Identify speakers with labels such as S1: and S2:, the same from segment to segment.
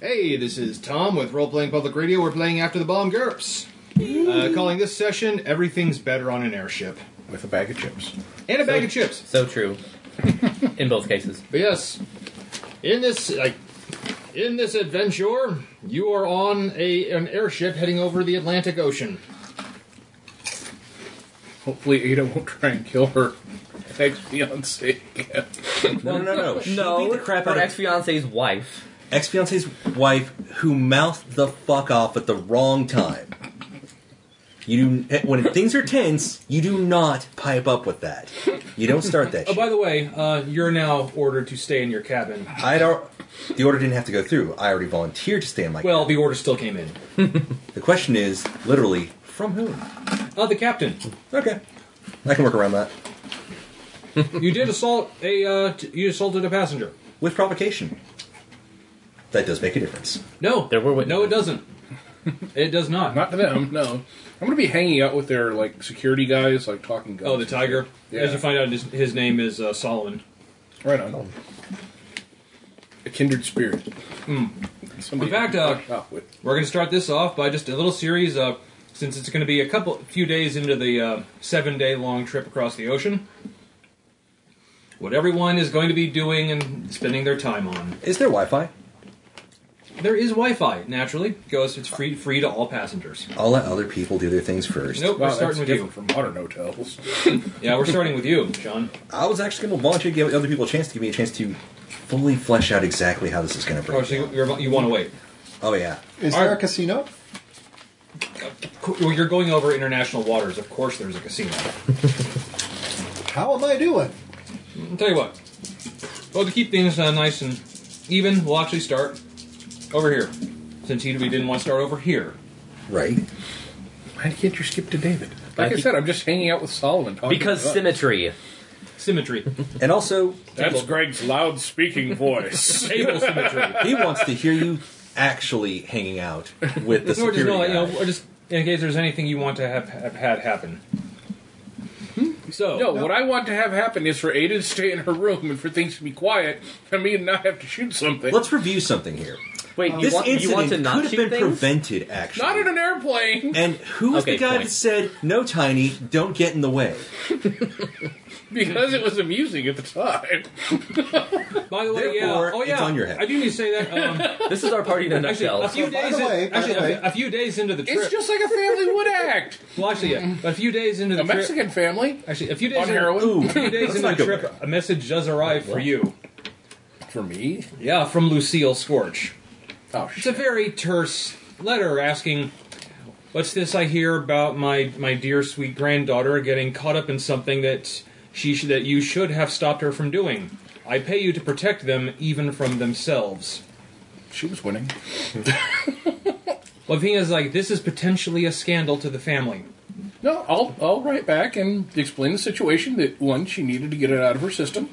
S1: Hey, this is Tom with Role Playing Public Radio. We're playing After the Bomb GURPS. Uh, calling this session Everything's Better on an Airship.
S2: with a bag of chips.
S1: And a bag of chips.
S3: So true. In both cases.
S1: But yes, in this like in this adventure, you are on a an airship heading over the Atlantic Ocean.
S2: Hopefully, Ada won't try and kill her ex fiance.
S3: No, no, no.
S4: No,
S3: the crap out of ex fiance's wife.
S4: ex fiance's wife who mouthed the fuck off at the wrong time. You do eh, when things are tense, you do not pipe up with that. You don't start that.
S5: Oh,
S4: Shit.
S5: by the way, uh, you're now ordered to stay in your cabin.
S4: I don't. The order didn't have to go through. I already volunteered to stay in my.
S5: Well, the order still came in.
S4: the question is literally from whom?
S5: Uh, the captain,
S4: Okay, I can work around that
S5: you did assault a uh, t- you assaulted a passenger.
S4: with provocation. That does make a difference.
S5: No,
S3: There were
S5: no, it
S3: witnesses.
S5: doesn't. It does not.
S2: Not to them, no. I'm gonna be hanging out with their like security guys, like talking guns.
S5: oh, the tiger.
S2: Yeah.
S5: As you find out, his, his name is uh, Solomon.
S2: Right on. A kindred spirit. Hmm. Somebody Oh,
S5: In fact,
S2: I
S5: uh,
S2: can talk with.
S5: We're going to start this off by just a little series of, since it's going to be a couple, few days into the uh, seven day long trip across the ocean. What everyone is going to be doing and spending their time on.
S4: Is there Wi-Fi?
S5: There is Wi-Fi, naturally. Goes, it's free, free to all passengers.
S4: I'll let other people do their things first.
S5: Nope, we're
S2: Wow, that's
S5: starting with
S2: different
S5: you.
S2: from modern hotels.
S5: Yeah, we're starting with you, John.
S4: I was actually going to volunteer to give other people a chance to give me a chance to fully flesh out exactly how this is going to
S5: Oh,
S4: break.
S5: so you,
S4: down.
S5: you're, you want to wait?
S4: Oh yeah.
S6: Is
S5: All
S6: there a
S5: right.
S6: casino?
S5: Co- Well, you're going over international waters. Of course, there's a casino.
S6: How am I doing?
S5: I'll tell you what. Well, to keep things uh, nice and even, we'll actually start over here, since he, we didn't want to start over here.
S4: Right.
S2: Why can't you skip to David? Like I,
S3: think-
S2: said, I'm just hanging out with Solomon. Talking
S3: Because
S2: guns.
S3: symmetry.
S5: Symmetry,
S4: And also,
S2: That's Greg's loud speaking voice.
S5: table symmetry.
S4: he wants to hear you actually hanging out with the
S5: Or just,
S4: security
S5: no, you
S4: guy.
S5: know, or just in case there's anything you want to have, have had happen. So
S2: no, what I want to have happen is for Ada to stay in her room and for things to be quiet, for me to not have to shoot something. Um,
S4: Let's review something here.
S3: Wait, you
S4: this
S3: want,
S4: incident
S3: you want to
S4: could
S3: not
S4: have
S3: shoot
S4: been
S3: things?
S4: prevented, actually.
S2: not in an airplane.
S4: and who was
S3: Okay,
S4: the guy
S3: point.
S4: that said, "No, Tiny, don't get in the way"?
S2: because it was amusing at the time.
S5: by the way, yeah,
S4: Therefore,
S5: oh
S4: it's
S5: yeah,
S4: on your head.
S5: I do need to say that. Um,
S3: This is our party in a
S5: actually,
S3: nutshell.
S5: a few
S6: By the
S5: days. in-
S6: way, by
S5: actually,
S6: the way.
S5: a, a few days into the trip.
S2: It's just like a family would act.
S5: well, actually, yeah, a few days into the
S2: A
S5: trip.
S2: Mexican family
S5: Actually, a few days
S2: on
S5: in-
S2: heroin
S4: Ooh,
S5: A few days into the
S4: not go
S5: trip, a message does arrive for you.
S2: for me.
S5: Yeah, from Lucille Scorch.
S2: Oh
S5: It's a
S2: shit!
S5: very terse letter asking, "What's this I hear about my my dear sweet granddaughter getting caught up in something that she sh- that you should have stopped her from doing? I pay you to protect them even from themselves."
S2: She was winning.
S5: Well, the thing is, like, this is potentially a scandal to the family.
S2: No, I'll I'll write back and explain the situation that one she needed to get it out of her system.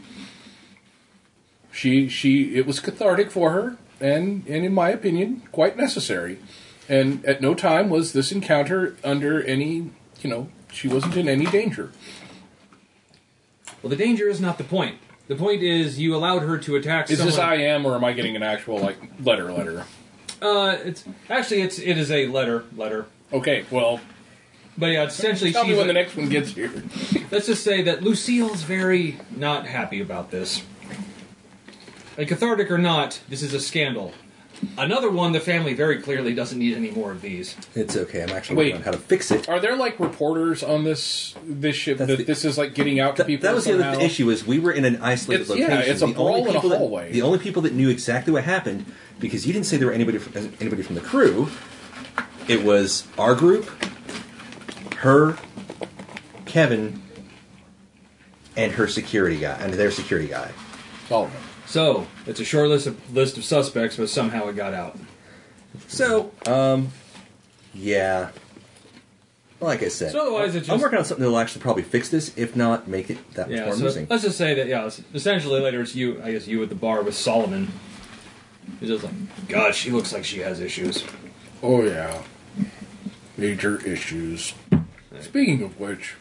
S2: She she it was cathartic for her and and in my opinion quite necessary. And at no time was this encounter under any you know she wasn't in any danger.
S5: Well, the danger is not the point. The point is, you allowed her to attack.
S2: Is this
S5: someone-
S2: I am or am I getting an actual like letter letter?
S5: Uh, it's actually it's it is a letter letter.
S2: Okay, well
S5: But yeah, essentially,
S2: tell
S5: she's
S2: me when
S5: like-
S2: the next one gets here.
S5: let's just say that Lucille's very not happy about this. Like, cathartic or not, this is a scandal. Another one, the family very clearly doesn't need any more of these.
S4: It's okay. I'm actually
S2: Wait.
S4: working on how to fix it.
S2: Are there like reporters on this this ship
S4: That's
S2: that
S4: the-
S2: this is like getting out to
S4: Th-
S2: people?
S4: that was the
S2: somehow?
S4: other th- issue is we were in an isolated
S2: It's- yeah,
S4: location.
S2: it's a
S4: the
S2: brawl in
S4: only
S2: a
S4: people that-
S2: hallway.
S4: the only people that knew exactly what happened because you didn't say there were anybody from, anybody from the crew. It was our group, her, Kevin, and her security guy and their security guy.
S2: Solomon.
S5: So, it's a short list of, list of suspects, but somehow it got out.
S4: So, um, yeah. Like I said,
S5: So otherwise it's
S4: I'm
S5: just-
S4: working on something that'll actually probably fix this. If not, make it that much
S5: Yeah,
S4: more
S5: so
S4: amusing.
S5: let's just say that, yeah, it's- essentially later it's you, I guess you at the bar with Solomon. He's just like, God, she looks like she has issues.
S2: Oh yeah, major issues. Speaking of which,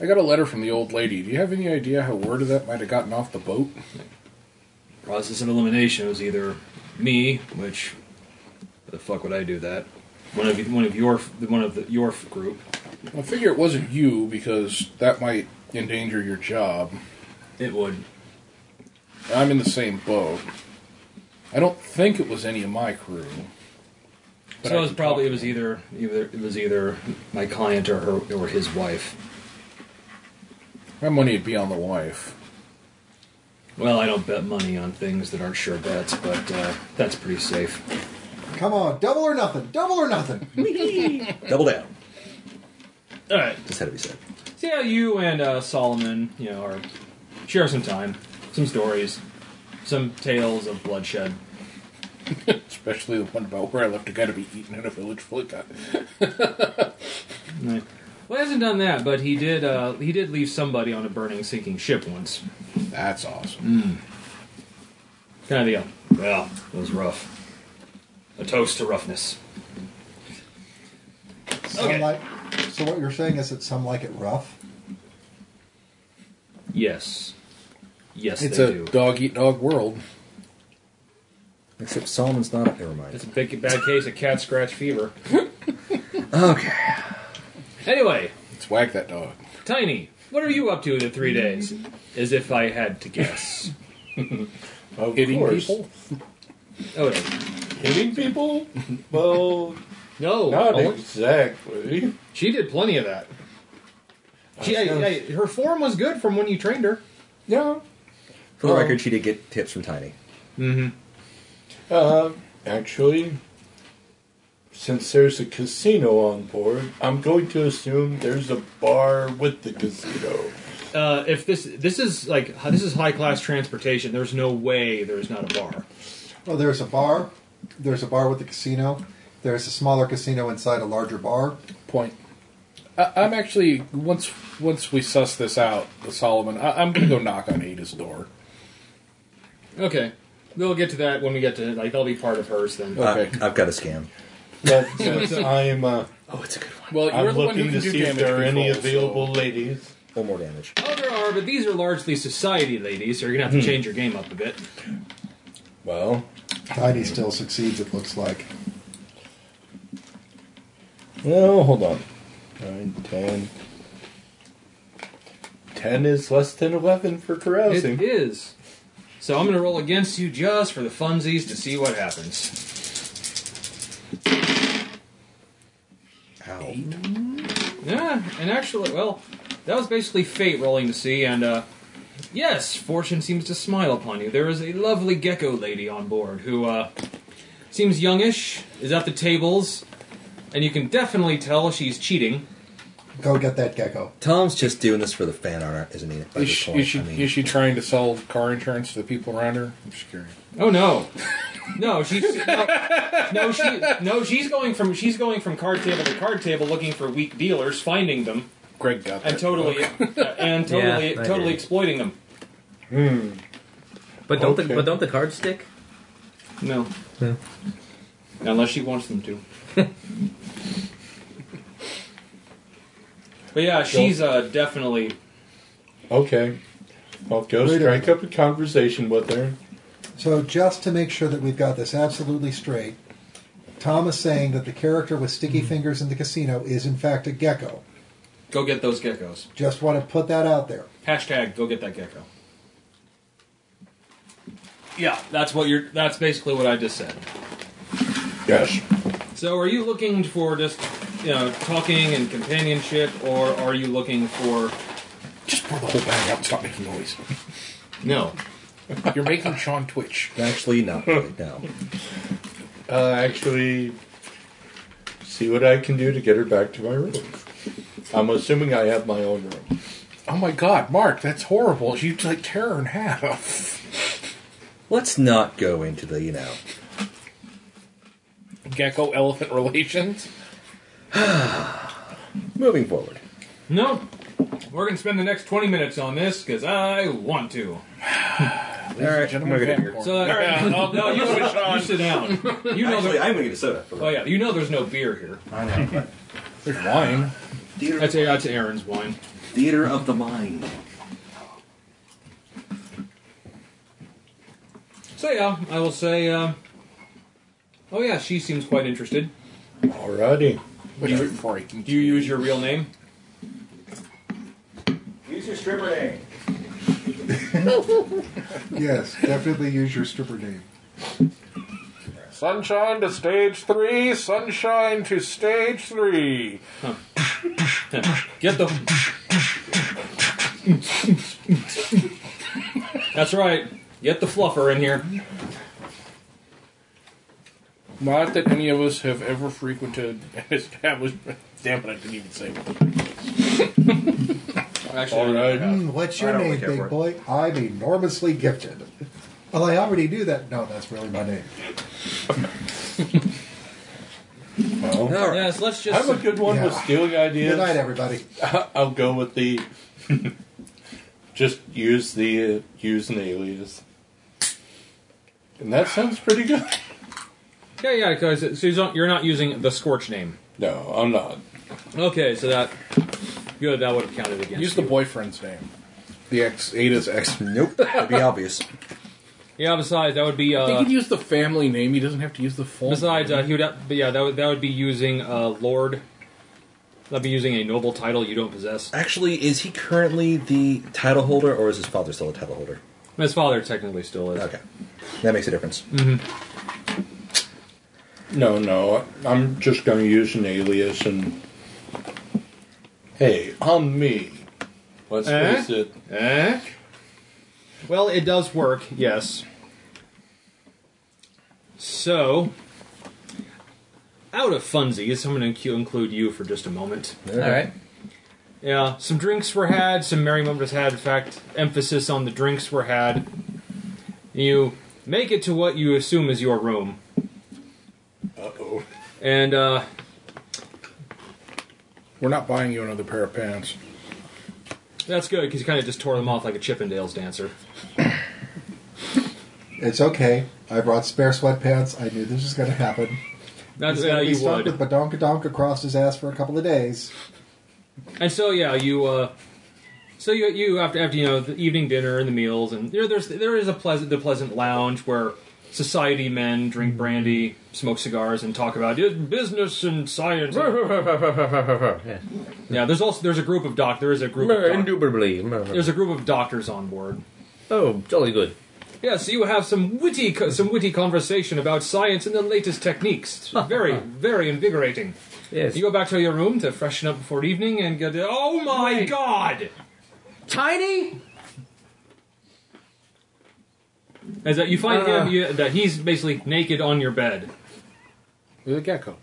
S2: I got a letter from the old lady. Do you have any idea how word of that might have gotten off the boat?
S5: Process of elimination was either me, which the fuck would I do that? One of you- one of your one of the, your group.
S2: I figure it wasn't you because that might endanger your job.
S5: It would.
S2: I'm in the same boat. I don't think it was any of my crew. But
S5: so
S2: I
S5: it was
S2: can
S5: probably
S2: talk
S5: it was
S2: to
S5: either either it was either my client or her or his wife.
S2: My money would be on the wife.
S5: Well, I don't bet money on things that aren't sure bets, but uh, that's pretty safe.
S6: Come on, double or nothing. Double or nothing.
S4: Double down.
S5: All right.
S4: Just had to be said.
S5: So yeah, you and uh, Solomon, you know, are share some time, some stories, some tales of bloodshed.
S2: Especially the one about where I left a guy to be eaten in a village full of guys.
S5: Well, he hasn't done that, but he did. Uh, he did leave somebody on a burning, sinking ship once.
S2: That's awesome.
S5: Kind of the well, it was rough. A toast to roughness.
S6: Some
S5: Okay.
S6: like, so what you're saying is that some like it rough.
S5: Yes, yes,
S2: It's
S5: they
S2: a
S5: do.
S2: dog eat dog world.
S4: Except Solomon's not. Never
S5: It's
S4: mind.
S5: a big bad case of cat scratch fever.
S4: Okay.
S5: Anyway,
S2: Let's wag that dog.
S5: Tiny, what are you up to in the three days? As if I had to guess.
S7: Of
S2: Hitting
S7: course.
S2: people?
S5: Oh no.
S7: Hitting people? Well,
S5: No,
S7: not
S5: only-
S7: exactly.
S5: she did plenty of that. She, I, I, her form was good from when you trained her.
S7: Yeah.
S4: For the record, she did get tips from Tiny.
S7: Uh, actually, since there's a casino on board, I'm going to assume there's a bar with the casino.
S5: Uh, if this this is like h- this is high class transportation, there's no way there's not a bar.
S6: Well, Oh, there's a bar. There's a bar with a casino. There's a smaller casino inside a larger bar.
S2: Point. I, I'm actually once once we suss this out with Solomon, I, I'm gonna go knock on Ada's door.
S5: Okay, we'll get to that when we get to like that'll be part of hers then.
S4: I-
S2: Okay.
S4: I've got a scam.
S7: But since I'm, uh,
S4: Oh, it's a good one.
S2: Well, you're
S7: I'm
S2: the one who
S7: looking
S2: can
S7: to
S2: do
S7: see if
S2: damage
S7: there are any
S2: control, so-
S7: available ladies.
S4: One more damage.
S5: Oh, there are, but these are largely society ladies, so you're gonna have to change your game up a bit.
S4: Well,
S6: Tiny still succeeds. It looks like.
S7: No, hold on. 9, 10. 10 is less than 11 for carousing.
S5: It is. So I'm gonna roll against you just for the funsies to see what happens.
S4: how?
S5: Yeah, and actually, well, that was basically fate rolling to see, and uh, yes, fortune seems to smile upon you. There is a lovely gecko lady on board who uh, seems youngish, is at the tables, and you can definitely tell she's cheating.
S6: Go get that gecko.
S4: Tom's just doing this for the fan art, isn't he? By
S2: Is
S4: this
S2: she,
S4: point,
S2: is, she,
S4: I mean,
S2: is she trying to sell car insurance to the people around her? I'm just curious.
S5: Oh no, no, she's no, no, she no, she's going from she's going from card table to card table looking for weak dealers, finding them,
S2: Greg got that.
S5: and totally uh, and totally
S3: Yeah, I
S5: totally
S3: did.
S5: exploiting them.
S3: But don't
S7: Okay.
S3: the but don't the cards stick?
S5: No. Unless she wants them to. but yeah, she's uh, definitely.
S7: Okay. I'll go
S6: Wait a
S7: strike up a conversation with her.
S6: So just to make sure that we've got this absolutely straight, Tom is saying that the character with sticky fingers in the casino is in fact a gecko.
S5: Go get those geckos.
S6: Just want to put that out there.
S5: Hashtag go get that gecko. Yeah, that's what you're. That's basically what I just said.
S7: Yes.
S5: So, are you looking for just, you know, talking and companionship, or are you looking for?
S2: Just pour the whole bag out and stop making noise.
S5: No.
S2: You're making Sean twitch.
S4: actually, not really. No.
S7: Uh, actually, see what I can do to get her back to my room. I'm assuming I have my own room.
S2: Oh my god, Mark, that's horrible. You like tear her in half.
S4: Let's not go into the, you know.
S2: Gecko elephant relations.
S4: Moving forward.
S5: No. We're gonna spend the next twenty minutes on this because I want to.
S4: All right,
S2: Gentlemen,
S4: I'm gonna
S2: fan
S4: get-
S2: porn.
S5: So, uh, no, you, you sit down. You know,
S4: Actually,
S5: there,
S4: I'm going to get a soda.
S5: oh yeah, you know, there's no beer here.
S4: I know. but-
S2: There's wine.
S4: Theater,
S5: That's, that's Aaron's wine.
S4: theater of the mind.
S5: So yeah, I will say uh, Oh yeah, she seems quite interested.
S7: Alrighty.
S2: Which is freaking
S5: Do you use your real name?
S8: Use your stripper name.
S6: Yes, definitely use your stripper name.
S2: Sunshine to stage three, sunshine to stage three.
S5: Get the. That's right. Get the fluffer in here.
S2: Not that any of us have ever frequented an establishment. Damn it, I didn't even say one.
S5: Actually,
S6: Hmm, what's your
S4: I don't
S6: name,
S4: really care for it.
S6: big boy? I'm enormously gifted. Well, I already knew that. No, that's really my name.
S5: yes. Let's just.
S7: I'm a good one with
S6: Yeah.
S7: stealing ideas.
S6: Good night, everybody.
S7: I'll go with the. just use the uh, use an alias, and that sounds pretty good.
S5: yeah, yeah. Because so you don't- you're not using the scorch name.
S7: No, I'm not.
S5: Okay, so that. Good. That would have counted against.
S2: Use the
S5: you.
S2: boyfriend's name. The ex, Ada's ex.
S4: Nope. That'd be obvious.
S5: Yeah. Besides, that would be.
S2: He
S5: Uh,
S2: could use the family name. He doesn't have to use the full.
S5: besides, uh, he would. Have, but yeah, that would that would be using uh, Lord. That'd be using a noble title you don't possess.
S4: Actually, is he currently the title holder, or is his father still a title holder?
S5: His father technically still is.
S4: Okay, that makes a difference.
S7: No, no. I'm just going to use an alias and. Hey, I'm me. Let's
S5: Eh?
S7: face it.
S5: Eh? Well, it does work, yes. So, out of funsies, I'm going to include you for just a moment.
S3: All right.
S5: Yeah, some drinks were had, some merriment was had. In fact, emphasis on the drinks were had. You make it to what you assume is your room. Uh oh. And, uh,
S2: We're not buying you another pair of pants.
S5: that's good because you kind of just tore them off like a Chippendales dancer.
S6: It's okay. I brought spare sweatpants. I knew this was going to happen.
S5: That's
S6: He's
S5: how
S6: gonna be
S5: you
S6: stuck
S5: would.
S6: with badonkadonk across his ass for a couple of days.
S5: And so yeah, you uh, so you you after after you know the evening dinner and the meals and there there's there is a pleasant the pleasant lounge where society men drink brandy, smoke cigars, and talk about it, business and science. yeah, there's also there's a group of doc there is a group of doc-
S3: Indubitably.
S5: there's a group of doctors on board.
S3: Oh, jolly good.
S5: Yeah, so you have some witty co- some witty conversation about science and the latest techniques. It's very very invigorating.
S3: Yes.
S5: You go back to your room to freshen up before evening and get oh my god.
S3: tiny?
S5: Is that you find
S3: Uh.
S5: him you, that he's basically naked on your bed?
S2: With a gecko.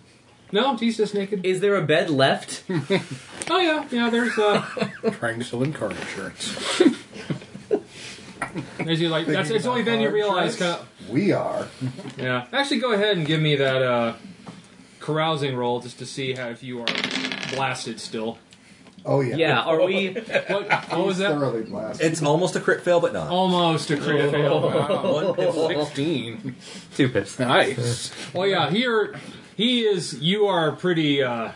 S5: No, he's just naked.
S3: Is there a bed left?
S5: Oh yeah, yeah. There's uh,
S2: Trying to sell him car insurance.
S5: there's you like that's. It's only then you realize. Kinda,
S6: We are.
S5: yeah. Actually, go ahead and give me that uh, carousing roll just to see how if you are blasted still.
S6: Oh, yeah.
S3: yeah. Are we?
S5: What, what was that?
S6: Thoroughly blasted.
S4: It's almost a crit fail, but not.
S5: Almost a crit fail.
S4: One pitfall.
S2: 16.
S3: Two pips.
S2: Nice.
S5: Oh yeah, here he is. You are pretty. uh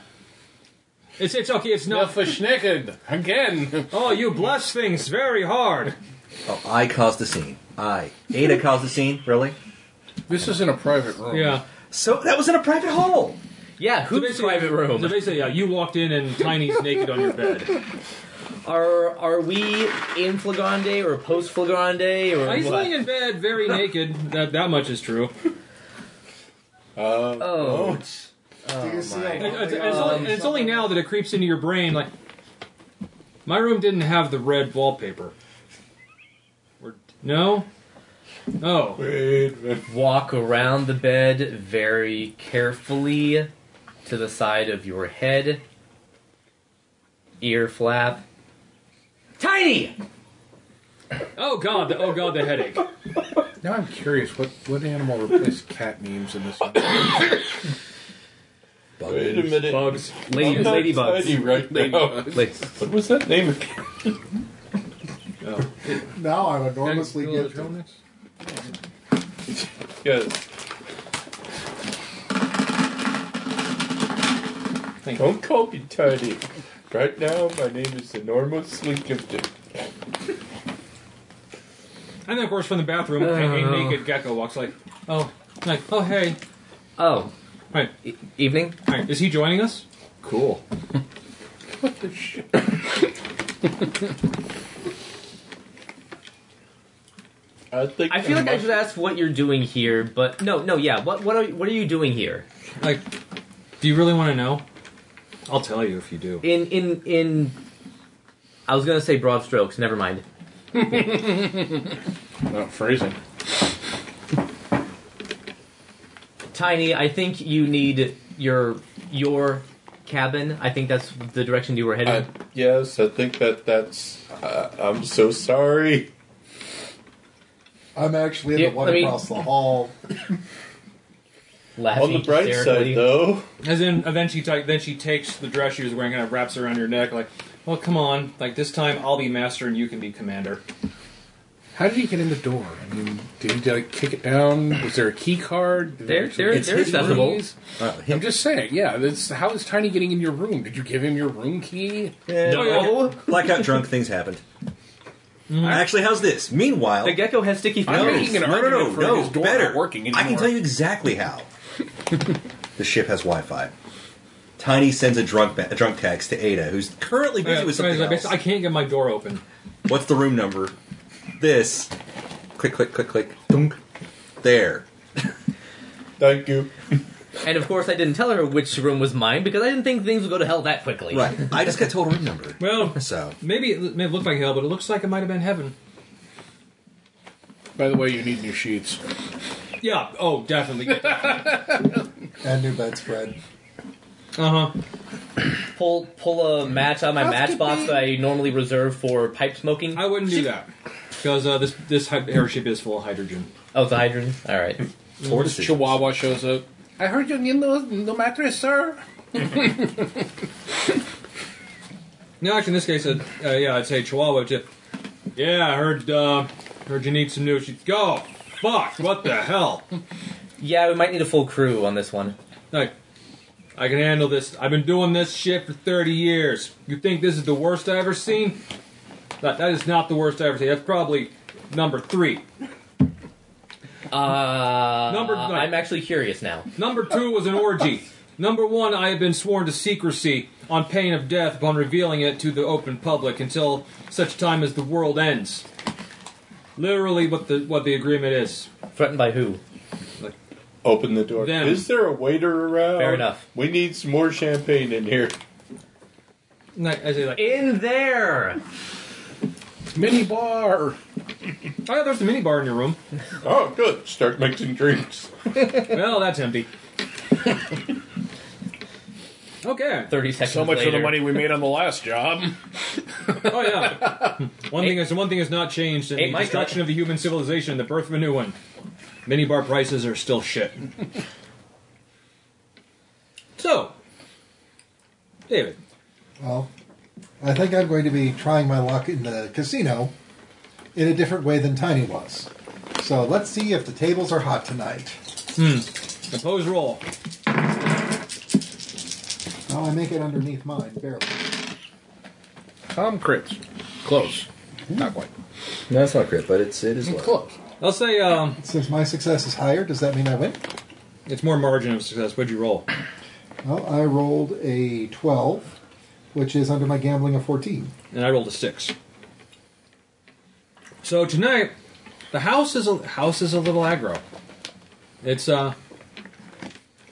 S5: It's it's okay. It's
S2: Now
S5: not.
S2: for Schnecken. Again.
S5: Oh, you bless things very hard.
S4: Oh, I caused the scene. I. Ada caused the scene. Really?
S2: This is in a private room.
S5: Yeah.
S4: So that was in a private hall.
S3: Yeah.
S5: So
S3: Who's
S5: basically-
S3: private
S5: So
S3: room?
S5: basically, yeah, you walked in and Tiny's naked on your bed.
S3: Are are we in Flagrande or post Flagrande or
S5: Uh, He's laying
S3: what?
S5: in bed, very naked. That that much is true.
S3: Oh.
S6: Do you see how
S5: And- and- and it's,
S6: lovely
S5: only,
S4: Um,
S5: and it's only now that it creeps into your brain. Like, my room didn't have the red wallpaper. Or- No. Oh,
S7: Wait, wait.
S3: Walk around the bed very carefully to the side of your head. Ear flap. Tiny.
S5: oh God! The, oh God! The headache.
S2: Now I'm curious. What what animal replaced cat memes in this?
S7: Wait a minute.
S5: Bugs.
S3: Lady,
S7: I'm not
S3: ladybugs.
S7: tidy right now.
S3: Ladies.
S7: What was that name again?
S6: Now I'm enormously gifted.
S7: Yes.
S5: Thank you.
S7: Don't call me tidy. Right now, my name is enormously gifted.
S5: And then, of course, from the bathroom, a, a naked gecko walks like, oh, like, oh hey,
S3: Oh,
S5: Right.
S3: e- evening.
S5: Right. Is he joining us?
S1: Cool.
S7: I think
S3: I feel like I should ask what you're doing here, but no, no, yeah. What what are what are you doing here?
S5: Like, do you really want to know? I'll tell you if you do.
S3: In in in. I was gonna say broad strokes. Never mind.
S2: No, phrasing.
S3: Tiny, I think you need your your cabin. I think that's the direction you were heading.
S7: I, yes, I think that that's. Uh, I'm so sorry.
S6: I'm actually in
S3: Yeah,
S6: the one
S3: I mean-
S6: across the hall.
S3: Laughing
S7: On the bright
S3: hysterically.
S7: side, though,
S5: As in, and then she ta- then she takes the dress she was wearing and it wraps around your neck. Like, well, come on. Like this time, I'll be master and you can be commander.
S2: How did he get in the door? I mean, did he like kick it down? Was there a key card? Did they
S3: They're-
S2: actually-
S3: they're-
S2: It's
S3: they're
S2: his
S3: accessible.
S2: rooms?
S4: Uh,
S2: I'm just saying, yeah. That's, how is Tiny getting in your room? Did you give him your room key? Oh,
S3: No,
S4: blackout drunk things happened. Actually, how's this? Meanwhile,
S3: the gecko has sticky
S2: I'm
S3: fingers.
S2: Mm-hmm. making an
S4: no, no,
S2: argument
S4: no,
S2: for
S4: no,
S2: his door
S4: better.
S2: not working
S4: I can
S2: anymore.
S4: tell you exactly how. the ship has Wi-Fi. Tiny sends a drunk ba- a drunk text to Ada, who's currently busy
S5: Yeah,
S4: with something
S5: I,
S4: else.
S5: I can't get my door open.
S4: What's the room number? This. Click, click, click, click. Dunk. There.
S7: thank you.
S3: And of course, I didn't tell her which room was mine because I didn't think things would go to hell that quickly.
S4: Right. I just got told room number.
S5: Well,
S4: So
S5: maybe it may look like hell, but it looks like it might have been heaven.
S2: By the way, you need new sheets.
S5: Yeah. Oh, definitely. uh
S6: And new bedspread.
S5: huh.
S3: Pull pull a match out of my matchbox that I normally reserve for pipe smoking.
S5: I wouldn't do that because uh, this this hy- airship is full of hydrogen.
S3: Oh, it's a hydrogen. All right.
S4: four decisions.
S2: Chihuahua shows up. I heard you need no, no mattress, sir.
S5: No, actually, in this case, uh, uh, yeah, I'd say Chihuahua. Too. Yeah, I heard uh, heard you need some new. She's go. Fuck! What the hell?
S3: Yeah, we might need a full crew on this one.
S5: Like, I can handle this. I've been doing this shit for 30 years. You think this is the worst I ever seen? That, that is not the worst I ever seen. That's probably number three.
S3: Uh,
S5: Number-
S3: I'm actually curious now.
S5: Number two was an orgy. Number one, I have been sworn to secrecy on pain of death upon revealing it to the open public until such time as the world ends. Literally, what the what the agreement is.
S3: Threatened by who?
S7: Open the door.
S5: Them.
S7: Is there a waiter around?
S3: Fair enough.
S7: We need some more champagne in here.
S5: And I, I say like,
S3: In there.
S2: Mini bar.
S5: oh, yeah, there's the minibar in your room.
S7: Oh, good. Start mixing drinks.
S5: well, that's empty. Okay.
S3: Thirty seconds.
S2: So much
S3: later.
S2: for the money we made on the last job.
S5: Oh yeah. One thing is one thing has not changed in
S3: Ain't
S5: the
S3: my
S5: destruction
S3: cut.
S5: of the human civilization, and the birth of a new one. Mini bar prices are still shit. so, David,
S6: Well, I think I'm going to be trying my luck in the casino in a different way than Tiny was. So let's see if the tables are hot tonight.
S5: oppose roll.
S6: Oh, I make it underneath mine, barely.
S2: Tom Critz. Close. Not quite.
S4: No, it's not crit, but it's it is low.
S2: Close.
S5: I'll say um,
S6: Since my success is higher, does that mean I win?
S5: it's more margin of success. What'd you roll?
S6: Well, I rolled a 12, which is under my gambling of 14.
S5: and I rolled a six. So tonight, the house is a house is a little aggro. It's uh,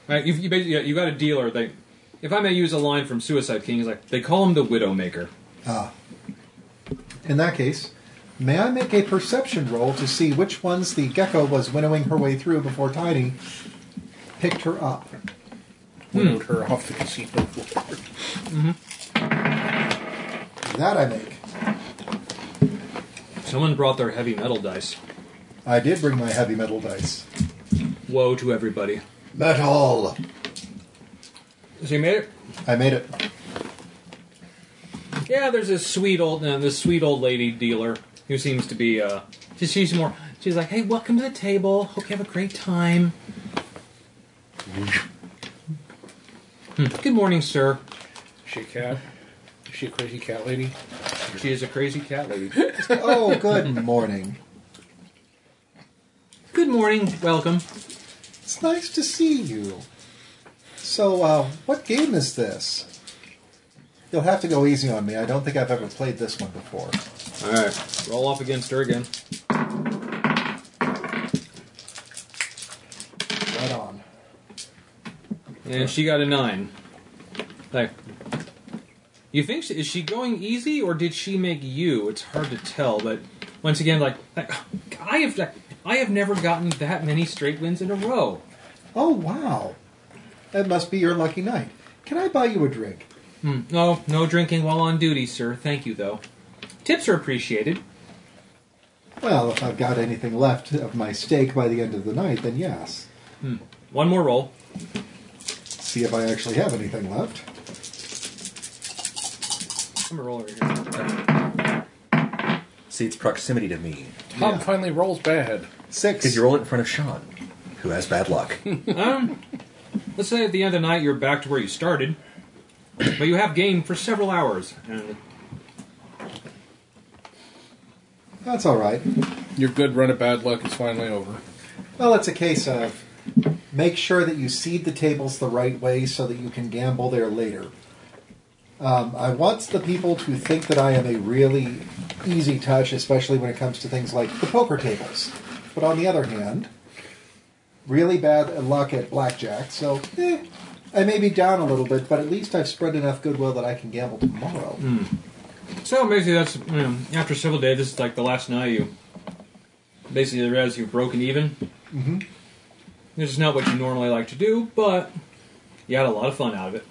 S5: right, you you, basically, you got a dealer. They, if I may use a line from Suicide King, is like they call him the Widowmaker.
S6: In that case, may I make a perception roll to see which ones the gecko was winnowing her way through before Tiny picked her up?
S2: Moved her off the casino floor.
S6: Mm-hmm. That I make.
S5: Someone brought their heavy metal dice.
S6: I did bring my heavy metal dice.
S5: Woe to everybody.
S6: Metal!
S5: So you made it.
S6: I made it.
S5: Yeah, there's this sweet old uh, this sweet old lady dealer who seems to be uh, she- she's more she's like, hey, welcome to the table. Hope you have a great time. Hmm. Good morning, sir.
S2: She a cat? Is she a crazy cat lady?
S5: She is a crazy cat lady.
S6: Oh, good morning.
S5: Good morning, welcome.
S6: It's nice to see you. So, uh, what game is this? You'll have to go easy on me. I don't think I've ever played this one before.
S1: All right, roll off against her again.
S6: Right on.
S5: And she got a nine. Like, you think she, is she going easy or did she make you? It's hard to tell. But once again, like, like, I have, like, I have never gotten that many straight wins in a row.
S6: Oh, wow. That must be your lucky night. Can I buy you a drink?
S5: Hmm. No, no drinking while on duty, sir. Thank you, though. Tips are appreciated.
S6: Well, if I've got anything left of my steak by the end of the night, then yes.
S5: One more roll.
S6: See if I actually have anything left.
S5: I'm gonna roll over here.
S4: See, it's proximity to me.
S2: Tom finally rolls bad.
S6: Six.
S4: Because you roll it in front of Sean, who has bad luck.
S5: Let's say at the end of the night you're back to where you started, but you have game for several hours. And
S6: That's all right.
S2: Your good run of bad luck is finally over.
S6: Well, it's a case of make sure that you seed the tables the right way so that you can gamble there later. Um, I want the people to think that I am a really easy touch, especially when it comes to things like the poker tables. But on the other hand, really bad luck at blackjack, so eh, I may be down a little bit, but at least I've spread enough goodwill that I can gamble tomorrow.
S5: so basically, that's you know, after several days. This is like the last night you basically realize you've broken even. Mm-hmm. This is not what you normally like to do, but you had a lot of fun out of it.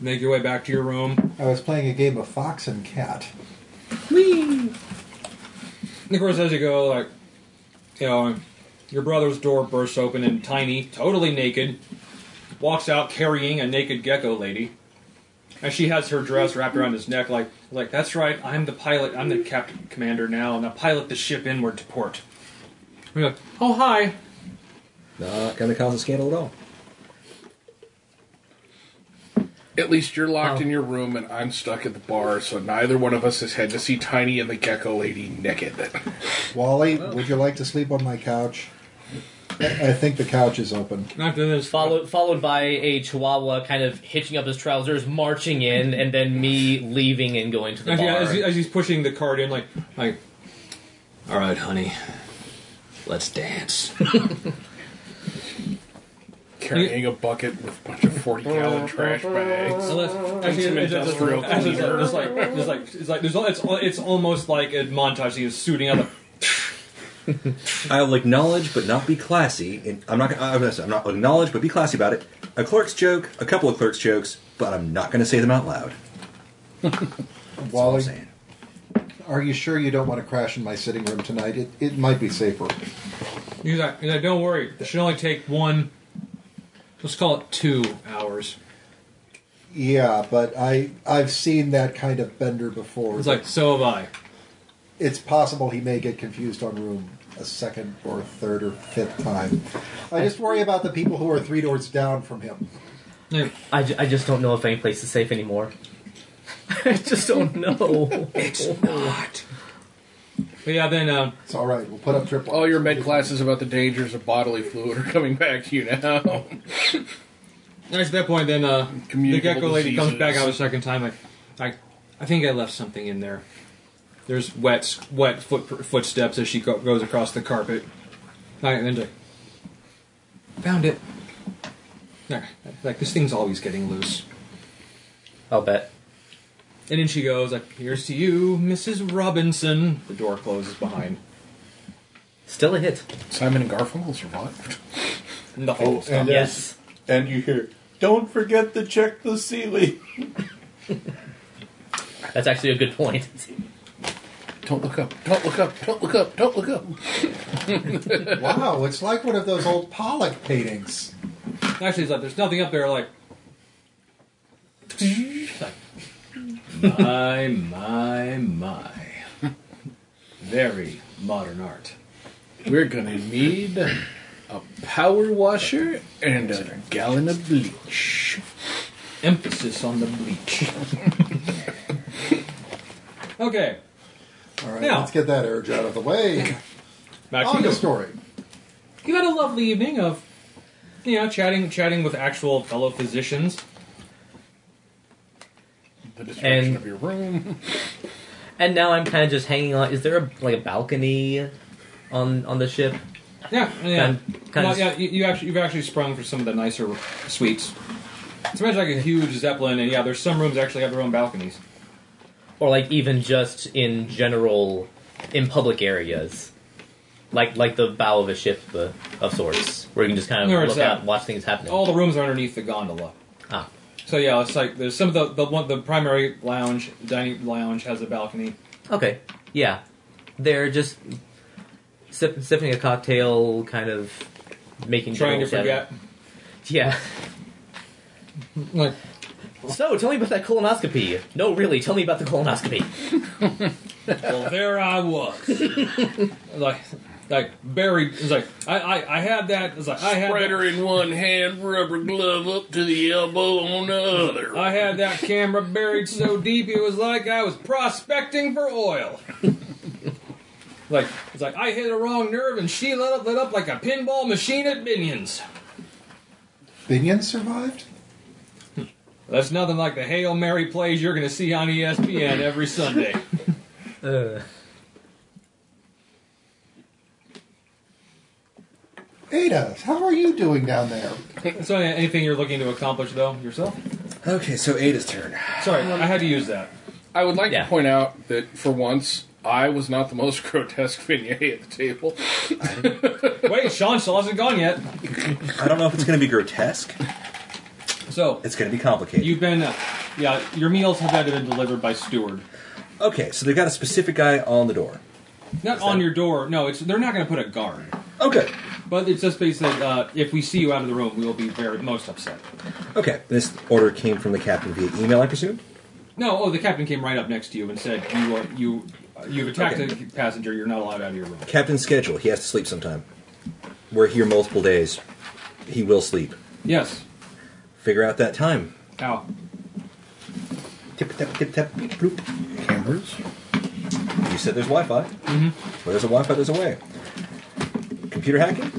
S5: Make your way back to your room.
S6: I was playing a game of fox and cat.
S5: And of course, as you go, like you know, your brother's door bursts open, and Tiny, totally naked, walks out carrying a naked gecko lady. And she has her dress wrapped around his neck, like, like that's right. I'm the pilot. I'm the captain commander now, and I pilot the ship inward to port. And you're like, oh hi.
S4: Not going to cause a scandal at all.
S2: At least you're locked in your room and I'm stuck at the bar, so neither one of us has had to see Tiny and the Gecko Lady naked.
S6: Wally, would you like to sleep on my couch? I I think the couch is open.
S5: And After this,
S3: Followed, followed by a chihuahua kind of hitching up his trousers, marching in, and then me leaving and going to the
S5: as,
S3: bar.
S5: yeah, as, he- as he's pushing the card in, like, like, all right, honey, let's dance.
S2: Carrying a bucket with a bunch of 40 gallon trash bags.
S5: Unless, actually,
S2: some
S5: it's, it's, it's,
S2: industrial
S5: it's- it's- it's like, it's like, it's like, there's, al- it's, al- it's almost like a montage. He is suiting up.
S4: I'll acknowledge, but not be classy. And I'm not. I'm not. I'm not acknowledge, but be classy about it. A clerk's joke, a couple of clerk's jokes, but I'm not going to say them out loud. That's all I'm
S6: Wally,
S4: saying.
S6: Are you sure you don't want to crash in my sitting room tonight? It, it might be safer.
S5: He's like, he's like, don't worry, it should only take one. Let's call it two hours.
S6: Yeah, but I I've seen that kind of bender before.
S5: It's like, so have I.
S6: it's possible he may get confused on room a second or third or fifth time. I just worry about the people who are three doors down from him.
S5: Yeah.
S3: I, ju- I just don't know if any place is safe anymore. I just don't know. it's not.
S5: But yeah, then uh,
S6: It's all right. We'll put up triple.
S2: All your med classes about the dangers of bodily fluid are coming back to you now.
S5: at that point, then uh, the
S2: Communicable
S5: gecko lady comes
S2: diseases.
S5: back out a second time. Like, like, I think I left something in there. There's wet, wet foot, footsteps as she go, goes across the carpet. Like, and then like, found it. Like, like this thing's always getting loose.
S3: I'll bet.
S5: And in she goes, like, here's to you, Mrs. Robinson. The door closes behind.
S3: Still a hit.
S2: Simon and Garfunkel survived.
S5: Nothing. will stop.
S7: and there's-
S3: Yes.
S7: And you hear, don't forget to check the ceiling.
S3: That's actually a good point.
S2: Don't look up. Don't look up. Don't look up. Don't look up.
S6: Wow, it's like one of those old Pollock paintings.
S5: Actually, it's like there's nothing up there. Like, my, my, my, very modern art.
S2: We're gonna need a power washer and a gallon of bleach.
S5: Emphasis on the bleach. okay,
S6: All right,
S5: Yeah.
S6: let's get that urge out of the way.
S5: back
S6: On
S5: to
S6: the
S5: you.
S6: story.
S5: you had a lovely evening of, you know, chatting chatting with actual fellow physicians.
S2: The destruction
S3: And-
S2: of your room.
S3: And now I'm kind of just hanging on. Is there a, like a balcony on on the ship?
S5: Yeah, yeah.
S3: Kind- kind
S5: Well,
S3: of-
S5: yeah, you, you actually you've actually sprung for some of the nicer suites. It's much like a huge zeppelin, and yeah, there's some rooms actually have their own balconies.
S3: or like even just in general in public areas like like the bow of a ship uh, of sorts where you can just kind of
S5: Where Oh. it's
S3: look out
S5: at.
S3: and watch things happening
S5: All the rooms are underneath the gondola.
S3: ah.
S5: So yeah, it's like there's some of the the one the primary lounge dining lounge has a balcony.
S3: okay yeah they're just sip, sipping a cocktail kind of making
S5: Trying to
S3: general
S5: forget.
S3: chatter. yeah
S5: Like,
S3: so tell me about that colonoscopy no really tell me about the colonoscopy
S5: well, there I was, like, like buried. It's like I, I, I had that. It's like I had that,
S2: in one hand, rubber glove up to the elbow on the other.
S5: I had that camera buried so deep it was like I was prospecting for oil. like it's like I hit a wrong nerve and she lit up lit up like a pinball machine at Minions.
S6: Binion survived?
S5: That's nothing like the Hail Mary plays you're gonna see on E ESPN every Sunday.
S3: uh,
S6: Ada, how are you doing down there?
S5: so yeah, anything you're looking to accomplish though yourself?
S4: Okay, so Ada's turn.
S5: Sorry, I had to use that.
S2: I would like
S3: Yeah.
S2: to point out that for once, I was not the most grotesque vignette at the table.
S5: Wait, Sean still hasn't gone yet.
S4: I don't know if it's going to be grotesque.
S5: So
S4: It's going to be complicated.
S5: you've been, uh, yeah, your meals have had to been delivered by steward.
S4: okay, so they've got a specific guy on the door.
S5: Not on your door. No, it's they're not gonna put a guard.
S4: Okay,
S5: But it's just basically uh, if we see you out of the room, we will be very most upset.
S4: okay. This order came from the captain via email, I presume.
S5: No, oh, the captain came right up next to you and said, "You are you, uh, you've attacked
S4: Okay.
S5: a passenger. You're not allowed out of your room."
S4: Captain's schedule. He has to sleep sometime. We're here multiple days. He will sleep.
S5: Yes.
S4: Figure out that time.
S5: How?
S4: Tip tap tip tap beep bloop.
S7: Cameras?
S4: You said there's Wi-Fi. Mm-hmm. Where there's a Wi-Fi, there's a way. Computer hacking.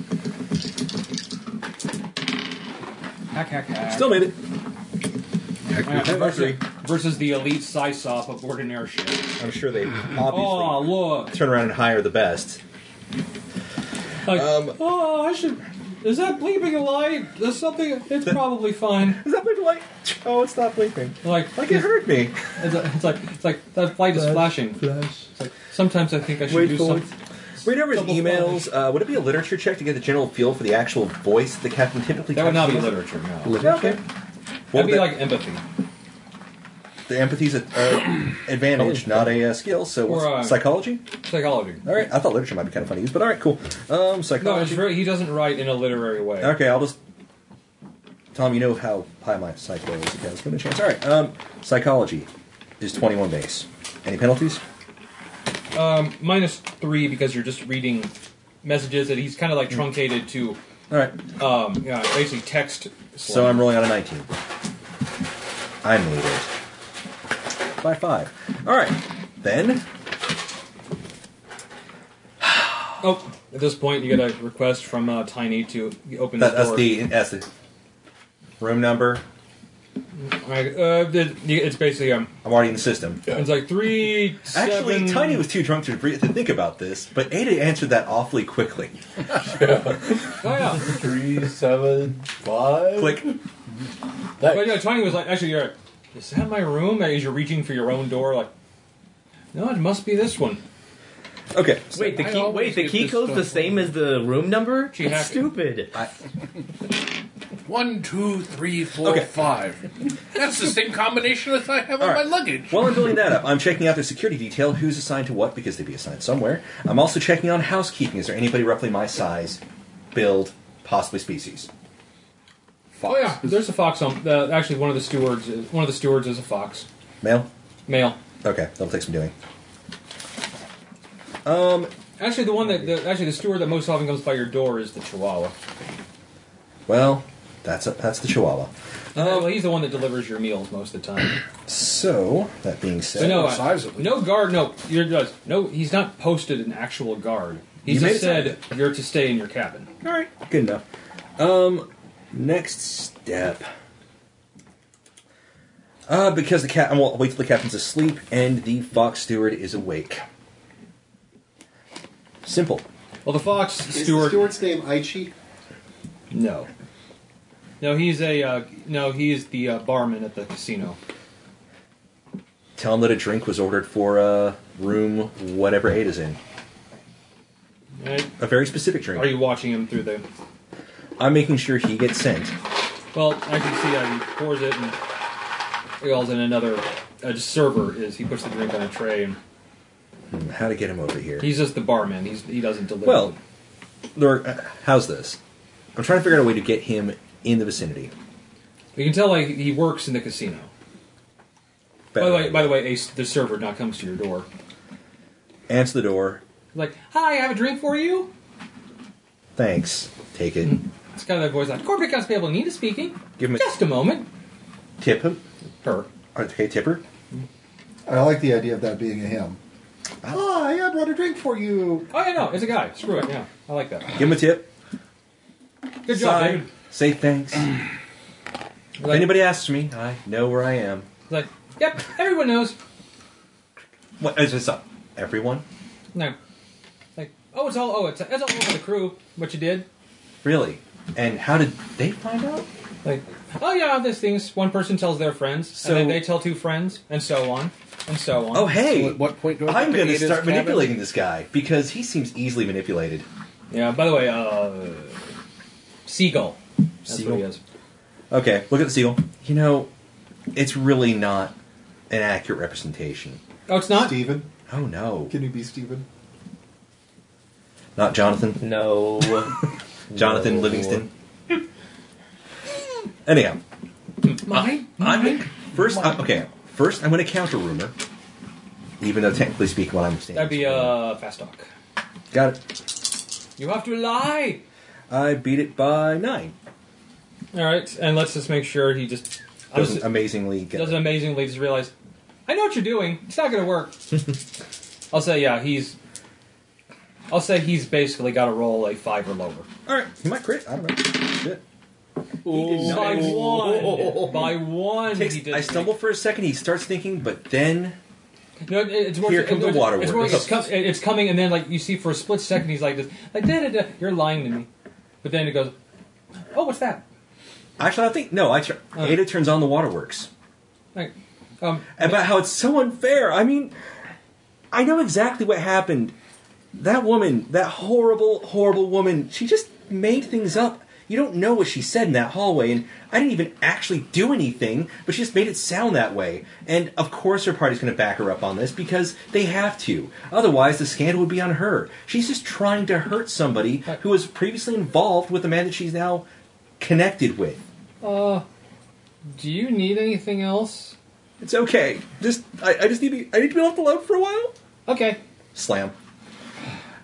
S5: Hack hack hack.
S4: Still made it.
S5: Yeah, versus,
S4: Actually,
S5: versus the elite sysop of ordinary shit.
S4: I'm sure they obviously
S5: Oh look!
S4: turn around and hire the best.
S5: Like,
S4: Um,
S5: oh, I should. Is that bleeping a light? There's something. It's probably fine.
S4: Is that bleeping light? Oh, it's not bleeping.
S5: Like,
S4: Like it hurt me.
S5: It's, it's like it's like that light is flashing.
S7: Flash.
S5: It's like, sometimes I think I should
S7: Wait
S5: do
S7: for
S5: something.
S4: Read over his
S5: Double
S4: emails. Uh, would it be a literature check to get the general feel for the actual voice the captain typically?
S5: That would not be
S4: types in?
S5: literature. No.
S4: Yeah, okay.
S5: That'd be
S4: the-
S5: like empathy.
S4: the empathy's an uh, advantage, not a uh, skill. So what's-
S5: Right.
S4: psychology.
S5: Psychology.
S4: All right, I thought literature might be kind of fun to use, but all right, cool. Um,
S5: No, it's
S4: psychology.
S5: very, he doesn't write in a literary way.
S4: okay, I'll just. Tom, you know how high my psycho is. Okay, let's give it a chance. All right, um, psychology is twenty-one base. Any penalties?
S5: minus three because you're just reading messages that he's kind of like
S4: Mm.
S5: truncated to,
S4: All right,
S5: um, yeah, basically text.
S4: so I'm rolling on a nineteen. I'm leader by five. All right, then
S5: Oh, at this point, you get a request from uh, Tiny to open
S4: that,
S5: this
S4: that's
S5: door.
S4: the that's the room number.
S5: Right, uh, the- you- it's basically um,
S4: I'm already in the system.
S5: it's like three.
S4: Actually,
S5: seven-
S4: Tiny was too drunk to, re- to think about this, but Ada answered that awfully quickly.
S5: Oh yeah,
S7: Three, seven, five.
S4: Click.
S7: That-
S5: but yeah, Tiny was like, actually, you're. Like, Is that my room? As you're reaching for your own door, like, no, it must be this one.
S4: Okay. so-
S3: wait the
S2: I
S3: key
S2: always
S3: wait the
S2: get
S3: key
S2: this
S3: code's the
S2: stuff
S3: same as the room number
S5: She hacked it.
S3: stupid
S2: One, two, three, four,
S4: Okay.
S2: five. That's the same combination as I have on
S4: All right.
S2: my luggage.
S4: While I'm building that up, I'm checking out their security detail, who's assigned to what, because they'd be assigned somewhere. I'm also checking on housekeeping. Is there anybody roughly my size, build, possibly species?
S5: Oh yeah, there's a fox on. Uh, actually, one of the stewards. Is, one of the stewards is a fox,
S4: Male?
S5: male.
S4: Okay, that'll take some doing.
S5: Actually, the one that the, actually the steward that most often comes by your door is the
S4: Oh.
S5: Chihuahua.
S4: Well, that's a, that's the Chihuahua.
S5: Oh, well, he's the one that delivers your meals most of the time.
S4: So, that being
S5: But
S4: said,
S5: no,
S2: Size of it.
S5: no guard. No, you're just no. He's not posted an actual guard. He
S4: You made it
S5: just said you're to stay in your cabin.
S4: All right, good enough. Um, next step. Uh, because the captain will wait till the captain's asleep and the fox steward is awake. Simple.
S5: Well, the fox
S6: Is
S5: steward.
S6: the steward's name Aichi?
S5: No. No, he's a uh, no. He's the uh, barman at the casino.
S4: Tell him that a drink was ordered for uh, room whatever eight is in.
S5: Right?
S4: A very specific drink.
S5: Are you watching him through the?
S4: I'm making sure he gets sent.
S5: Well, I can see how he pours it and yells in another. A server is he puts the drink on a tray and
S4: Hmm, How to get him over here?
S5: he's just the barman. He's he doesn't deliver.
S4: Well, Lord, uh, how's this? I'm trying to figure out a way to get him in the vicinity.
S5: you can tell like he works in the casino. By the way, by the way, a, the server now comes to your door.
S4: answer the door.
S5: Like, hi, I have a drink for you.
S4: Thanks. Take it.
S5: It's kind of that voice like corporate accounts payable. Nina speaking.
S4: Give him a-
S5: just a moment.
S4: Tip him.
S5: Her.
S4: Okay, tipper.
S6: I like the idea of that being a him. Ah, yeah, I brought a drink for you.
S5: Oh yeah, no, it's a guy. Screw it. Yeah, I like that.
S4: Give him a tip.
S5: Good job,
S4: Sigh.
S5: David.
S4: Say thanks. if
S5: Like-
S4: anybody asks me, I know where I am.
S5: Like, yep, everyone knows.
S4: What is this up? Everyone?
S5: No. Like, oh, it's all, oh, it's, it's all over the crew, what you did.
S4: Really? And how did they find out?
S5: Like, oh yeah, this thing's, one person tells their friends,
S4: So-
S5: and then they tell two friends, and so on, and so on.
S4: Oh, hey.
S2: So at what point do I
S4: I'm
S2: get to
S4: going
S2: eat
S4: to
S2: his
S4: start
S2: cabin?
S4: manipulating this guy because he seems easily manipulated.
S5: Yeah, by the way, uh, Seagull. That's
S4: Seagull?
S5: what he is.
S4: Okay, look at the seal. You know, it's really not an accurate representation.
S5: Oh, it's not?
S6: Steven.
S4: Oh no.
S6: Can you be Steven?
S4: Not Jonathan.
S3: No.
S4: Jonathan
S3: No.
S4: Livingston. Anyhow,
S5: Mine?
S4: I'm first. uh, okay, first I'm going to counter rumor, even though technically speaking, what I'm saying.
S5: That'd be,
S4: is-
S5: uh, Fast Talk.
S4: Got it.
S5: You have to lie!
S4: I beat it by nine.
S5: Alright, and let's just make sure he just, I'm
S4: Doesn't
S5: just-
S4: amazingly get.
S5: doesn't
S4: it.
S5: amazingly just realize, I know what you're doing. It's not gonna work. I'll say, yeah, he's. I'll say he's basically got to roll a five or lower.
S4: All right, he might crit. I don't know. Shit.
S5: By one, by one,
S4: Takes-
S5: he did.
S4: I stumble for a second. He starts thinking, but then
S5: No, it- it's more.
S4: Here
S5: it-
S4: come the
S5: it's-
S4: water
S5: It's, more,
S4: works.
S5: it's, com- it's coming, and then like you see for a split second, he's like, this, like da da da. You're lying to me, but then it goes, oh, what's that?
S4: actually, I think no. I tr-
S5: Uh.
S4: Ada turns on the waterworks
S5: Like, um,
S4: about how it's so unfair. I mean, I know exactly what happened. That woman, that horrible, horrible woman, she just made things up. You don't know what she said in that hallway, and I didn't even actually do anything, but she just made it sound that way. And of course, her party's going to back her up on this because they have to. Otherwise, the scandal would be on her. She's just trying to hurt somebody who was previously involved with the man that she's now connected with.
S5: uh, do you need anything else?
S4: It's okay. Just I, I just need to I need to be left alone for a while.
S5: Okay.
S4: Slam.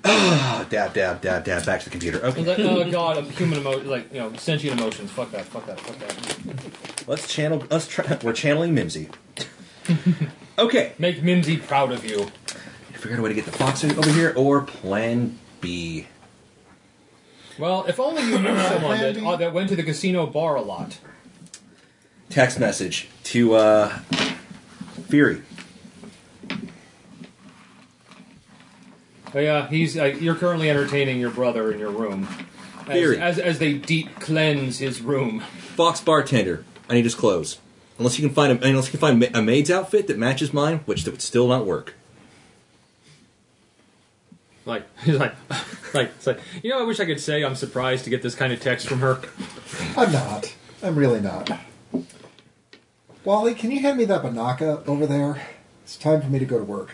S4: Ah, dab, dab, dab, dab. Back to the computer.
S5: I was
S4: Okay,
S5: like, oh god, I'm human emotion, like you know, sentient emotions. Fuck that. Fuck that. Fuck that.
S4: let's channel. Let's try, we're channeling Mimsy. okay,
S5: Make Mimsy proud of you.
S4: figure out a way to get the fox over here, or Plan B.
S5: Well, if only you knew someone that,
S6: Randy.
S5: uh, that went to the casino bar a lot.
S4: Text message to uh, Fury.
S5: But yeah, he's uh, you're currently entertaining your brother in your room. As,
S4: Theory.
S5: as, as they deep cleanse his room.
S4: Fox bartender. I need his clothes. Unless you can find a, unless you can find ma- a maid's outfit that matches mine, which would still not work.
S5: Like he's like, like, it's like you know. I wish I could say I'm surprised to get this kind of text from her.
S6: I'm not. I'm really not. Wally, can you hand me that banaka over there? It's time for me to go to work.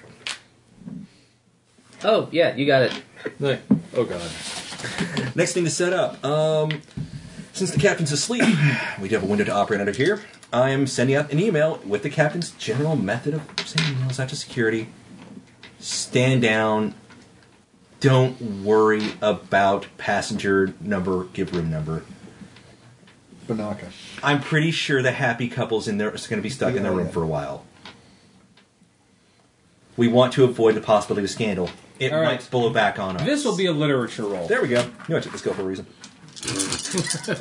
S3: Oh yeah, you got it.
S5: Like, oh god.
S4: Next thing to set up. Um, since the captain's asleep, we do have a window to operate under here. I am sending out an email with the captain's general method of sending emails out to security. Stand down. Don't worry about passenger number, give room number.
S6: Banaka.
S4: I'm pretty sure the happy couple's in there is going to be stuck in their room for a while. We want to avoid the possibility of a scandal. It
S5: All right.
S4: might blow back on us.
S5: This will be a literature roll.
S4: There we go. You know, I took this skill for a reason.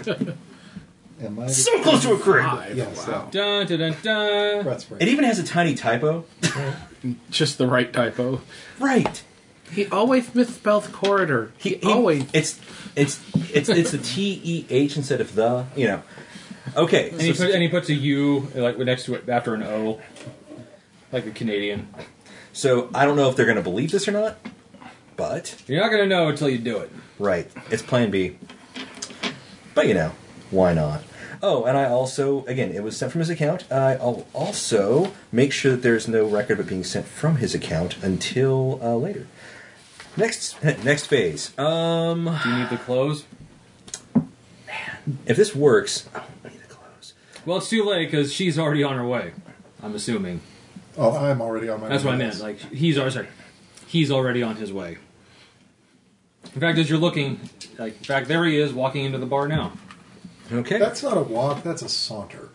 S6: Am I?
S4: So close to a crit.
S6: yes, wow.
S5: Dun, dun, dun, dun.
S6: Breath spray.
S4: It even has a tiny typo.
S2: Just the right typo.
S4: right.
S8: He always misspells corridor.
S4: He, he-
S8: always.
S4: It's it's it's it's the T E H instead of the. You know. Okay.
S5: And he, put, and he puts a U like next to it after an O, like a Canadian.
S4: So I don't know if they're going to believe this or not, but
S5: You're not gonna know until you do it.
S4: right, it's Plan B. But you know, why not? Oh, and I also, again, it was sent from his account. I'll also make sure that there's no record of it being sent from his account until uh, later. Next, next phase. Um,
S5: Do you need the clothes?
S4: if this works, oh, I need to close.
S5: Well, it's too late because she's already on her way. I'm assuming.
S6: Oh, I'm already on my.
S5: That's what I meant. Like he's already, sorry. he's already on his way. In fact, as you're looking, like in fact, there he is walking into the bar now.
S4: Okay.
S6: That's not a walk. That's a saunter.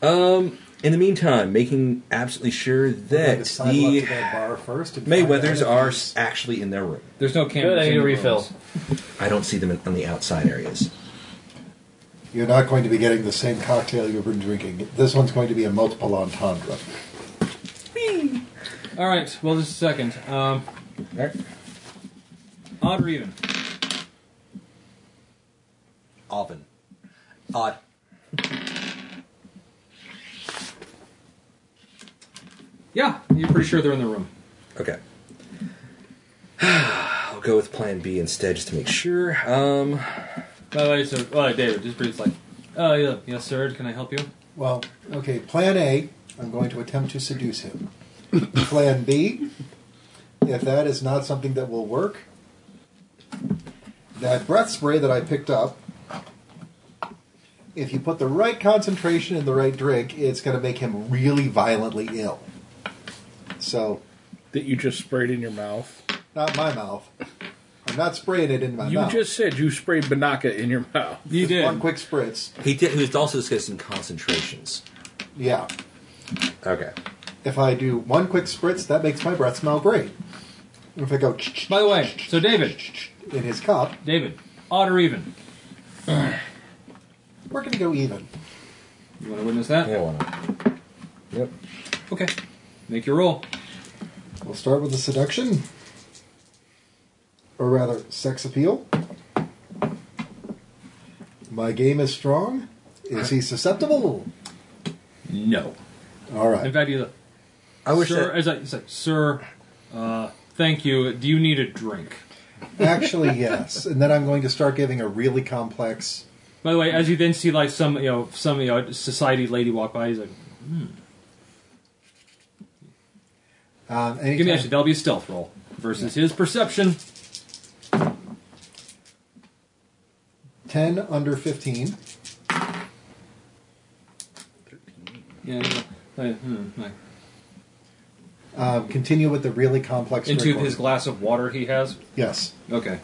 S4: Um, In the meantime, making absolutely sure
S6: We're going
S4: that
S6: to sidle up
S4: the
S6: to that bar first. and find
S4: Mayweathers
S6: out if
S4: are
S6: he's-
S4: actually in their room.
S5: There's no cameras.
S3: Good, I need
S5: in
S3: a
S5: the
S3: refill.
S5: rooms.
S4: I don't see them in, on the outside areas.
S6: You're not going to be getting the same cocktail you've been drinking. This one's going to be a multiple entendre.
S5: All right. Well, just a second. Um,
S4: All right.
S5: odd or even?
S4: Oven. Odd.
S5: Yeah, you're pretty sure they're in the room.
S4: Okay. I'll go with plan B instead just to make sure. Um,
S5: By the way, so well, David, just briefly. Like, oh yeah, yes, sir. Can I help you?
S6: Well, okay. Plan A, I'm going to attempt to seduce him. plan B, if that is not something that will work, that breath spray that I picked up, if you put the right concentration in the right drink, it's going to make him really violently ill. So,
S2: That you just sprayed in your mouth.
S6: not my mouth. I'm not spraying it in my
S2: you
S6: mouth.
S2: just said you sprayed Banaka in your mouth.
S5: You did.
S6: One quick spritz.
S4: he did. He was also discussing concentrations.
S6: Yeah.
S4: Okay.
S6: If I do one quick spritz, that makes my breath smell great. If I go
S5: By the way, so David,
S6: in his cup,
S5: David, odd or even?
S6: We're going to go even.
S5: You want to witness that?
S4: Yeah, why not? Yep.
S5: Okay. Make your roll.
S6: We'll start with the seduction, or rather, sex appeal. My game is strong. Is he susceptible?
S5: No. In
S6: All right.
S5: fact, he's like,
S4: I wish
S5: sir,
S4: that-
S5: as I, he's like, sir, uh, thank you. Do you need a drink?
S6: Actually, yes. And then I'm going to start giving a really complex.
S5: By the way, as you then see like some you know some you know society lady walk by, he's like,
S6: Um, anytime-
S5: give me actually that'll be a stealth roll versus his perception.
S6: ten under fifteen.
S5: Yeah. Like, hmm, like,
S6: Um, continue with the really complex.
S5: into
S6: drink
S5: his
S6: order.
S5: glass of water he has.
S6: yes.
S5: Okay.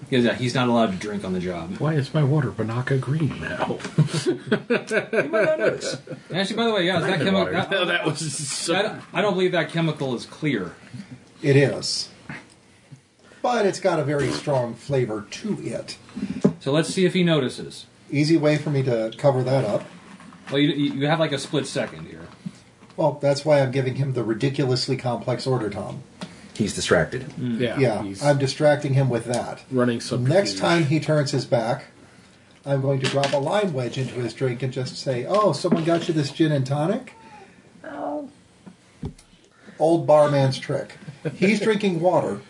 S5: Because yeah, he's not allowed to drink on the job.
S8: Why is my water Banaka green now?
S5: And actually, by the way, yeah, is that chemical. That,
S2: that was so
S5: that- I don't believe that chemical is clear.
S6: It is, but it's got a very strong flavor to it.
S5: So let's see if he notices.
S6: Easy way for me to cover that up.
S5: Well, you, you have like a split second here.
S6: Well, that's why I'm giving him the ridiculously complex order, Tom.
S4: he's distracted.
S8: Mm.
S2: yeah.
S6: Yeah,
S2: he's
S6: I'm distracting him with that.
S2: running some.
S6: Next time he turns his back, I'm going to drop a lime wedge into his drink and just say, "Oh, someone got you this gin and tonic." Old barman's trick. He's drinking water,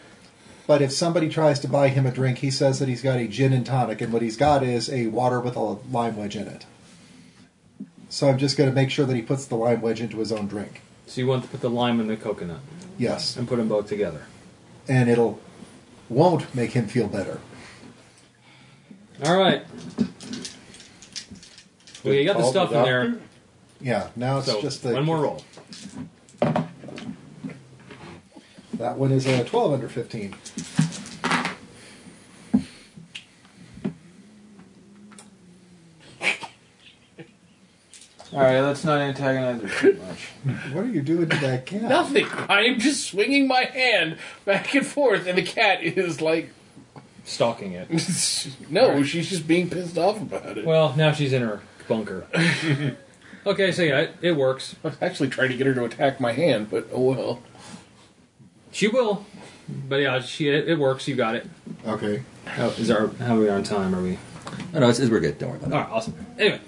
S6: but if somebody tries to buy him a drink, he says that he's got a gin and tonic, and what he's got is a water with a lime wedge in it. So I'm just going to make sure that he puts the lime wedge into his own drink.
S5: So you want to put the lime and the coconut
S6: Yes.
S5: and put them both together.
S6: and it'll won't make him feel better.
S5: All right. Well, you got the
S7: Call
S5: stuff in there.
S7: doctor?
S6: Yeah, now it's
S5: So
S6: just the
S5: one more roll.
S6: That one is a twelve under fifteen.
S5: All right, let's not antagonize her too much.
S6: What are you doing to that cat?
S2: Nothing. I'm just swinging my hand back and forth, and the cat is like,
S5: Stalking it.
S2: no, she's just being pissed off about it.
S5: Well, now she's in her bunker. okay, so yeah, it, it works.
S2: I was actually trying to get her to attack my hand, but oh well.
S5: She will. But yeah, she it, it works. You got it.
S6: Okay.
S5: How Oh, is our how are we on time? Are we?
S4: No, no, it's, it's, we're good. Don't worry
S5: All
S4: about
S5: right, awesome. Anyway,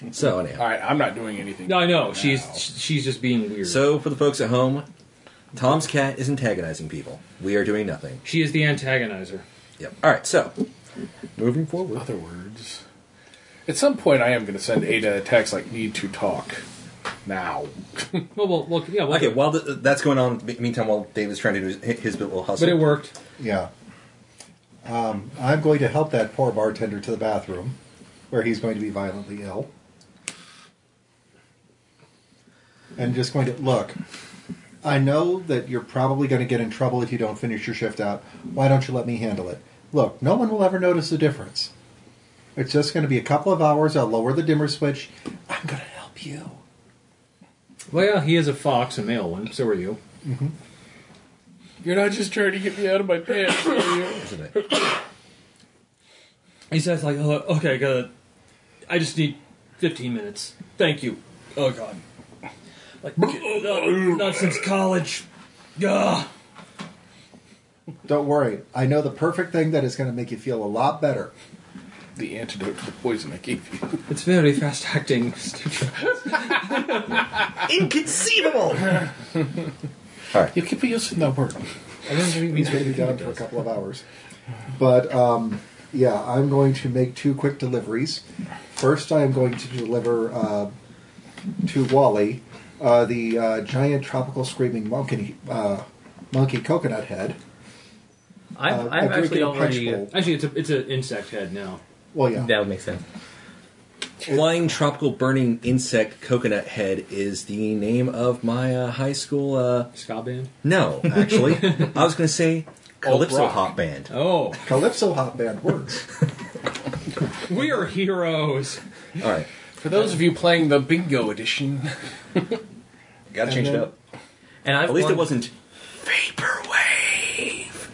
S4: it. So anyhow,
S2: All right, I'm not doing anything.
S5: no, I know she's she's just being weird.
S4: so for the folks at home, Tom's cat is antagonizing people. We are doing nothing.
S5: she is the antagonizer.
S4: Yep. All right. So moving forward.
S2: Other words. At some point, I am going to send Ada a text like, need to talk now.
S5: Well, well, well yeah, well,
S4: Okay. While the, that's going on, me- meantime, while David's trying to do his, his little hustle,
S5: but it worked.
S6: Yeah. Um, I'm going to help that poor bartender to the bathroom, where he's going to be violently ill. And just going to look. I know that you're probably going to get in trouble if you don't finish your shift out. Why don't you let me handle it? Look, no one will ever notice the difference. It's just going to be a couple of hours. I'll lower the dimmer switch. I'm going to help you.
S5: Well, yeah, he is a fox, a male one. So are you.
S2: You're not just trying to get me out of my pants, are you?
S4: isn't it?
S5: He says like, oh, okay, I gotta, I just need fifteen minutes. Thank you. Oh God. Like not, not since college. Gah.
S6: Don't worry. I know the perfect thing that is going to make you feel a lot better.
S2: The antidote to the poison I gave you.
S5: It's very fast acting.
S4: Inconceivable. All right.
S2: You keep using that word.
S5: I don't think it
S6: He's
S5: means
S6: going to be down for a couple of hours. But um, yeah, I'm going to make two quick deliveries. First, I am going to deliver uh, to Wally uh, the uh, giant tropical screaming monkey, uh, monkey coconut head.
S3: I'm,
S6: Uh, a
S3: I'm
S6: drink
S3: actually
S6: in a punch
S3: already.
S6: bowl.
S5: Actually, it's a it's an insect head now.
S6: Well, yeah,
S3: That would make sense.
S4: Flying tropical burning insect coconut head is the name of my uh, high school. Uh,
S5: Ska band.
S4: no, actually, I was going to say Calypso Hop Band.
S5: Oh,
S6: Calypso Hop Band works.
S5: we are heroes.
S4: All right,
S2: For those of you playing the bingo edition,
S4: got to change it up.
S3: And I've
S4: At least
S3: won-
S4: it wasn't vaporwave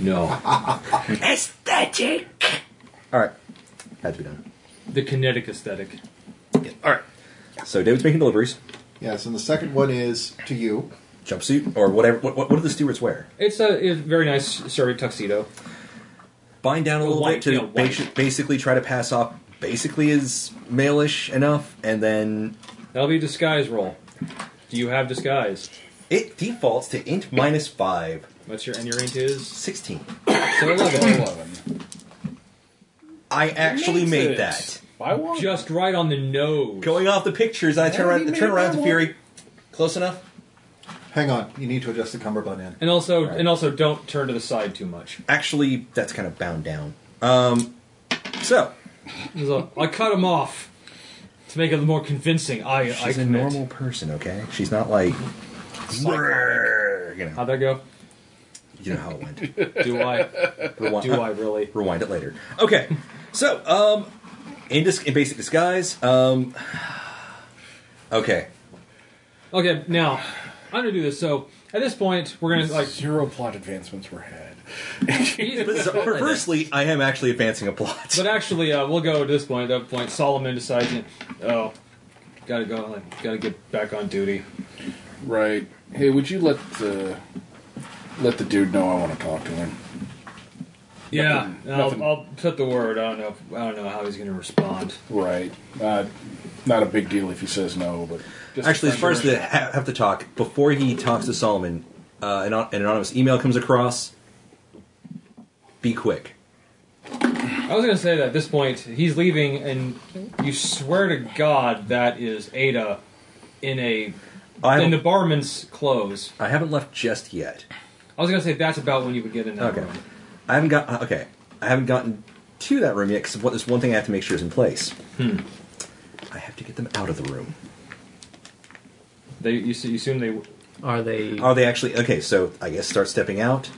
S5: No,
S4: aesthetic. All right, had to be done.
S5: the kinetic aesthetic.
S4: All right. So David's making deliveries,
S6: yes, and the second one is to you.
S4: jumpsuit or whatever. What, what, what do the stewards wear?
S5: It's a, it's a very nice survey tuxedo.
S4: Bind down a little
S5: white,
S4: bit
S5: yeah,
S4: to
S5: white.
S4: basi- basically try to pass off basically as maleish enough, and then
S5: That'll be a disguise roll. Do you have disguise?
S4: it defaults to int minus five.
S5: What's your and your int is?
S4: 16.
S5: So eleven.
S4: I actually made
S2: it.
S4: that.
S2: by one.
S5: Just right on the nose.
S4: Going off the pictures, I turn
S2: Yeah,
S4: around,
S2: you
S4: turn
S2: made
S4: around
S2: that
S4: to
S2: one.
S4: Fury. Close enough?
S6: Hang on, you need to adjust the cummerbund end.
S5: And also, and also, don't turn to the side too much.
S4: Actually, that's kind of bound down. Um, so,
S5: He's like, I cut him off to make it more convincing. I, I
S4: she's a
S5: commit.
S4: normal person, okay? She's not like. You know,
S5: How'd that go?
S4: you know how it went.
S5: Do I?
S4: Rewind,
S5: Do I really?
S4: rewind it later. Okay, so um, in, dis- in basic disguise, um, okay,
S5: Okay, now I'm gonna do this. So at this point, we're gonna like.
S2: Zero plot advancements were had.
S4: Firstly, I am actually advancing a plot.
S5: But actually, uh, we'll go to this point. At that point, Solomon decides, oh, gotta go, like, gotta get back on duty.
S2: Right. Hey, would you let the let the dude know I want to talk to him?
S5: Yeah,
S2: Nothing-
S5: and
S2: nothing.
S5: I'll, I'll put the word. I don't know. if- I don't know how he's gonna respond.
S2: Right. Uh, not a big deal if he says no, but just
S4: Actually, as far as the ha- have to talk before he talks to Solomon, uh, an, an anonymous email comes across. Be quick.
S5: I was gonna say that at this point he's leaving, and you swear to God that is Ada in a in
S4: I haven't,
S5: the barman's clothes.
S4: I haven't left just yet.
S5: I was gonna say that's about when you would get in that
S4: Okay,
S5: room.
S4: I haven't got. uh, Okay, I haven't gotten to that room yet because there's one thing I have to make sure is in place. I have to get them out of the room.
S5: They you, s- you assume they
S3: Are they?
S4: Are Oh, they actually okay? So I guess start stepping out.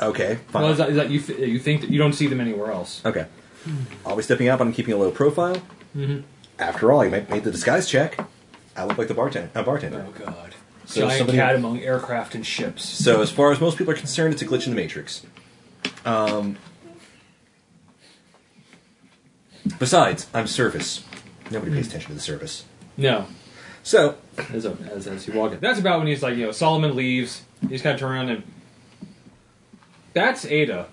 S4: Okay, fine.
S5: well is that, is that you th- you think that you don't see them anywhere else.
S4: Okay. Always stepping up on keeping a low profile.
S5: Mm-hmm.
S4: After all, you ma- made the disguise check. I look like the bartender. A bartender.
S5: Oh god.
S4: So
S5: Giant
S4: somebody-
S5: cat among aircraft and ships.
S4: So, as far as most people are concerned, it's a glitch in the matrix. Um, besides, I'm service. Nobody
S5: Mm.
S4: pays attention to the service.
S5: No.
S4: So,
S5: As, a, as, as you walk in. That's about when he's like, you know, Solomon leaves. He's kind of turn around and. That's Ada,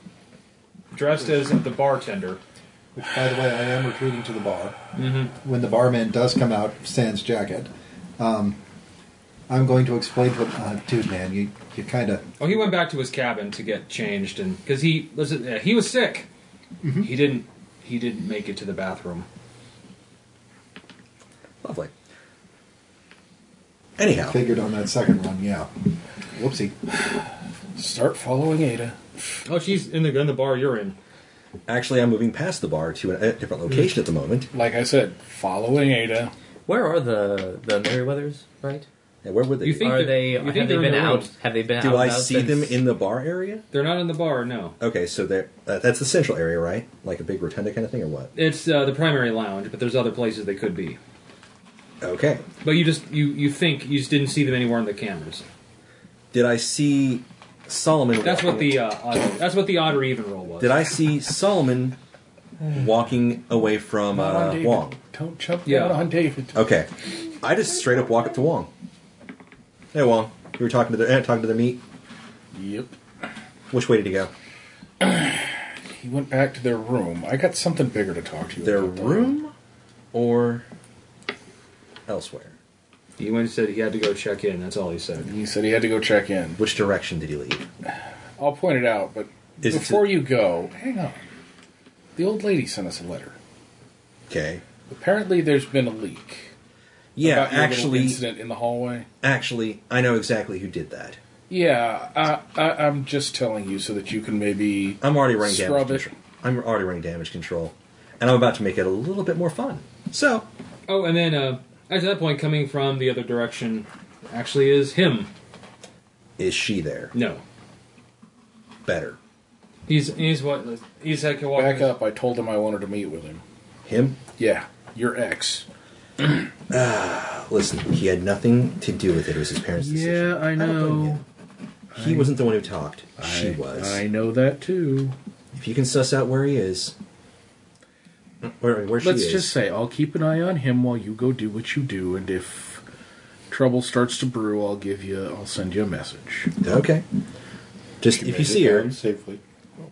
S5: dressed as the bartender.
S6: Which, by the way, I am retreating to the bar. Mm-hmm. When the barman does come out, sans jacket, um, I'm going to explain to him, uh, dude, man, you, you kind of.
S5: Oh, he went back to his cabin to get changed, and because he was uh, he was sick, he didn't he didn't make it to the bathroom.
S4: lovely. Anyhow,
S6: Figured on that second one, yeah. Whoopsie.
S2: Start following Ada.
S5: Oh, she's in the in the bar you're in.
S4: actually, I'm moving past the bar to a a different
S5: Mm.
S4: location at the moment.
S2: Like I said, following Ada.
S3: Where are the the Merryweathers? Right?
S4: Yeah, where would they?
S5: You
S4: be?
S5: think
S3: are
S5: that-
S3: they?
S5: you
S3: Have
S5: think
S3: they
S5: they're in
S3: been
S5: their
S3: out?
S5: rooms.
S3: Have they been out?
S4: Do I
S3: now
S4: see them
S3: since-
S4: in the bar area?
S5: They're not in the bar, no.
S4: Okay, so they're, uh, that's the central area, right? Like a big rotunda kind of thing, or what?
S5: It's uh, the primary lounge, but there's other places they could be.
S4: Okay.
S5: But you just you you think you just didn't see them anywhere on the cameras.
S4: Did I see Solomon?
S5: That's what
S4: walking-
S5: the uh, odd, that's what the odd or even roll was.
S4: Did I see Solomon walking away from
S2: Not on
S4: uh,
S2: David.
S4: Wong?
S2: Don't jump
S5: Yeah.
S2: down on David.
S4: Okay, I just straight up walk up to Wong. Hey, Wong, you were talking to the, eh, talking to the meat.
S2: Yep.
S4: Which way did he go?
S2: He went back to their room. I got something bigger to talk to you
S4: Their
S2: about. though.
S4: room, or elsewhere?
S5: He went and said he had to go check in. That's all he said.
S2: He said he had to go check in.
S4: Which direction did he leave?
S2: I'll point it out, but
S4: Is it
S2: before
S4: to-
S2: you go, hang on. The old lady sent us a letter.
S4: Okay.
S2: Apparently, there's been a leak.
S4: Yeah,
S2: about your little
S4: actually,
S2: incident in the hallway.
S4: actually, I know exactly who did that.
S2: Yeah, I, I, I'm just telling you so that you can maybe.
S4: I'm already running
S2: Scrub
S4: damage
S2: it.
S4: control. I'm already running damage control, and I'm about to make it a little bit more fun. So,
S5: Oh, and then uh, at that point, coming from the other direction, actually is him.
S4: is she there?
S5: No,
S4: Better
S5: he's he's what he's like walking.
S2: Back up. I told him I wanted to meet with him.
S4: him?
S2: Yeah, your ex.
S4: Listen, he had nothing to do with it. It was his parents' decision.
S8: Yeah, I
S4: don't blame
S8: know.
S4: you. He wasn't the one who talked. she was.
S8: I know that too.
S4: If you can suss out where he is, where, where she
S8: Let's
S4: is,
S8: just say I'll keep an eye on him while you go do what you do, and if trouble starts to brew, I'll give you. I'll send you a message.
S4: okay. Just if you
S7: Made it
S4: see her,
S7: down safely.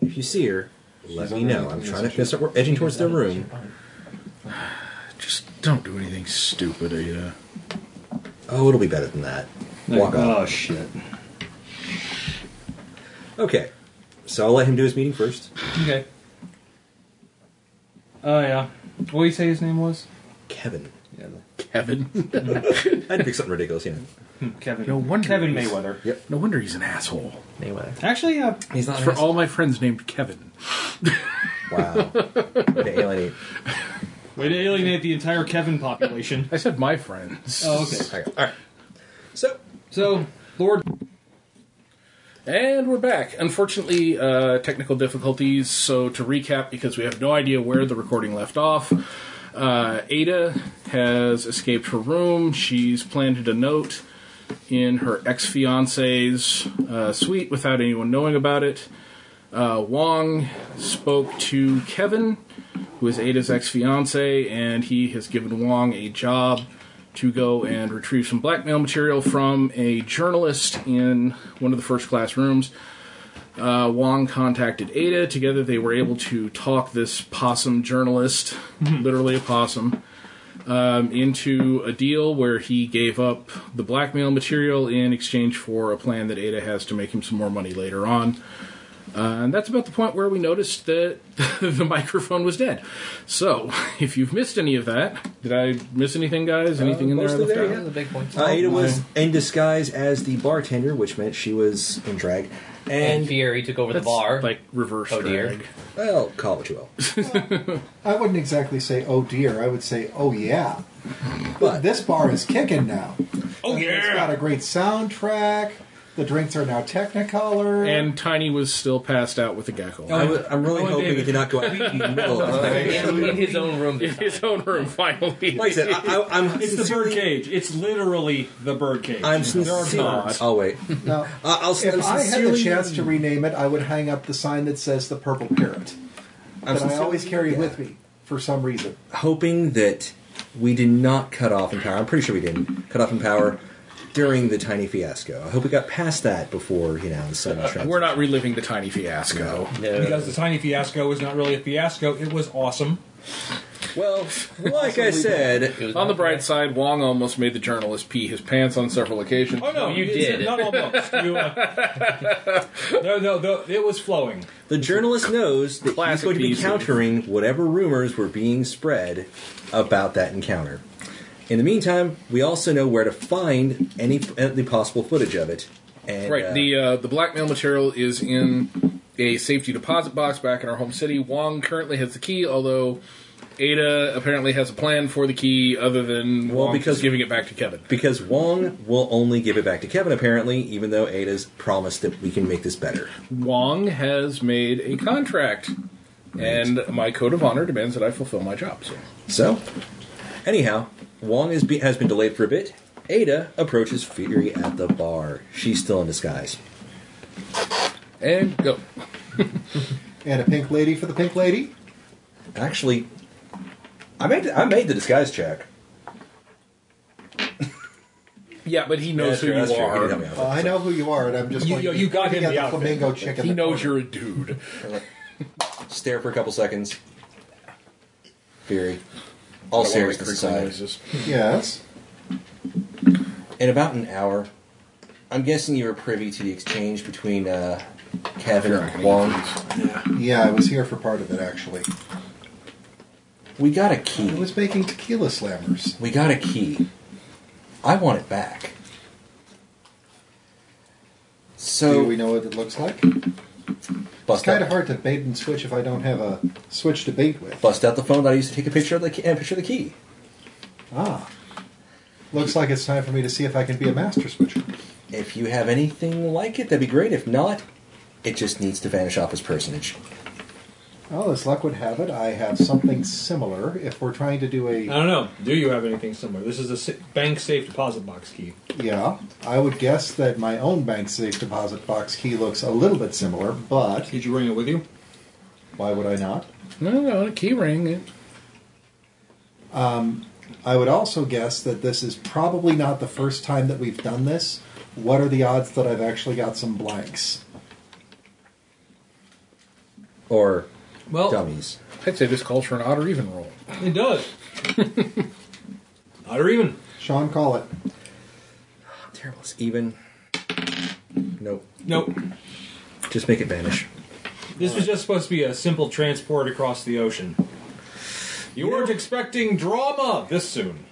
S4: if you see her, let me know. I'm trying to start we're edging towards their room.
S8: Just don't do anything stupid, eh, uh, Ada.
S4: Oh, it'll be better than that.
S5: Like,
S4: Walk off.
S5: oh shit.
S4: Okay. So I'll let him do his meeting first.
S5: Okay. Oh yeah. What do you say his name was?
S4: Kevin.
S5: Yeah.
S8: Kevin.
S4: I'd pick something ridiculous, you know.
S5: Kevin.
S8: No wonder
S5: Kevin
S8: he's-
S5: Mayweather.
S8: no wonder he's an asshole.
S3: Mayweather.
S5: Actually, uh,
S4: He's not
S8: For all my friends named Kevin.
S4: Wow. Okay, alienate.
S5: way to alienate the entire Kevin population.
S2: I said my friends.
S5: oh, okay.
S4: Okay, All right. So
S5: So, Lord,
S2: And we're back. Unfortunately, uh, technical difficulties. So, to recap, because we have no idea where the recording left off, uh, Ada has escaped her room. She's planted a note in her ex fiance's uh, suite without anyone knowing about it. Uh, Wong spoke to Kevin, who is Ada's ex fiance, and he has given Wong a job to go and retrieve some blackmail material from a journalist in one of the first class rooms. Uh, Wong contacted Ada. Together, they were able to talk this possum journalist,
S4: Hmm.
S2: literally a possum, um, into a deal where he gave up the blackmail material in exchange for a plan that Ada has to make him some more money later on. Uh, and that's about the point where we noticed that the microphone was dead. So, if you've missed any of that, did I miss anything, guys? Anything in there? I
S4: Uh, mostly
S2: left
S4: there,
S2: out?
S4: yeah.
S3: the big point.
S4: uh,
S5: Oh,
S4: Ada was in disguise as the bartender, which meant she was in drag.
S3: And
S4: And,
S3: Fieri took over the
S2: That's
S3: bar.
S2: like reverse
S3: Oh, dear.
S2: drag.
S4: well, call it what you will.
S6: I wouldn't exactly say, oh dear, I would say, oh yeah. But this bar is kicking now. Oh yeah. It's got a great soundtrack. The drinks are now Technicolor.
S2: And Tiny was still passed out with a gecko.
S4: I w- I'm really
S5: Oh,
S4: hoping
S5: David.
S4: it did not go out in the middle of the night.
S3: in, in his own room.
S2: In his own room, finally.
S4: Like I said, I, I, I'm
S5: It's the
S4: sincerely-
S5: bird cage. It's literally the bird cage.
S4: I'm
S5: There are
S4: sincere.
S5: gods.
S4: I'll wait.
S6: now,
S4: I- I'll,
S6: if
S4: I'm
S6: I had the
S4: sincerely-
S6: chance to rename it, I would hang up the sign that says the purple parrot
S4: I'm
S6: that I
S4: sincerely-
S6: always carry
S4: yeah.
S6: with me for some reason.
S4: hoping that we did not cut off in power. I'm pretty sure we didn't cut off in power during the tiny fiasco. I hope we got past that before you know the sudden trend.
S2: Uh, We're not reliving the Tiny fiasco.
S5: Because the tiny fiasco was not really a fiasco. It was awesome.
S4: well. Like I said,
S2: On the bright side, Wong almost made the journalist pee his pants on several occasions.
S5: Oh no,
S3: You
S5: it's-
S3: did.
S5: Not almost. You, uh, no, no, no, it was flowing.
S4: the journalist knows that he's
S2: Classic
S4: going to be
S2: piece.
S4: countering whatever rumors were being spread about that encounter. In the meantime, we also know where to find any any possible footage of it. And,
S2: Right.
S4: uh,
S2: the uh, the blackmail material is in a safety deposit box back in our home city. Wong currently has the key, although Ada apparently has a plan for the key other than
S4: Well,
S2: Wong
S4: because-
S2: just giving it back to Kevin.
S4: because Wong will only give it back to Kevin, apparently, even though Ada's promised that we can make this better.
S2: Wong has made a contract, and my code of honor demands that I fulfill my job. So
S4: So, anyhow, Wong is be- has been delayed for a bit. Ada approaches Fury at the bar. She's still in disguise.
S2: and oh, go.
S6: And a pink lady for the pink lady.
S4: Actually, I made I made the disguise check.
S2: Yeah, but he knows
S4: Yeah,
S2: who
S4: that's
S2: you
S4: true. You
S2: are.
S4: didn't help me out
S6: Well,
S4: with
S6: Uh, I
S4: that.
S6: know who you are, and I'm just
S5: You-
S6: going to
S5: you- you got
S6: looking
S5: him
S6: at
S5: the
S6: the
S5: outfit.
S6: flamingo chicken.
S2: He knows you're a dude.
S4: Stare for a couple seconds. Fury. All seriousness aside.
S6: Yes.
S4: In about an hour, I'm guessing you were privy to the exchange between uh, Kevin and Wong.
S6: Yeah, I was here for part of it actually.
S4: We got a
S6: I
S4: key.
S6: was making tequila slammers.
S4: We got a key. I want it back. So
S6: Do we know what it looks like? It's
S4: Bust
S6: kind
S4: out,
S6: of hard to bait and switch if I don't have a switch to bait with.
S4: bust out the phone that I used to take a picture of the key, and picture of the key.
S6: Ah. Looks like it's time for me to see if I can be a master switcher.
S4: If you have anything like it, that'd be great. If not, it just needs to vanish off his personage.
S6: Well, as luck would have it, I have something similar. If we're trying to do
S5: I
S6: a
S5: don't know. Do you have anything similar? This is a sa- bank safe deposit box key.
S6: yeah, I would guess that my own bank safe deposit box key looks a little bit similar, but
S5: Did you bring it with you?
S6: why would I not?
S2: No, no, a key ring.
S6: I would also guess that this is probably not the first time that we've done this. What are the odds that I've actually got some blanks?
S4: Or
S5: Well,
S4: dummies.
S2: I'd say this calls for an odd or even roll.
S5: it does. Not or even.
S6: Sean, call it.
S4: Terrible. It's even. Nope.
S5: Nope.
S4: Just make it vanish.
S5: This was just supposed to be a simple transport across the ocean. You weren't expecting drama this soon.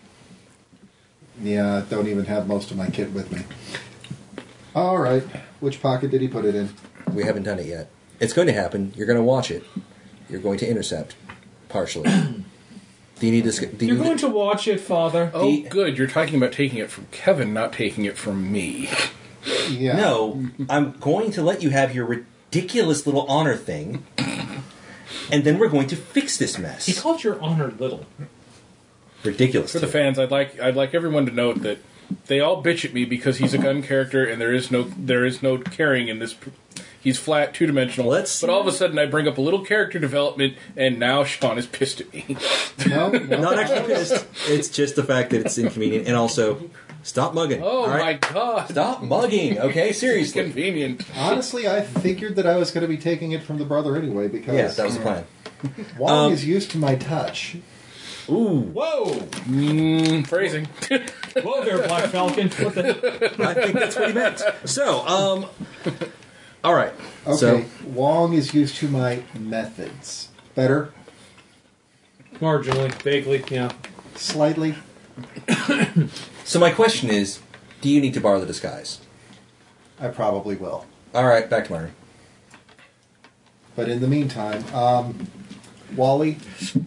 S6: Yeah, I don't even have most of my kit with me. All right, which pocket did he put it in?
S4: We haven't done it yet. It's going to happen. You're going to watch it. You're going to intercept, partially. do you need to? Do you
S5: You're going to watch it, Father.
S2: Oh,
S4: The-
S2: good. You're talking about taking it from Kevin, not taking it from me.
S6: Yeah.
S4: No, I'm going to let you have your ridiculous little honor thing, and then we're going to fix this
S5: He
S4: mess.
S5: called your honor little.
S4: Ridiculous.
S2: For the
S4: too.
S2: fans, I'd like I'd like everyone to note that they all bitch at me because he's a gun character and there is no there is no carrying in this. He's flat, two dimensional.
S4: Let's-
S2: But all of a sudden, I bring up a little character development, and now Sean is pissed at me.
S6: No, no.
S4: Not actually pissed. It's just the fact that it's inconvenient, and also, stop mugging.
S2: Oh
S4: all right?
S2: my god!
S4: Stop mugging. Okay,
S2: It's
S4: seriously.
S2: convenient.
S6: Honestly, I figured that I was going to be taking it from the brother anyway because
S4: Yeah, that was the plan.
S6: Wong
S4: um,
S6: is used to my touch.
S4: Ooh,
S5: Whoa!
S2: Mm, phrasing.
S5: Whoa there, Black Falcon. What the?
S4: I think that's what he meant. So, um, all right.
S6: Okay,
S4: So,
S6: Wong is used to my methods. Better,
S5: Marginally, vaguely, yeah.
S6: slightly.
S4: so my question is, do you need to borrow the disguise?
S6: I probably will.
S4: All right, back to my room.
S6: But in the meantime, um, Wally,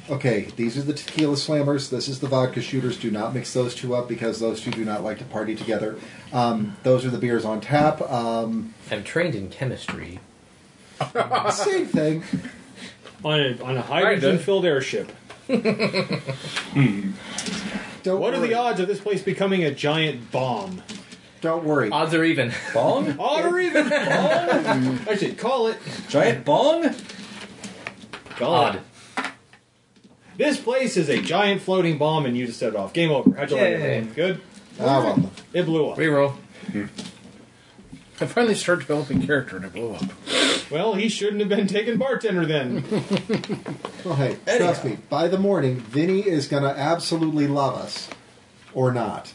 S6: okay, these are the tequila slammers. This is the vodka shooters. Do not mix those two up because those two do not like to party together. Um, those are the beers on tap. Um,
S3: I'm trained in chemistry.
S6: same thing.
S5: on a on a hydrogen filled airship.
S6: Don't
S5: What are
S6: worry.
S5: the odds of this place becoming a giant bomb?
S6: Don't worry.
S3: Odds are even.
S4: Bong?
S5: Odd or even bomb? I should call it.
S4: Giant bong?
S5: God. This place is a giant floating bomb, and you just set it off. Game over. How'd you like
S3: Yay.
S5: it? Good.
S6: Ah, well.
S5: It blew up.
S2: Reroll. I finally start developing character and I blow up.
S5: Well, he shouldn't have been taking bartender then.
S6: Well, hey, trust me. By the morning, Vinny is going to absolutely love us, or not.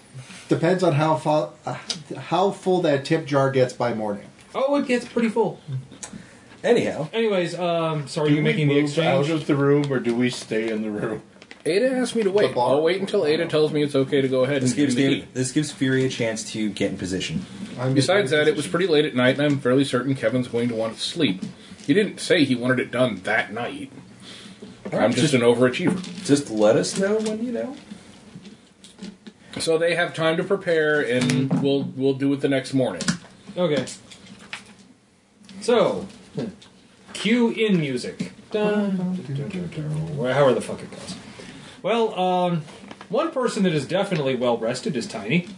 S6: Depends on how fu- uh, how full that tip jar gets by morning.
S5: oh, it gets pretty full.
S4: Anyhow,
S5: Anyways, um, so are you
S7: we
S5: making the
S7: move
S5: exchange?
S7: out of the room, or do we stay in the room?
S2: Ada asked me to wait.
S6: bar-
S2: I'll wait until Ada tells me it's okay to go ahead
S4: this
S2: and give
S4: gives
S2: me the
S4: the,
S2: key.
S4: this gives Fury a chance to get in position.
S6: I'm just-
S2: Besides that, it was pretty late at night, and I'm fairly certain Kevin's going to want to sleep. He didn't say he wanted it done that night. I'm just an overachiever.
S4: Just let us know when you know.
S2: So they have time to prepare, and we'll we'll do it the next morning.
S5: Okay. So, cue in music. Dun, dun, dun, dun, dun, or However the fuck it goes. Well, um, one person that is definitely well rested is Tiny.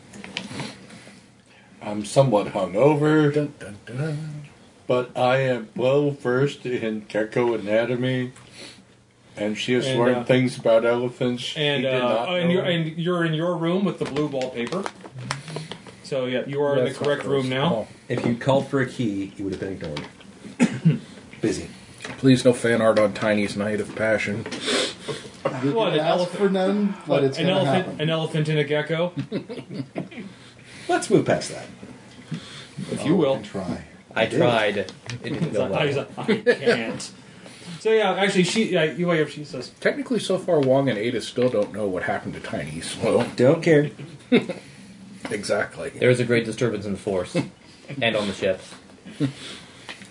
S7: I'm somewhat hungover, but I am well versed in gecko anatomy, and she has
S5: And,
S7: learned
S5: uh,
S7: things about elephants. She
S5: And,
S7: did
S5: uh,
S7: not
S5: and,
S7: know.
S5: you're, and you're in your room with the blue wallpaper. So, yeah, you are in
S2: That's
S5: the correct
S2: not
S5: room
S2: gross.
S6: Oh.
S5: now.
S4: If you called for a key, you would have been ignored. Busy.
S2: Oh, please, no fan art on Tiny's Night of Passion.
S5: What, an
S6: ask for
S5: elephant?
S6: none, but
S5: What,
S6: it's
S5: an,
S6: going to
S5: elephant
S6: happen.
S5: an elephant and a gecko?
S4: Let's move past that.
S5: if you will.
S6: Try.
S3: I tried. It didn't go
S5: I, was
S3: well.
S5: like, I can't. so, yeah, actually, she, yeah, you wake up, she says,
S2: Technically, so far, Wong and Ada still don't know what happened to Tiny. So
S4: Don't care.
S2: exactly.
S3: There was a great disturbance in the force and on the ship.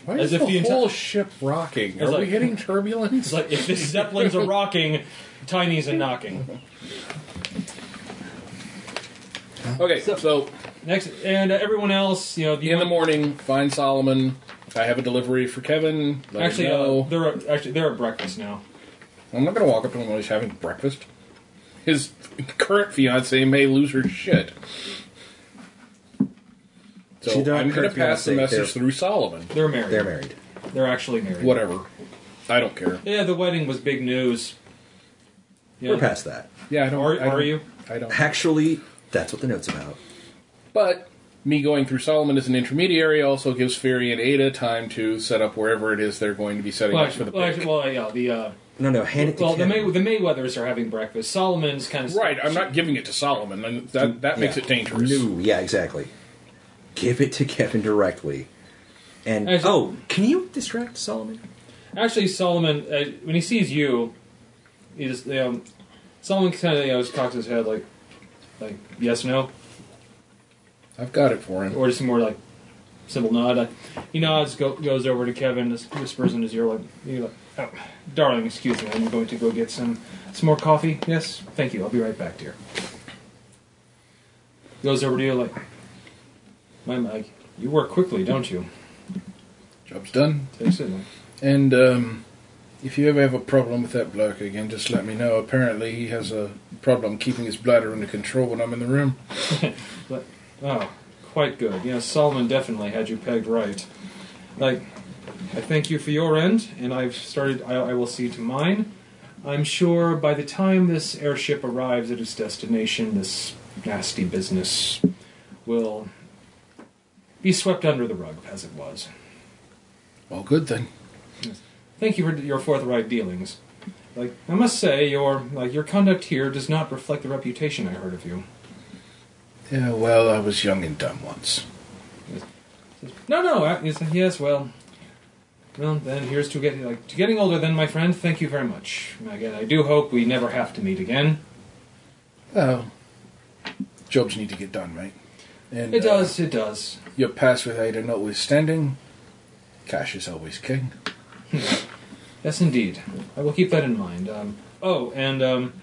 S2: Why
S5: As
S2: is
S5: if
S2: the,
S5: the enti-
S2: whole ship rocking?
S5: As
S2: Are
S5: like-
S2: we hitting turbulence?
S5: It's like if the zeppelins are rocking, Tiny's a knocking.
S2: okay, so,
S5: Next, and uh, everyone else, you know, you
S2: in the
S5: want-
S2: morning, find Solomon. I have a delivery for Kevin. Let him
S5: Actually,
S2: know.
S5: uh, they're at, actually they're at breakfast now.
S2: I'm not going to walk up to him while he's having breakfast. His current fiance may lose her shit. So
S4: She's not
S2: I'm going to
S4: current
S2: pass the
S4: fiancé,
S2: message
S4: they're-
S2: through Solomon.
S5: They're married.
S4: They're married.
S5: They're actually married.
S2: Whatever. I don't care.
S5: Yeah, the wedding was big news. Yeah.
S4: We're past that.
S2: Yeah, I don't.
S5: Are,
S2: I don't-
S5: are you?
S2: I don't.
S4: Actually, that's what the note's about.
S2: But me going through Solomon as an intermediary also gives Fury and Ada time to set up wherever it is they're going to be setting
S5: Well,
S2: up for
S5: actually,
S2: the
S5: well, actually, well, yeah, the uh,
S4: No, no, hand it to
S5: well, the, May,
S4: Kevin.
S5: the Mayweathers are having breakfast. Solomon's kind of
S2: right. I'm not giving it to Solomon, and that that makes
S4: Yeah.
S2: it dangerous.
S4: No, yeah, exactly. Give it to Kevin directly. And
S5: Actually-
S4: oh, can you distract Solomon?
S5: Actually, Solomon, uh, when he sees you, he just you know, Solomon kind of you know, just cocks his head like, like yes, no,
S2: I've got it for him.
S5: or just more like simple nod. Like, he nods, go, goes over to Kevin, just whispers in his ear, like, you like oh, "Darling, excuse me, I'm going to go get some some more coffee. Yes, thank you. I'll be right back, dear." Goes over to you, like, "My Mike, you work quickly, don't you?"
S2: Job's done.
S5: Takes it, like,
S2: And um, if you ever have a problem with that bloke again, just let me know. Apparently, he has a problem keeping his bladder under control when I'm in the room.
S5: But, oh, quite good. You know, Solomon definitely had you pegged right. Like, I thank you for your end, and I've started, I, I will see to mine. I'm sure by the time this airship arrives at its destination, this nasty business will be swept under the rug as it was.
S2: Well, good then.
S5: Thank you for your forthright dealings. Like, I must say, your like your conduct here does not reflect the reputation I heard of you.
S2: Yeah, well, I was young and dumb once.
S5: No, no. I, he said, yes, well, well, then here's to getting like to getting older. Then, my friend, thank you very much. Again, I do hope we never have to meet again.
S2: Oh, jobs need to get done, right? And
S5: It
S2: uh,
S5: does, it does.
S2: Your past with Ada notwithstanding, cash is always king.
S5: Yes, indeed. I will keep that in mind. Um, oh, and um,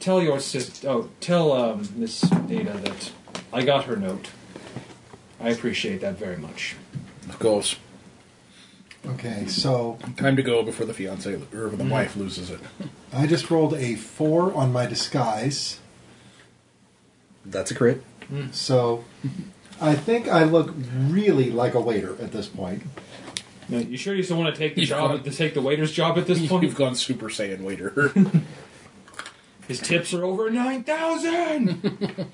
S5: tell your sis. Oh, tell um, Miss Ada that I got her note. I appreciate that very much.
S2: Of course.
S6: Okay, so
S2: Time to go before the fiance or the wife loses it.
S6: I just rolled a four on my disguise.
S4: That's a crit.
S6: So I think I look really like a waiter at this point.
S5: Now, you sure you still want to take the
S2: You've
S5: job?
S2: got-
S5: To take the waiter's job at this
S2: You've
S5: point?
S2: gone Super Saiyan waiter.
S5: His tips are over nine thousand.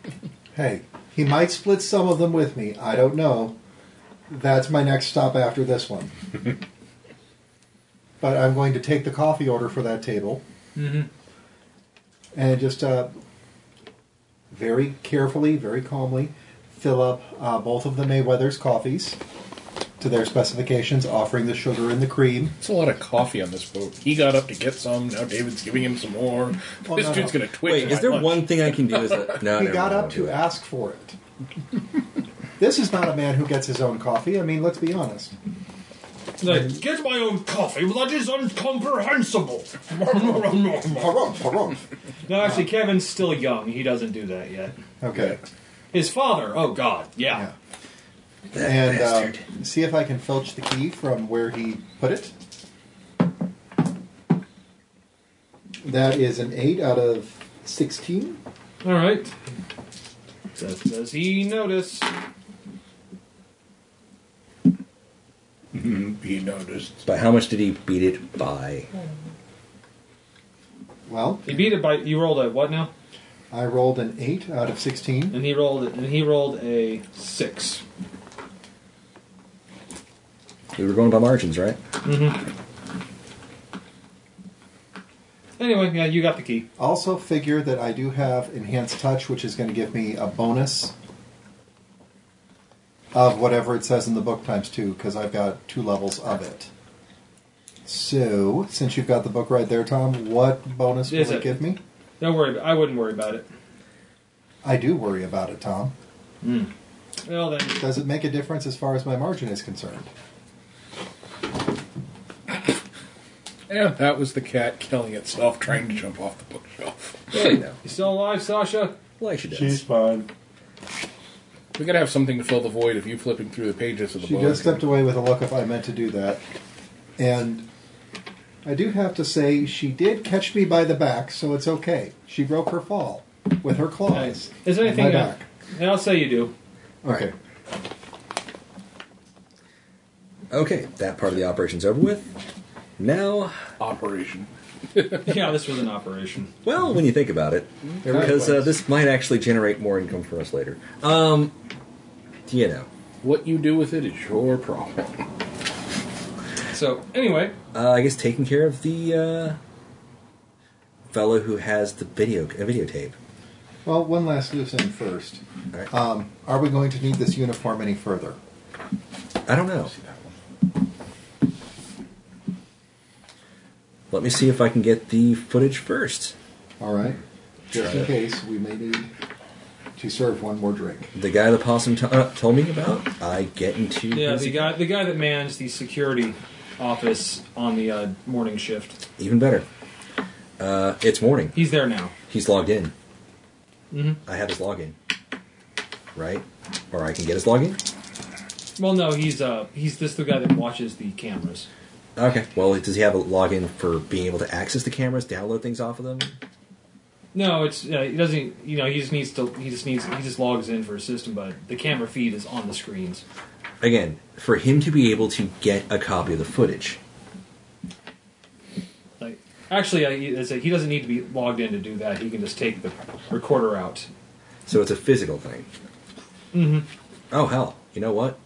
S6: Hey, he might split some of them with me. I don't know. That's my next stop after this one. but I'm going to take the coffee order for that table. Mm-hmm. And just uh, very carefully, very calmly, fill up uh, both of the Mayweather's coffees to their specifications, offering the sugar and the cream.
S2: It's a lot of coffee on this boat. He got up to get some. Now David's giving him some more.
S6: Oh,
S2: this
S6: no,
S2: dude's
S6: no.
S2: gonna twitch.
S4: Wait,
S2: at
S4: is
S2: my
S4: there
S2: lunch.
S4: one thing I can do? Is that, no,
S6: he
S4: never
S6: got
S4: mind,
S6: up
S4: I'll do
S6: to
S4: it.
S6: ask for it. this is not a man who gets his own coffee. I mean, let's be honest.
S5: Like, get my own coffee. That is incomprehensible.
S6: Harumph, harumph.
S5: no, actually, Kevin's still young. He doesn't do that yet.
S6: Okay.
S5: His father. Oh God. Yeah.
S6: and uh, see if I can filch the key from where he put it. That is an 8 out of 16.
S5: All right. Does, does he notice?
S7: He noticed.
S4: But how much did he beat it by?
S6: Well,
S5: He beat it by. You rolled a what now?
S6: I rolled an 8 out of 16.
S5: And he rolled. And he rolled a six.
S4: We were going by margins, right?
S5: Anyway, yeah, you got the key.
S6: Also, figure that I do have enhanced touch, which is going to give me a bonus of whatever it says in the book times 2, because I've got two levels of it. So, since you've got the book right there, Tom, what bonus will
S5: Is
S6: it
S5: it-
S6: give me?
S5: Don't worry. I wouldn't worry about it.
S6: I do worry about it, Tom.
S5: Well then,
S6: Does it make a difference as far as my margin is concerned?
S2: Yeah, that was the cat killing itself trying to jump off the bookshelf.
S4: Yeah, you know.
S5: you still alive, Sasha?
S4: Like she does.
S7: She's fine.
S2: We gotta have something to fill the void of you flipping through the pages of the
S6: She
S2: book.
S6: just stepped away with a look if I meant to do that. And I do have to say, she did catch me by the back, so it's okay. She broke her fall with her claws.
S5: Is there
S6: on
S5: anything?
S6: my
S5: else?
S6: back.
S5: And I'll say you do.
S6: Okay.
S4: Okay, that part of the operation's over with. Now,
S2: Operation.
S5: yeah, this was an operation.
S4: well, when you think about it, because uh, this might actually generate more income for us later. Um, you know.
S2: What you do with it is your problem.
S5: So anyway,
S4: uh, I guess taking care of the uh, fellow who has the video a videotape.
S6: Well, one last loose end first.
S4: All right.
S6: Um, are we going to need this uniform any further?
S4: I don't know. Let me see if I can get the footage first.
S6: All right. Just in case, we may need to serve one more drink.
S4: The guy the possum t- uh, told me about. I get into
S5: yeah,
S4: his-
S5: the guy, the guy that managed the security office on the uh, morning shift,
S4: even better. Uh, it's morning.
S5: he's there now.
S4: He's logged in.
S5: Mm-hmm.
S4: I have his login, right? Or I can get his login.
S5: Well, no, he's uh, he's this the guy that watches the cameras.
S4: Okay. Well, does he have a login for being able to access the cameras, download things off of them?
S5: No, it's uh, he doesn't. You know, he just needs to. He just needs. He just logs in for his system, but the camera feed is on the screens.
S4: Again, for him to be able to get a copy of the footage.
S5: Like, actually, I, it's a, he doesn't need to be logged in to do that. He can just take the recorder out.
S4: So it's a physical thing. Mm-hmm. Oh hell! You know what?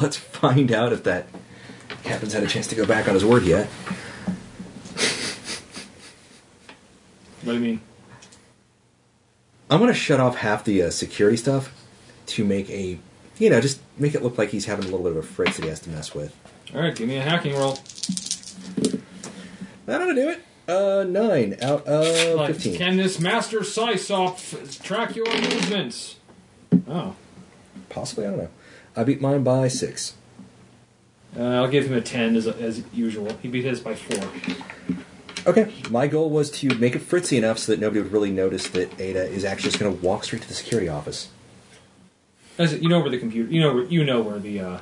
S4: Let's find out if that captain's had a chance to go back on his word yet.
S5: What do you mean?
S4: I'm gonna shut off half the uh, security stuff to make a, you know, just make it look like he's having a little bit of a fritz that he has to mess with.
S5: All right, give me a hacking roll.
S4: That'll do it. Uh, nine out of
S5: Like,
S4: fifteen.
S5: can this master Psysop track your movements? Oh,
S4: Possibly, I don't know. I beat mine by six.
S5: Uh, I'll give him a 10 as, as usual. He beat his by 4.
S4: Okay, my goal was to make it fritzy enough so that nobody would really notice that Ada is actually just going to walk straight to the security office.
S5: As, you know where the computer, you know where, you know where the, uh,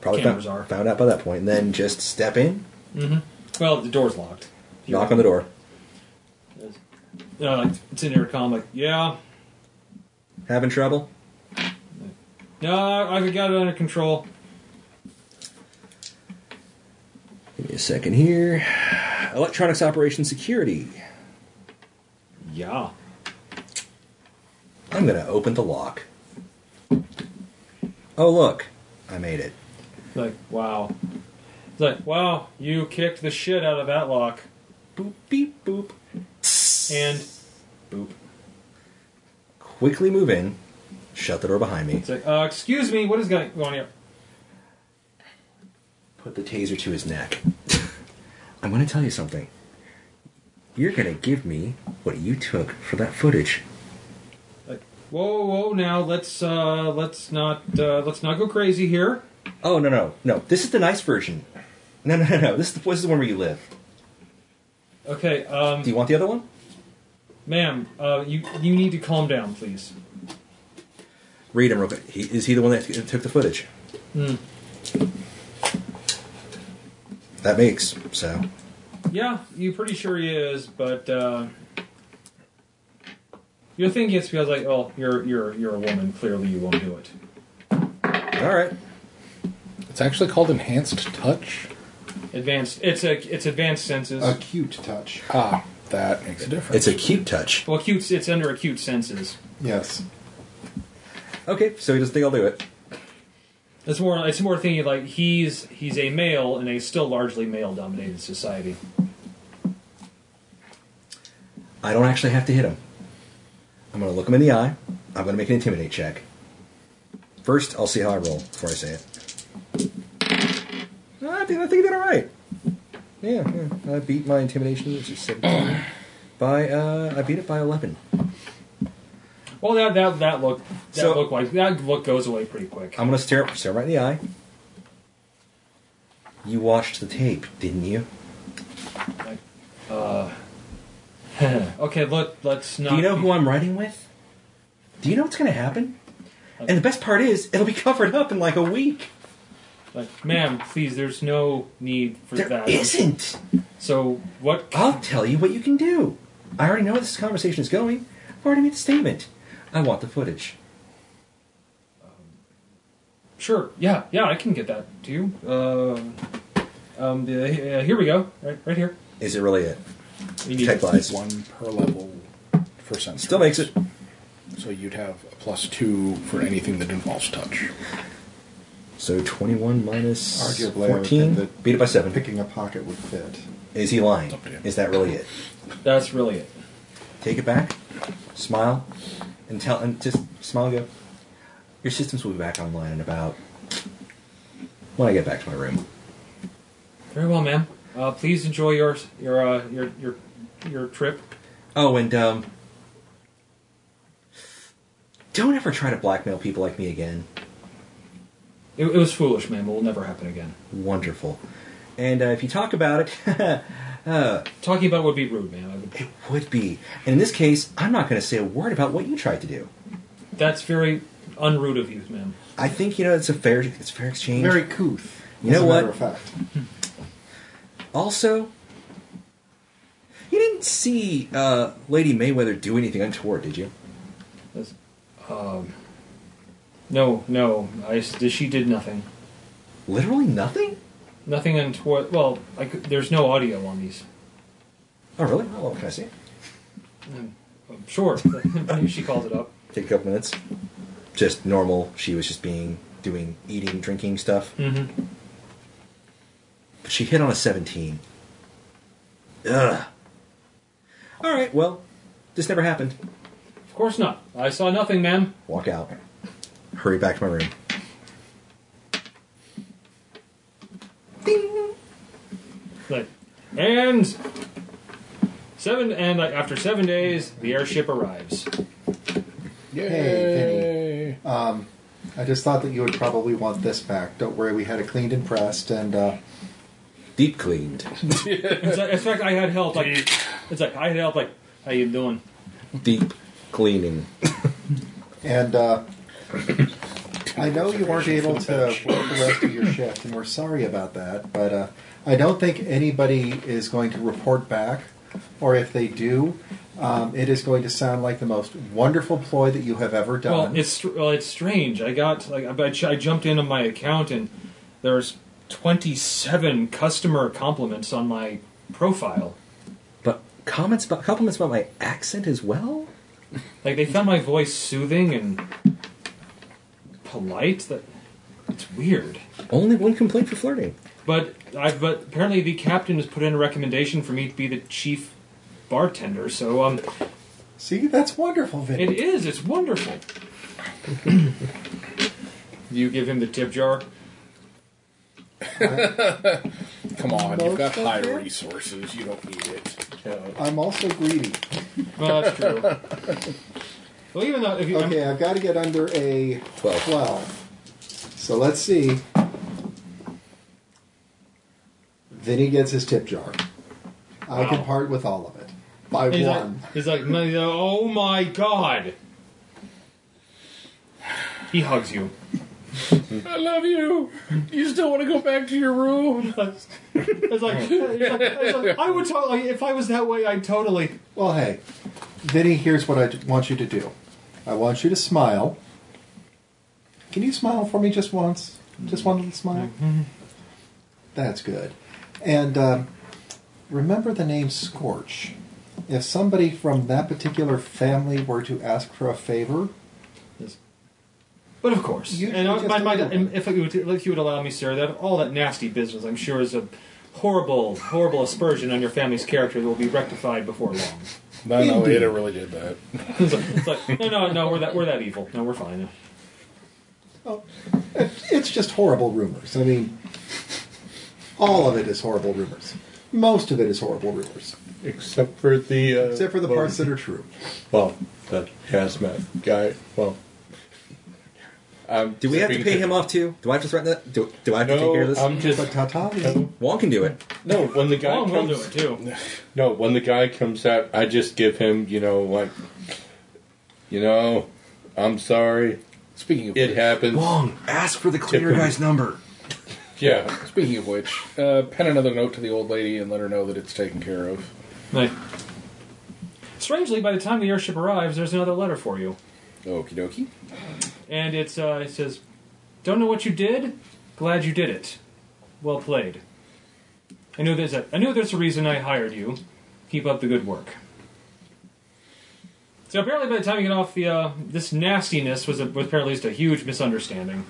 S4: Probably
S5: Cameras are.
S4: found, found out by that point, and then just step in,
S5: well, the door's locked.
S4: knock on the door.
S5: Uh, it's in intercom, like, yeah,
S4: Having trouble?
S5: no, I've got it under control.
S4: Give me a second here. Electronics operation security.
S5: Yeah.
S4: I'm going to open the lock. Oh, look. I made it.
S5: Like, wow. It's like, wow, you kicked the shit out of that lock.
S4: Boop, beep, boop.
S5: And, boop.
S4: Quickly move in, shut the door behind me,
S5: It's like, uh, excuse me, what is going going on here?
S4: put the taser to his neck. I'm going to tell you something. You're going to give me what you took for that footage.
S5: Like, whoa, whoa, now let's uh, let's not uh, let's not go crazy here.
S4: Oh no no no! This is the nice version. No no no no! This is the, this is the one where you live.
S5: Okay, um,
S4: Do you want the other one?
S5: ma'am, uh, you you need to calm down, please.
S4: Read him real quick. He, is he the one that took the footage? That makes so.
S5: Yeah, you pretty sure he is, but uh, you're thinking it's because like, well, you're you're you're a woman. Clearly, you won't do it.
S4: All right.
S2: It's actually called enhanced touch.
S5: Advanced. It's a it's advanced senses.
S6: Acute touch.
S2: Ah, that makes a difference.
S4: It's a cute touch.
S5: Well, acute. It's under acute senses.
S6: Yes.
S4: Okay, so he doesn't think I'll do it.
S5: It's more. It's more thinking like he's he's a male in a still largely male dominated society.
S4: I don't actually have to hit him. I'm gonna look him in the eye. I'm gonna make an intimidate check. First, I'll see how I roll before I say it. I think I think I did all right. Yeah, yeah. I beat my intimidation, which is seventeen. by uh, I beat it by eleven.
S5: Well, that that that look that
S4: So- Um,
S5: look like that look goes away pretty quick.
S4: I'm gonna stare stare right in the eye. You watched the tape, didn't you?
S5: uh, okay, let let's not.
S4: Do you know who I'm writing with? Do you know what's gonna happen? And the best part is, it'll be covered up in like a week.
S5: Like, ma'am, please. There's no need for
S4: There
S5: that.
S4: isn't.
S5: So what? ah,
S4: I'll tell you what you can do. I already know where this conversation is going. I've already made a statement. I want the footage.
S5: Sure. Yeah. Yeah. I can get that to you. Uh, um. The, uh, here we go. Right. Right here.
S4: Is it really it?
S5: You need
S4: Tech lies.
S2: one per level for sense.
S4: Still makes it.
S2: So you'd have a plus two for anything that involves touch.
S4: So 21 minus
S6: Arguably, I would
S4: 14.
S6: think that-
S4: Beat it by 7.
S6: Picking a pocket would fit.
S4: Is he lying?
S2: Up to you.
S4: Is that really it?
S5: That's really it.
S4: Take it back, smile, and tell and just smile and go. Your systems will be back online in about when I get back to my room.
S5: Very well, ma'am. Uh, please enjoy your your uh, your your your trip.
S4: Oh, and um, don't ever try to blackmail people like me again.
S5: It, it was foolish, ma'am. It will never happen again.
S4: Wonderful. And uh, if you talk about it, uh,
S5: Talking about it would be rude, ma'am. I would,
S4: it would be. And in this case, I'm not going to say a word about what you tried to do.
S5: that's very unrude of you, ma'am.
S4: I think you know it's a fair it's a fair exchange.
S6: Very couth.
S4: You
S6: as
S4: know
S6: a
S4: what?
S6: Matter of fact.
S4: Also, you didn't see uh, Lady Mayweather do anything untoward, did you?
S5: That's, um, no, no. I s- she did nothing.
S4: Literally nothing?
S5: Nothing untoward. Well, I could- there's no audio on these.
S4: Oh, really? Oh, well, can I see?
S5: Um, sure. Maybe she calls it up.
S4: Take a couple minutes. Just normal. She was just being, doing, eating, drinking stuff.
S5: Mm-hmm.
S4: But she hit on a 17. Ugh. All right, well, this never happened.
S5: Of course not. I saw nothing, ma'am.
S4: Walk out. Hurry back to my room.
S5: Like, and seven. And like, after seven days, the airship arrives.
S2: Yay!
S6: Hey, I just thought that you would probably want this back. Don't worry, we had it cleaned and pressed, and uh,
S4: Deep cleaned.
S5: It's like, in fact, I had help. Like, it's like I had help. Like, how you doing?
S4: Deep cleaning.
S6: and uh, I know you weren't able to work the rest of your shift, and we're sorry about that. But uh, I don't think anybody is going to report back, or if they do, um, it is going to sound like the most wonderful ploy that you have ever done.
S5: Well, it's str- well, it's strange. I got like I, I ch- I jumped into my account and there's 27 customer compliments on my profile.
S4: But comments about, compliments about my accent as well?
S5: Like they found my voice soothing and polite. That it's weird.
S4: Only one complaint for flirting.
S5: But I but apparently the captain has put in a recommendation for me to be the chief bartender. So um,
S6: See, that's wonderful, Vinny.
S5: it is. It's wonderful. you give him the tip jar.
S2: Come on, you've got
S6: Most of
S2: high
S6: it?
S2: resources. You don't need it.
S6: I'm also greedy.
S5: Uh, Well, that's true. well, even though if you, I'm-
S6: Okay, I've got to get under a
S4: 12.
S6: 12. So let's see. Then he gets his tip jar. I can
S5: Wow.
S6: part with all of it. By
S5: He's like,
S6: one.
S5: he's like, "My- oh my god. He hugs you.
S2: I love you. You still want to go back to your room?
S5: It's like, it's like- it's like, I would totally, if I was that way, I'd totally.
S6: Well, hey, Vinny, here's what I d- want you to do I want you to smile. Can you smile for me just once? Just one little smile? That's good. And um, remember the name Scorch. If somebody from that particular family were to ask for a favor,
S5: But of course,
S6: You
S5: and
S6: should
S5: I, my,
S6: just
S5: my,
S6: do that.
S5: if, you would, if you would allow me, sir, that all that nasty business, I'm sure, is a horrible, horrible aspersion on your family's character that will be rectified before long.
S2: No, no, Ada really did that.
S5: It's like, it's like, no, no, no, we're that, we're that evil. No, we're fine.
S6: oh, it's just horrible rumors. I mean, all of it is horrible rumors. Most of it is horrible rumors,
S7: Except for the. Uh,
S6: except for the
S7: well,
S6: parts that are true.
S7: Well, the hazmat guy. Well. I'm
S4: Do we have to
S7: being-
S4: pay him off too? Do I have to threaten that? Do, do I have to take care of
S7: No,
S4: this?
S7: um, I'm just.
S6: But Tata,
S4: Juan can do it.
S7: No, when the guy
S5: Long will
S7: comes.
S5: Oh, do it too.
S7: No, when the guy comes out, I just give him, you know, like, you know, I'm sorry,
S2: Speaking of
S7: it
S2: which,
S7: happens.
S4: Wong, ask for the cleaner
S7: him.
S4: guy's number.
S7: Yeah,
S2: speaking of which, uh, pen another note to the old lady and let her know that it's taken care of.
S5: Like, strangely, by the time the airship arrives, there's another letter for you.
S4: Okie dokie.
S5: and it's uh, it says, "Don't know what you did. Glad you did it. Well played. I know there's a I know there's a reason I hired you. Keep up the good work." So apparently, by the time you get off the uh, this nastiness was, a, was apparently just a huge misunderstanding.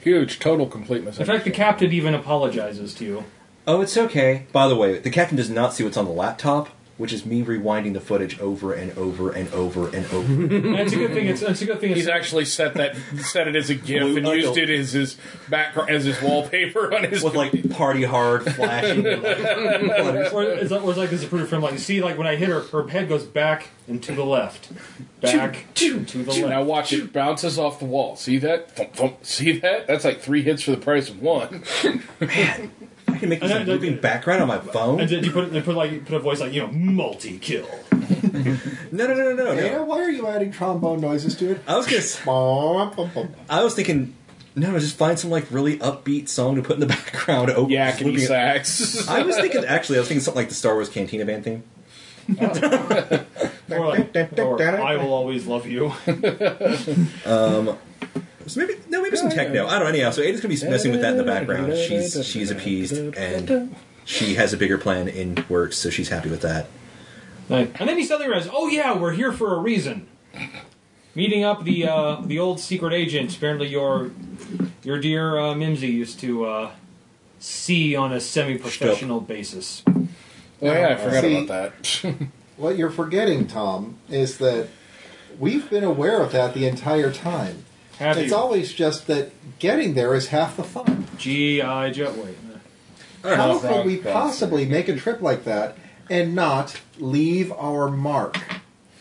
S2: Huge, total, complete
S5: In fact, the
S2: misunderstanding.
S5: captain even apologizes to you.
S4: Oh, it's okay. By the way, the captain does not see what's on the laptop, which is me rewinding the footage over and over and over and over.
S5: And it's a good thing. It's, it's a good thing. It's,
S2: He's actually set that set it as a GIF
S4: Blue
S2: and used
S4: knuckle.
S2: it as his background as his wallpaper on his
S4: With like party hard flashing. like,
S5: or, it's, like- or it's like this approved film. Like you see, like when I hit her, her head goes back and to the left, back and to the left.
S2: Now watch it bounces off the wall. See that? Thump, thump. See that? That's like three hits for the price of one.
S4: I can make this a
S5: And then-
S4: moving background on my phone.
S5: And then you put they put like you put a voice like you know multi kill.
S4: No, no, no, no, no.
S6: Ada,
S4: no.
S6: why are you adding trombone noises to it?
S4: I was gonna. s-
S6: Bum, bum, bum.
S4: I was thinking, no, no, just find some like really upbeat song to put in the background. Over just
S2: Yakety
S4: looping it.
S2: sacks.
S4: I was thinking actually, I was thinking something like the Star Wars Cantina Band thing.
S5: Or like or, I will always love you.
S4: So maybe no, maybe some techno. I don't know. Anyhow, so Ada's gonna be messing with that in the background. She's she's appeased and she has a bigger plan in works, so she's happy with that.
S5: And then he suddenly realizes, oh yeah, we're here for a reason. Meeting up the uh, the old secret agent. Apparently your your dear uh, Mimsy used to uh, see on a semi professional basis.
S2: Oh yeah, I forgot
S6: See-
S2: about that.
S6: What you're forgetting, Tom, is that we've been aware of that the entire time.
S5: Have
S6: it's
S5: you?
S6: always just that getting there is half the fun.
S5: G.I. Joe. Wait.
S6: How
S2: Wrong,
S6: could we
S2: wrong.
S6: possibly make a trip like that and not leave our mark?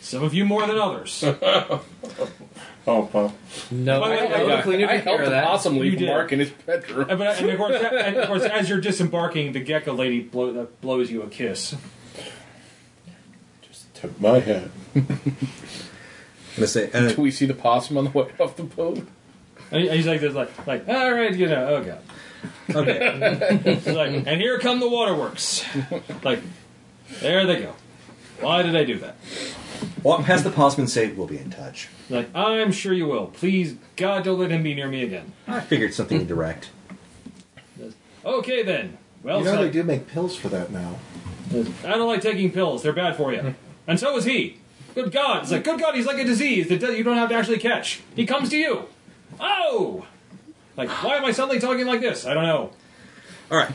S5: Some of you more than others.
S7: Oh, well.
S3: No,
S5: Wait, wait, wait,
S3: I, I,
S5: wait.
S3: clean
S2: I
S3: it
S2: helped
S3: of
S2: the
S3: that.
S2: possum
S5: You
S2: leave
S5: did.
S2: Mark in his bedroom.
S5: Uh, But, and, of course, and of course, as you're disembarking, the gecko lady blow, that blows you a kiss.
S7: Took my hat.
S4: I'm gonna say, uh,
S2: Do we see the possum on the way off the boat?
S5: And he- and he's like, this, like, like, all right, you know, oh god.
S4: okay.
S5: He's like, and here come the waterworks. Like, there they go. Why did I do that?
S4: Walk past the possum and say, we'll be in touch.
S5: Like, I'm sure you will. Please, God, don't let him be near me again.
S4: I figured something indirect.
S5: Okay then. Well,
S6: You know
S5: so-
S6: they do make pills for that now.
S5: I don't like taking pills. They're bad for you. And so is he. Good God. It's like, good God, he's like a disease that you don't have to actually catch. He comes to you. Oh! Like, why am I suddenly talking like this? I don't know.
S4: All right.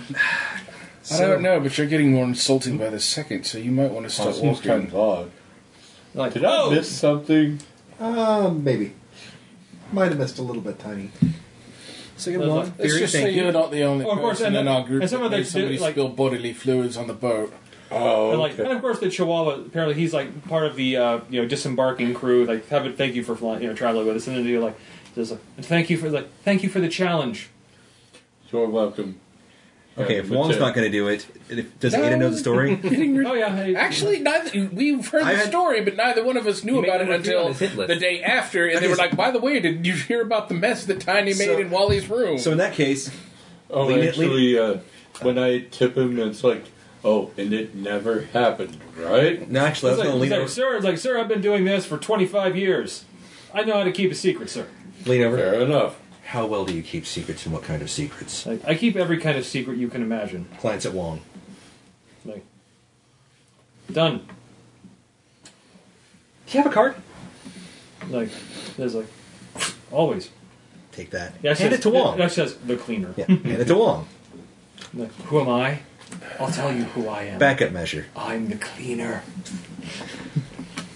S2: I don't know, but you're getting more insulting by the second, so you might want to stop
S7: Possum's kind of
S2: walking.
S7: odd.
S5: Like,
S7: Did
S5: oh!
S7: I miss something?
S6: Um, maybe. Might have missed a little bit, tiny.
S4: Second
S5: Well,
S4: one.
S2: Let's
S3: Very
S2: just
S3: thank
S2: say
S3: you.
S2: you're not the only
S5: Oh, of
S2: person
S5: course, and
S2: in
S5: then-
S2: our group
S5: and some
S2: that
S5: of the-
S2: made somebody
S5: like-
S2: spill bodily fluids on the boat.
S7: Oh,
S5: And, like, and of course, the Chihuahua apparently he's like part of the uh, you know disembarking crew. Like, have it thank you for flying, you know, traveling with us. And then you're like, just like, thank you for like, thank you for the challenge.
S7: You're welcome.
S4: Okay, if Wong's not gonna do it, if, does Ada know the story?
S5: Oh yeah, hey,
S2: Actually, neither we've heard
S4: I
S2: the
S4: had-
S2: story, but neither one of us knew
S3: made
S2: about it
S3: number three
S2: until
S3: on his hit list.
S2: the day after, and
S4: Okay,
S2: they were
S4: so-
S2: like, "By the way, did you hear about the mess that Tiny made
S4: So-
S2: in Wally's room?"
S4: so in that case,
S7: Oh,
S4: Lean it, lean
S7: actually, uh, when I tip him, it's like, oh, and it never happened, right?
S4: no, actually, I
S5: it's like,
S4: was gonna
S5: it's
S4: lean
S5: like,
S4: over,
S5: sir, it's like, sir, I've been doing this for 25 years. I know how to keep a secret, sir.
S4: lean over.
S7: Fair enough.
S4: How well do you keep secrets, and what kind of secrets?
S5: Like, I keep every kind of secret you can imagine.
S4: Clients at Wong.
S5: Like, done.
S4: Do you have a card?
S5: Like, there's like, always.
S4: Take that.
S5: Yeah,
S4: Hand
S5: says,
S4: it to Wong.
S5: That says the cleaner.
S4: Yeah, hand it to Wong.
S5: Like, who am I? I'll tell you who I am.
S4: Backup measure.
S5: I'm the cleaner.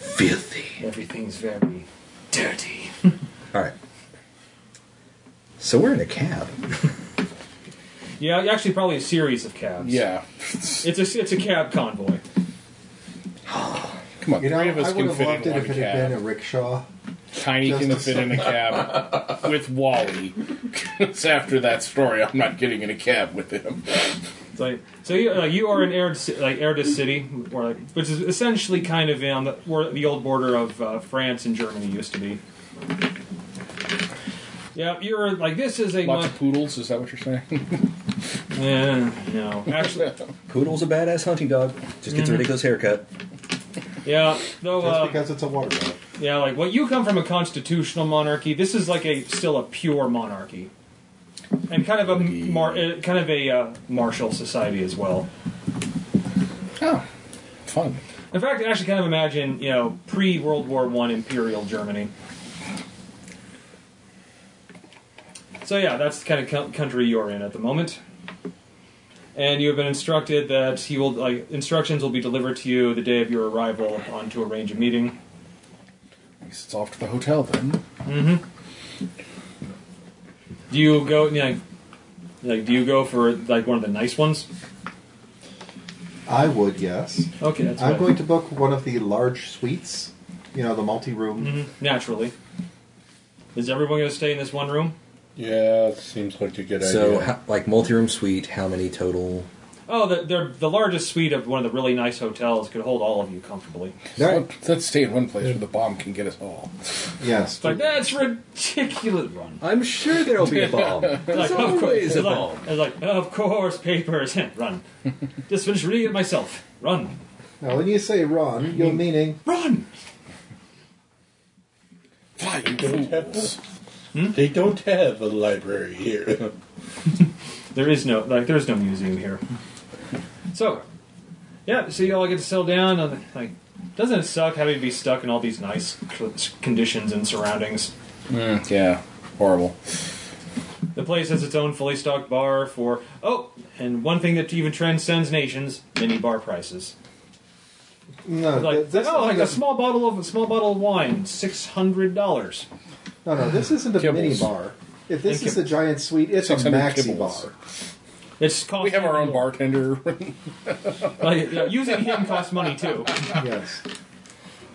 S4: Filthy.
S5: Everything's very dirty.
S4: All right. So we're in a cab.
S5: Yeah, actually, probably a series of cabs.
S2: yeah,
S5: It's a it's a cab convoy.
S2: come on,
S6: You know,
S2: three of
S6: I
S2: us
S6: would
S2: can
S6: have
S2: fit
S6: loved
S2: in
S6: it if
S2: one
S6: it had been
S2: cab.
S6: a rickshaw.
S2: Tiny
S6: just
S2: can
S6: a
S2: fit in a cab with Wally. 'Cause after that story, I'm not getting in a cab with him.
S5: It's like so, you, like, you are in Erd, Ci- like Erdis City, or like, which is essentially kind of on the where the old border of uh, France and Germany used to be. Yeah, you're like this is a
S2: Lots
S5: much.
S2: of poodles. Is that what you're saying?
S5: Eh, no, actually,
S4: Poodle's a badass hunting dog. Just gets a ridiculous haircut.
S5: yeah, though.
S6: That's
S5: Uh,
S6: because it's a water dog.
S5: Yeah, like what you come from a constitutional monarchy. This is like a still a pure monarchy, and kind of a mar- uh, kind of a uh, martial society as well.
S2: oh, fun.
S5: In fact, I actually kind of imagine you know pre World War One imperial Germany. So yeah, that's the kind of co- country you're in at the moment, and you have been instructed that you will like instructions will be delivered to you the day of your arrival on to arrange a meeting.
S2: I guess it's off to the hotel then.
S5: Do you go? You know, like, do you go for like one of the nice ones?
S6: I would, yes.
S5: Okay, that's
S6: I'm
S5: what-
S6: going to book one of the large suites. You know, the multi-room.
S5: Mm-hmm. naturally. Is everyone going to stay in this one room?
S7: Yeah, it seems like a good
S4: So,
S7: idea.
S4: how, like multi-room suite, how many total?
S5: Oh, the, they're the largest suite of one of the really nice hotels could hold all of you comfortably.
S6: That-
S2: Let- Let's stay in one place where the bomb can get us all.
S6: yes.
S5: It's like that's ridiculous. Run.
S4: I'm sure there'll be a bomb. There's
S5: Like, of course,
S4: always
S5: it's
S4: a
S5: like,
S4: bomb.
S5: it's like, of course, papers. Run. Just finished reading it myself. Run.
S6: Now, when you say run,
S5: Mm-hmm.
S6: you're meaning
S5: Run.
S2: Fly, you fools.
S5: Hmm?
S7: they don't have a library here.
S5: There is no like there's no museum here. So, yeah. So you all get to settle down. On the, like, doesn't it suck having to be stuck in all these nice cl- conditions and surroundings?
S2: Yeah, horrible.
S5: The place has its own fully stocked bar for oh, and one thing that even transcends nations: mini bar prices.
S6: no.
S5: Like
S6: th- this
S5: oh, like a
S6: isn't-
S5: small bottle of a small bottle of wine, six hundred dollars.
S6: no, no. This isn't a
S2: Kibbles.
S6: mini bar. If this
S5: And
S6: is a giant suite, it's a
S2: 600
S6: maxi
S2: kibbles.
S6: bar.
S5: It's cost
S2: We have our own bartender.
S5: Like, yeah, using him costs money too.
S6: Yes.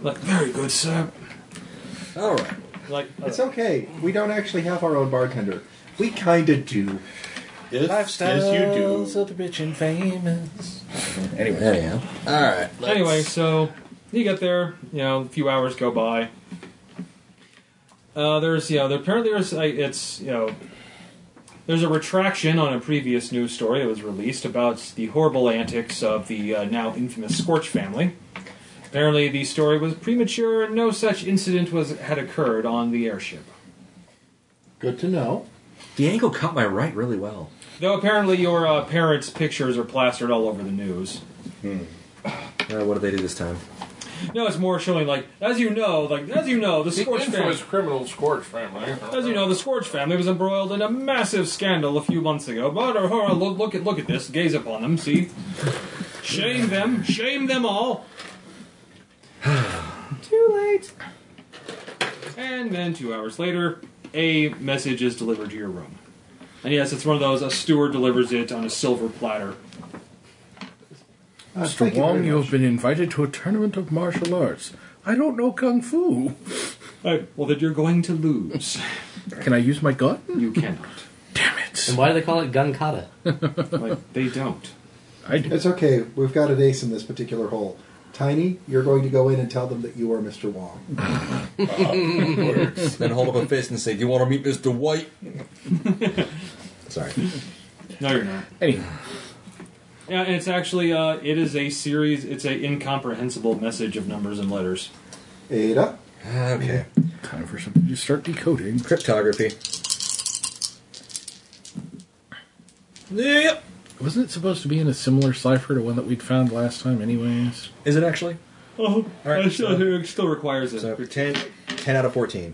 S5: Like very good, sir.
S4: All right.
S9: Like, uh,
S6: It's okay. We don't actually have our own bartender. We kinda do.
S7: Yes, yes, you do.
S8: of the rich and famous.
S4: There you go. All right.
S5: Anyway, so you get there, you know, a few hours go by. Uh, there's, you know, there, apparently there's, uh, it's, you know, there's a retraction on a previous news story that was released about the horrible antics of the uh, now infamous Scorch family. Apparently, the story was premature, and no such incident was had occurred on the airship.
S6: Good to know.
S4: The ankle caught my right really well.
S5: Though apparently your uh, parents' pictures are plastered all over the news.
S4: Uh, what did they do this time?
S5: No, it's more showing like, as you know, like as you know, the Scorch family.
S10: infamous criminal Scorch family.
S5: As you know, the Scourge family was embroiled in a massive scandal a few months ago. But uh, uh, look, look at look at this. Gaze upon them. See, shame them. Shame them all. Too late. And then two hours later, a message is delivered to your room. And yes, it's one of those. A steward delivers it on a silver platter.
S6: Uh,
S8: Mr.
S6: thank you
S8: Wong,
S6: very
S8: you
S6: much.
S8: have been invited to a tournament of martial arts. I don't know kung fu.
S5: Oh, well, that you're going to lose.
S8: Can I use my gun?
S5: You cannot.
S8: Damn it!
S3: And why do they call it gunkata?
S5: Like they don't.
S8: I do.
S6: It's okay. We've got an ace in this particular hole. Tiny, you're going to go in and tell them that you are Mr. Wong.
S4: Then hold up a fist and say, "Do you want to meet Mr. White?" Sorry.
S5: No, you're not.
S8: Anyway,
S5: Yeah, it's actually uh, it is a series. It's a incomprehensible message of numbers and letters.
S6: Ada,
S4: Okay.
S8: time for somebody to start decoding.
S4: Cryptography. Yep.
S8: Wasn't it supposed to be in a similar cipher to one that we'd found last time, anyways?
S4: Is it actually?
S5: Oh,
S4: right,
S5: it, still, it still requires it.
S4: So pretend 10 out of 14.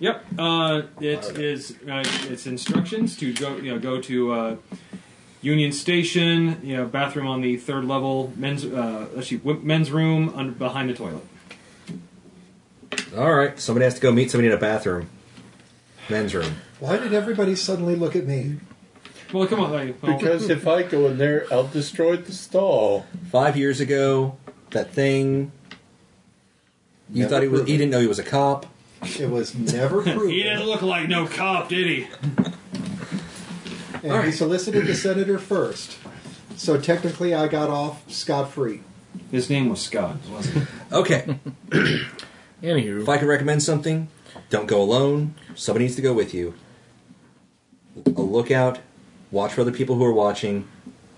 S5: Yep. Uh, it is. Uh, it's instructions to go. You know, go to uh, Union Station. You know, bathroom on the third level. Men's. Uh, let's see, w- men's room under, behind the toilet.
S4: All right. Somebody has to go meet somebody in a bathroom. Men's room.
S6: why did everybody suddenly look at me?
S5: Well, come on. Like, well,
S7: Because if I go in there, I'll destroy the stall.
S4: Five years ago, that thing. You
S6: Never
S4: thought he was.
S6: proven.
S4: He didn't know he was a cop.
S6: It was never
S5: he didn't
S6: proven.
S5: look like no cop, did he?
S6: and he solicited the senator first. So technically, I got off scot free.
S5: His name was Scott, wasn't it?
S4: Okay.
S8: Anywho,
S4: if I can recommend something, don't go alone. Somebody needs to go with you. A lookout. Watch for other people who are watching.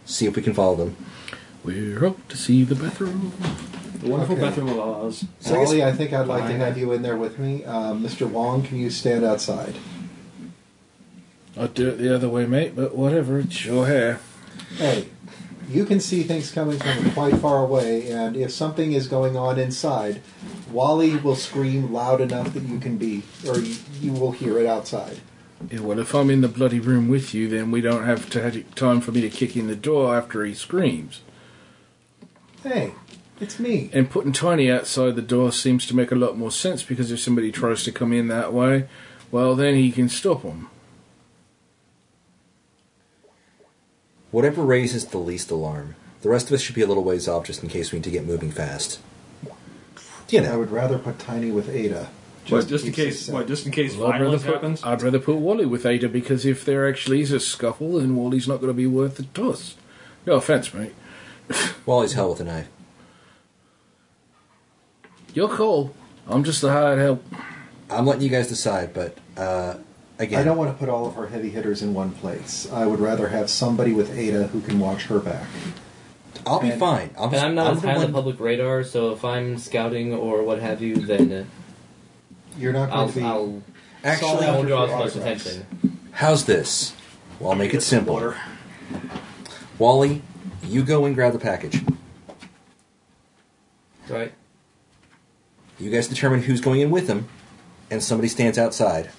S4: See if we can follow them.
S8: we're up to see the bathroom.
S5: The wonderful
S6: Okay.
S5: bathroom of Oz.
S4: So I guess-
S6: Wally, I think I'd like to have you in there with me. Um, Mr. Wong, can you stand outside?
S8: I'll do it the other way, mate, but whatever, it's your hair.
S6: Hey, you can see things coming from quite far away, and if something is going on inside, Wally will scream loud enough that you can be, or you, you will hear it outside.
S8: Yeah, well, if I'm in the bloody room with you, then we don't have to have time for me to kick in the door after he screams.
S6: Hey, it's me.
S8: And putting Tiny outside the door seems to make a lot more sense because if somebody tries to come in that way, well, then he can stop them.
S4: Whatever raises the least alarm. The rest of us should be a little ways off just in case we need to get moving fast. You
S6: I
S4: know.
S6: would rather put Tiny with Ada.
S5: Just, just in
S6: keeps us
S5: case.
S6: safe.
S5: What? Just in case
S8: Well, I'd, rather
S5: violence happens.
S8: put, I'd rather put Wally with Ada because if there actually is a scuffle, then Wally's not going to be worth the toss. No offense, mate.
S4: Wally's hell with a knife.
S8: Your call. I'm just the hired help.
S4: I'm letting you guys decide, but uh, again,
S6: I don't want to put all of our heavy hitters in one place. I would rather have somebody with Ada who can watch her back.
S4: I'll be
S6: and-
S4: fine. I'll
S3: And
S4: just,
S3: I'm not as
S4: the
S3: high on the
S4: one-
S3: public radar, so if I'm scouting or what have you, then uh,
S6: You're not going to
S3: I'll, I'll
S6: be.
S4: Actually,
S3: I won't draw as
S6: Autographs.
S3: much attention.
S4: how's this? Well, I'll make it simple. Wally, you go and grab the package.
S3: Right.
S4: You guys determine who's going in with him, and somebody stands outside,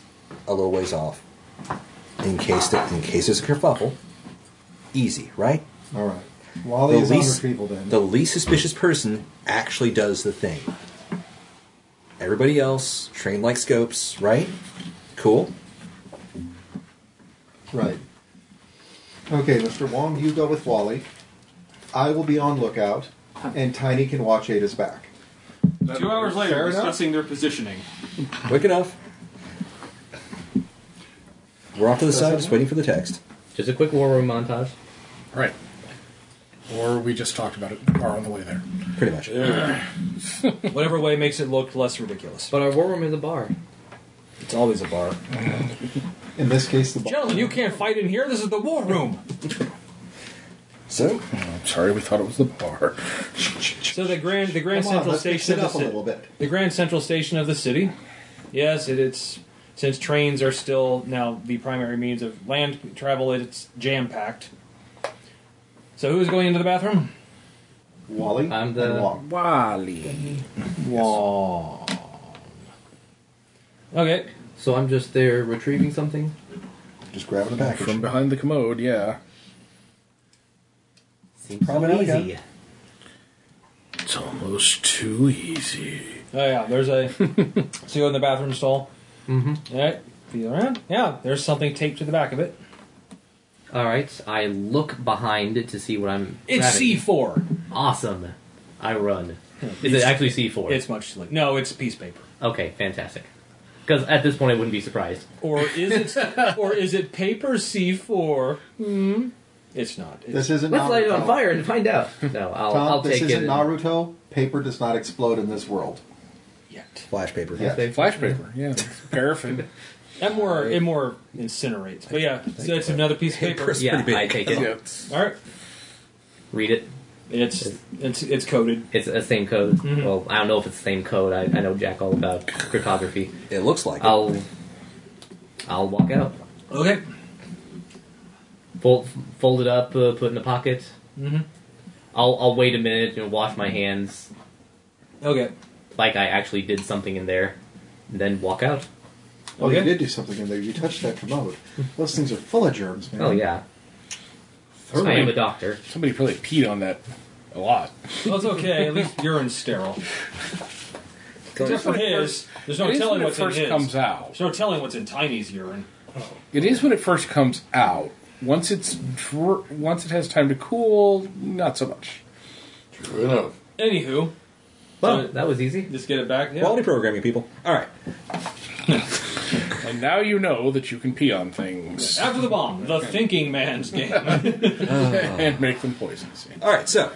S4: a little ways off, in case that, in case there's a kerfuffle. Easy, right?
S6: All right. Wally is on retrieval then.
S4: the least suspicious person actually does the thing. Everybody else trained like scopes, right? Cool.
S6: Right. Okay, Mr. Wong, you go with Wally. I will be on lookout, and Tiny can watch Ada's back.
S5: Two hours later,
S6: Fair enough.
S5: discussing their positioning.
S4: Quick enough. We're off to the side, just waiting for the text.
S3: Just a quick war room montage.
S8: Right. Or we just talked about it are on the way there.
S4: Pretty much.
S5: Whatever way makes it look less ridiculous.
S3: But our war room is a bar.
S5: It's always a bar.
S6: In this case, the ball.
S5: Gentlemen, you can't fight in here. This is the war room.
S4: So,
S8: I'm sorry, we thought it was the bar.
S5: So the grand, the grand
S6: Come on,
S5: central
S6: let's mix
S5: station
S6: it
S5: of the
S6: up a
S5: city.
S6: little bit.
S5: The grand central station of the city. Yes, it, it's since trains are still now the primary means of land travel. It's jam packed. So who's going into the bathroom?
S6: Wally.
S3: I'm the-
S6: and Wong.
S2: Wally.
S5: Wall. Okay.
S3: So I'm just there retrieving something.
S6: Just grabbing a package.
S2: From behind the commode, yeah.
S3: Seems so
S4: Probably not,
S3: easy.
S2: It's almost too easy.
S5: Oh yeah, there's a. so you go in the bathroom stall. Mm-hmm. All right. Feel around. Yeah, there's something taped to the back of it.
S3: All right. I look behind it to see what I'm.
S5: It's
S3: grabbing.
S5: C4.
S3: Awesome. I run. Is it actually C4?
S5: It's much too late. No, it's piece of paper.
S3: okay, fantastic. Because at this point, I wouldn't be surprised.
S5: Or is it? or is it paper C4? Hmm. It's not. It's,
S6: This isn't
S3: Let's
S6: Naruto.
S3: light it on fire and find out. No, I'll,
S6: Tom,
S3: I'll
S6: this
S3: take it. and-
S6: isn't Naruto. Paper does not explode in this world.
S5: yet.
S4: flash paper.
S6: Yeah.
S3: They-
S2: Flash paper, yeah. It's Paraffin.
S5: That more it more incinerates. But yeah, so that's another piece of paper.
S4: Chris- It's
S3: Yeah,
S4: pretty big.
S3: I take it.
S5: All right.
S3: Read it.
S5: It's it's it's coded.
S3: It's the same code. Well, I don't know if it's the same code. I, I know Jack all about cryptography.
S4: It looks like it.
S3: I'll I'll walk out.
S5: Okay.
S3: Fold, fold it up, uh, put it in the pocket. Mm-hmm. I'll I'll wait a minute and wash my hands
S5: Okay.
S3: like I actually did something in there, and then walk out.
S6: Oh,
S5: Okay.
S6: you did do something in there. You touched that commode. Those things are full of germs, man.
S3: Oh yeah, I am a doctor.
S2: Somebody probably peed on that a lot.
S5: Well, it's okay. At least urine's sterile. Except for his. There's no
S2: It is
S5: telling
S2: when it
S5: what's in
S2: first
S5: his.
S2: comes out.
S5: There's no telling what's in Tiny's urine.
S2: It is when it first comes out. Once it's dr- once it has time to cool, not so much.
S7: True enough.
S5: Anywho,
S3: Well, that was easy.
S5: just get it back. Yeah.
S4: Quality programming, people. All right.
S2: And now you know that you can pee on things
S5: After the bomb, the thinking man's game.
S2: and make them poisonous.
S4: All right, so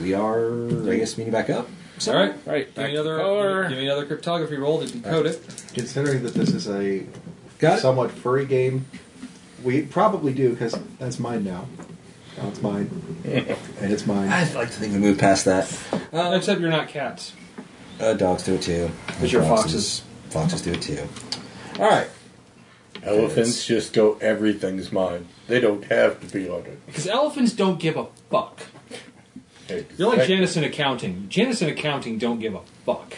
S4: we are, I guess, meeting back up.
S5: All right.
S2: Right.
S5: Give
S2: back
S5: me
S2: to
S5: another.
S2: power.
S5: Give me another cryptography roll to decode it.
S6: Considering that this is a
S4: Got it?
S6: somewhat furry game, we probably do because that's mine now. Now it's mine, and it's mine.
S4: I'd like to think we move past that.
S5: Except you're not cats.
S4: Uh, dogs do it too.
S5: But your
S4: Foxes do it too. All right.
S7: Elephants just go, everything's mine. They don't have to be on it.
S5: Because elephants don't give a fuck. You're like Janice in accounting. Janice in accounting don't give a fuck.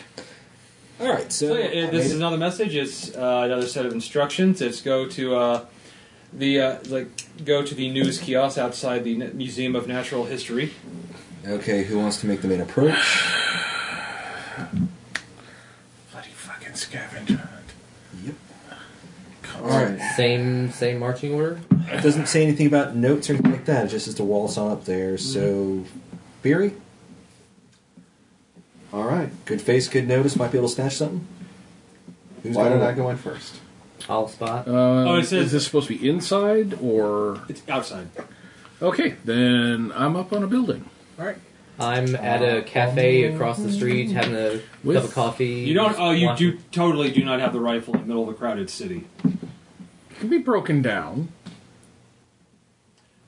S4: All right. So,
S5: So yeah, uh, this is another message. It's uh, another set of instructions. It's go to uh, the uh, like go to the news kiosk outside the N- Museum of Natural History.
S4: okay. Who wants to make the main approach?
S2: Bloody fucking scavenger hunt.
S4: Yep. All right.
S3: Same same marching order.
S4: It doesn't say anything about notes or anything like that. It's just as to waltz on up there. So, Beery,
S6: All right.
S4: good face, good notice. Might be able to snatch something. Who's
S6: Why
S4: going
S6: did I
S4: on?
S6: go in first?
S3: I'll spot.
S2: oh,
S5: it says-
S2: is this supposed to be inside or
S5: It's outside.
S2: okay? Then I'm up on a building.
S4: All right.
S3: I'm at a cafe across the street having a
S2: With-
S3: cup of coffee.
S5: You don't. Oh, you
S3: watching-
S5: do totally do not have the rifle in the middle of a crowded city.
S2: It can be broken down.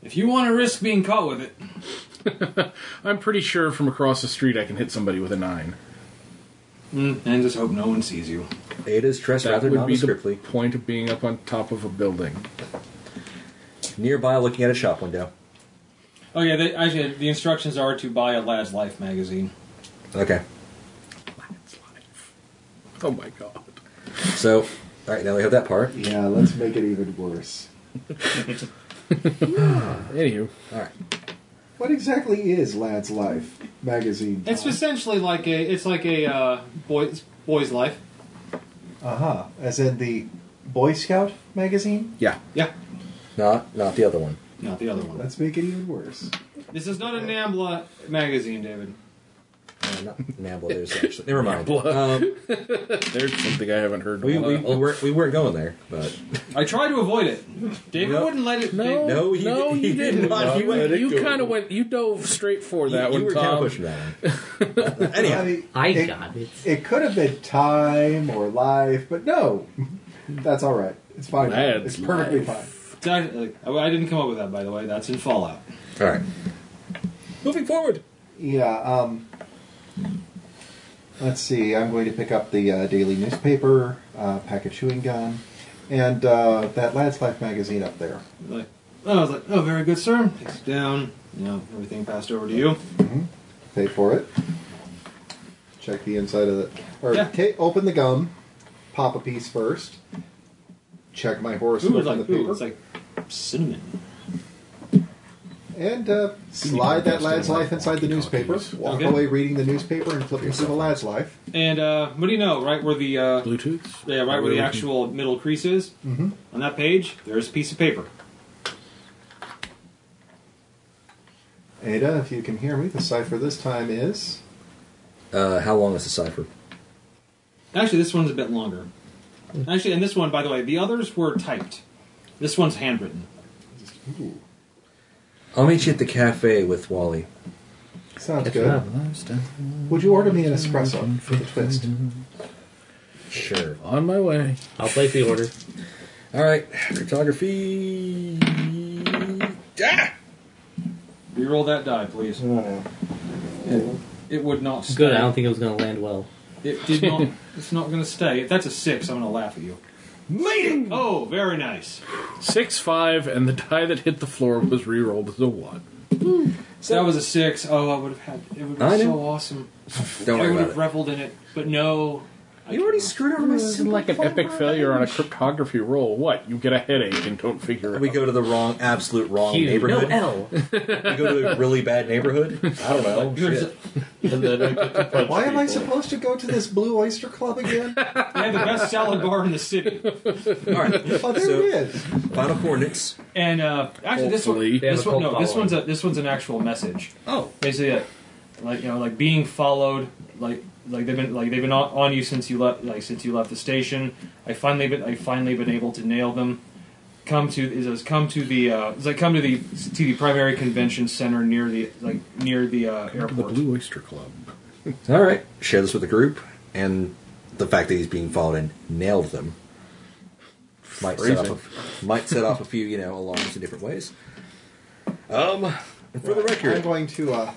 S5: If you want to risk being caught with it,
S2: I'm pretty sure from across the street I can hit somebody with a nine.
S5: and hmm, just hope no one sees you.
S4: Ada's dressed
S2: That
S4: rather
S2: would be the
S4: nondescriptly.
S2: point of being up on top of a building.
S4: Nearby, looking at a shop window.
S5: Oh yeah, they, actually, the instructions are to buy a Lad's Life magazine.
S4: Okay.
S2: Oh my god.
S4: So, all right. Now we have that part.
S6: Yeah, let's make it even worse.
S2: Anywho,
S4: All right.
S6: What exactly is Lad's Life magazine?
S5: It's essentially like a. It's like a uh, boys boys life.
S6: uh huh. As in the Boy Scout magazine.
S2: yeah.
S5: Yeah.
S4: Not, not the other one.
S5: Not the other one.
S6: Let's make it even worse.
S5: This is not a NAMBLA magazine, David.
S4: Uh, not Nabla, there's actually. Never mind. Um,
S2: There's something I haven't heard. in
S4: we,
S2: a
S4: we,
S2: while.
S4: we, weren't, we weren't going there, but.
S5: I tried to avoid it. David
S4: No.
S5: wouldn't let it.
S2: no,
S5: David-
S2: no,
S4: No,
S2: you,
S4: you- he did
S2: didn't.
S4: not
S2: You,
S7: let it go.
S2: kind of went. You dove straight for that
S4: you,
S2: one,
S4: you were kind of
S2: Tom.
S4: pushing that one. Uh, anyhow,
S6: I mean,
S3: I
S6: it,
S3: got it.
S6: It could have been time or life, but no. That's all right. It's fine.
S2: That's
S6: it's perfectly fine.
S5: That- like, I I didn't come up with that, by the way. That's in Fallout.
S4: all right. Moving forward.
S6: Yeah. Um, let's see. I'm going to pick up the uh, daily newspaper, uh, pack of chewing gum, and uh, that Lad's Life magazine up there.
S5: Like, I was like, oh, very good, sir. Takes it down. You know, everything passed over to you.
S6: Pay for it. Check the inside of the. Or
S5: Yeah.
S6: ta- open the gum, pop a piece first. Check my horse
S5: Ooh,
S6: open
S5: it's like,
S6: the paper.
S5: ooh, it's like cinnamon.
S6: And uh, slide that lad's life inside the newspaper. Walk
S5: Okay.
S6: away reading the newspaper and flipping through the lad's life.
S5: And uh, what do you know? Right where the uh,
S2: Bluetooth.
S5: yeah, right where the actual middle crease is
S4: Mm-hmm.
S6: Mhm.
S5: on that page, there's a piece of paper.
S6: Ada, if you can hear me, the cipher this time is
S4: Uh, how long is the cipher?
S5: Actually, this one's a bit longer. Actually, and this one, by the way, the others were typed. This one's handwritten.
S6: ooh,
S4: I'll meet you at the cafe with Wally.
S6: sounds good. Would you order me an espresso for the twist?
S4: Sure.
S2: On my way.
S3: I'll place the order.
S4: All right. Cryptography. Ah!
S5: Reroll that die, please.
S4: Oh,
S5: It, it would not stay.
S3: Good. I don't think it was going to land well.
S5: It did not. it's not going to stay. If that's a six, I'm going to laugh at you. Made it! Oh, very nice.
S2: Six five, and the die that hit the floor was re-rolled as a one.
S5: So that was a six. Oh, I would have had. It would
S4: I
S5: have been
S4: know.
S5: so awesome.
S4: Don't
S5: I would
S4: worry about
S5: have
S4: it.
S5: reveled in it, but no. I
S4: You already
S5: cannot.
S4: screwed over my simple
S2: like an
S4: fun
S2: epic
S4: run.
S2: failure on a cryptography roll. What? You get a headache and don't figure it
S4: We
S2: out.
S4: go to the wrong, absolute wrong
S3: Q, no
S4: neighborhood.
S3: L.
S4: we go to a really bad neighborhood. I don't
S7: Oh,
S4: know.
S5: You're
S4: Shit.
S5: just-
S7: And then I get to punch
S6: Why am I
S7: people.
S6: supposed to go to this Blue Oyster Club again?
S5: They have the best salad bar in the city.
S4: All right.
S6: Oh, there
S4: So-
S6: it is.
S4: Final coordinates.
S5: And uh, actually,
S2: Hopefully.
S5: this one, this
S3: They
S5: one,
S3: have a
S5: no,
S3: cult
S5: this one's a, this one's an actual message.
S4: Oh.
S5: Basically, uh, like you know, like being followed, like like they've been like they've been on, on you since you left, like since you left the station. I finally been I finally been able to nail them. Come to it says come to the uh, it's like come to the to the primary convention center near the like near the uh,
S2: the
S5: airport.
S2: Blue Oyster Club.
S4: All right. Share this with the group, and the fact that he's being followed and nailed them might set
S2: Phrasing.
S4: off a, might set off a few you know alarms in different ways. Um, and for the
S6: I'm
S4: record,
S6: going to uh,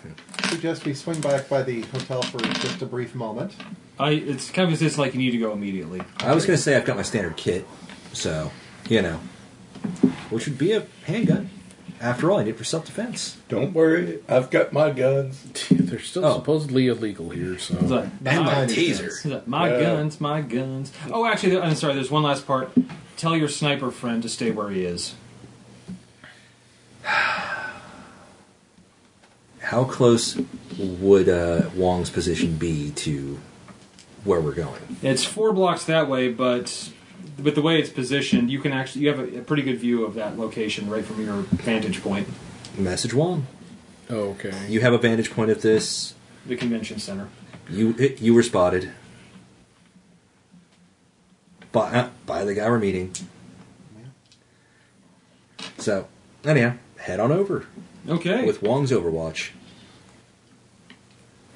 S6: suggest we swing back by the hotel for just a brief moment.
S5: I it's kind of as if like you need to go immediately.
S4: I was going to say I've got my standard kit, so you know, which would be a handgun. After all, I need it for self defense.
S7: Don't worry, I've got my guns.
S2: They're still
S4: Oh.
S2: supposedly illegal here,
S5: It's
S2: so
S5: like,
S4: And
S5: "Ah,
S4: my
S6: Tiny
S4: taser.
S6: guns.
S5: My
S7: Yeah.
S5: guns, my guns. Oh, actually, I'm sorry. There's one last part. Tell your sniper friend to stay where he is.
S4: How close would uh, Wong's position be to where we're going?
S5: It's four blocks that way, but with the way it's positioned, you can actually you have a, a pretty good view of that location right from your vantage point,
S4: Message Wong.
S2: oh, okay.
S4: You have a vantage point of this.
S5: the convention center.
S4: You it, you were spotted by uh, by the guy we're meeting. So anyhow, head on over
S5: Okay.
S4: with Wong's Overwatch.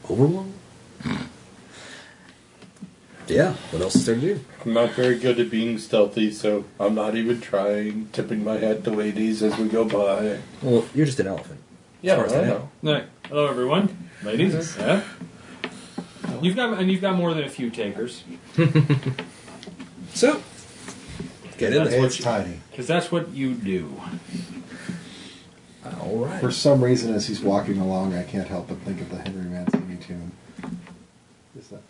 S4: Overwong. yeah. What else is there to do?
S7: I'm not very good at being stealthy, so I'm not even trying. Tipping my hat to ladies as we go by.
S4: Well, you're just an elephant.
S7: Yeah,
S4: far as I
S7: I
S4: know.
S7: know.
S5: Right. Hello, everyone, ladies. Yeah. You've got and you've got more than a few takers
S4: So get in
S5: That's
S4: there.
S6: It's tiny.
S5: because that's what you do.
S4: All right.
S6: For some reason, as he's walking along, I can't help but think of the Henry Mancini tune. Is that?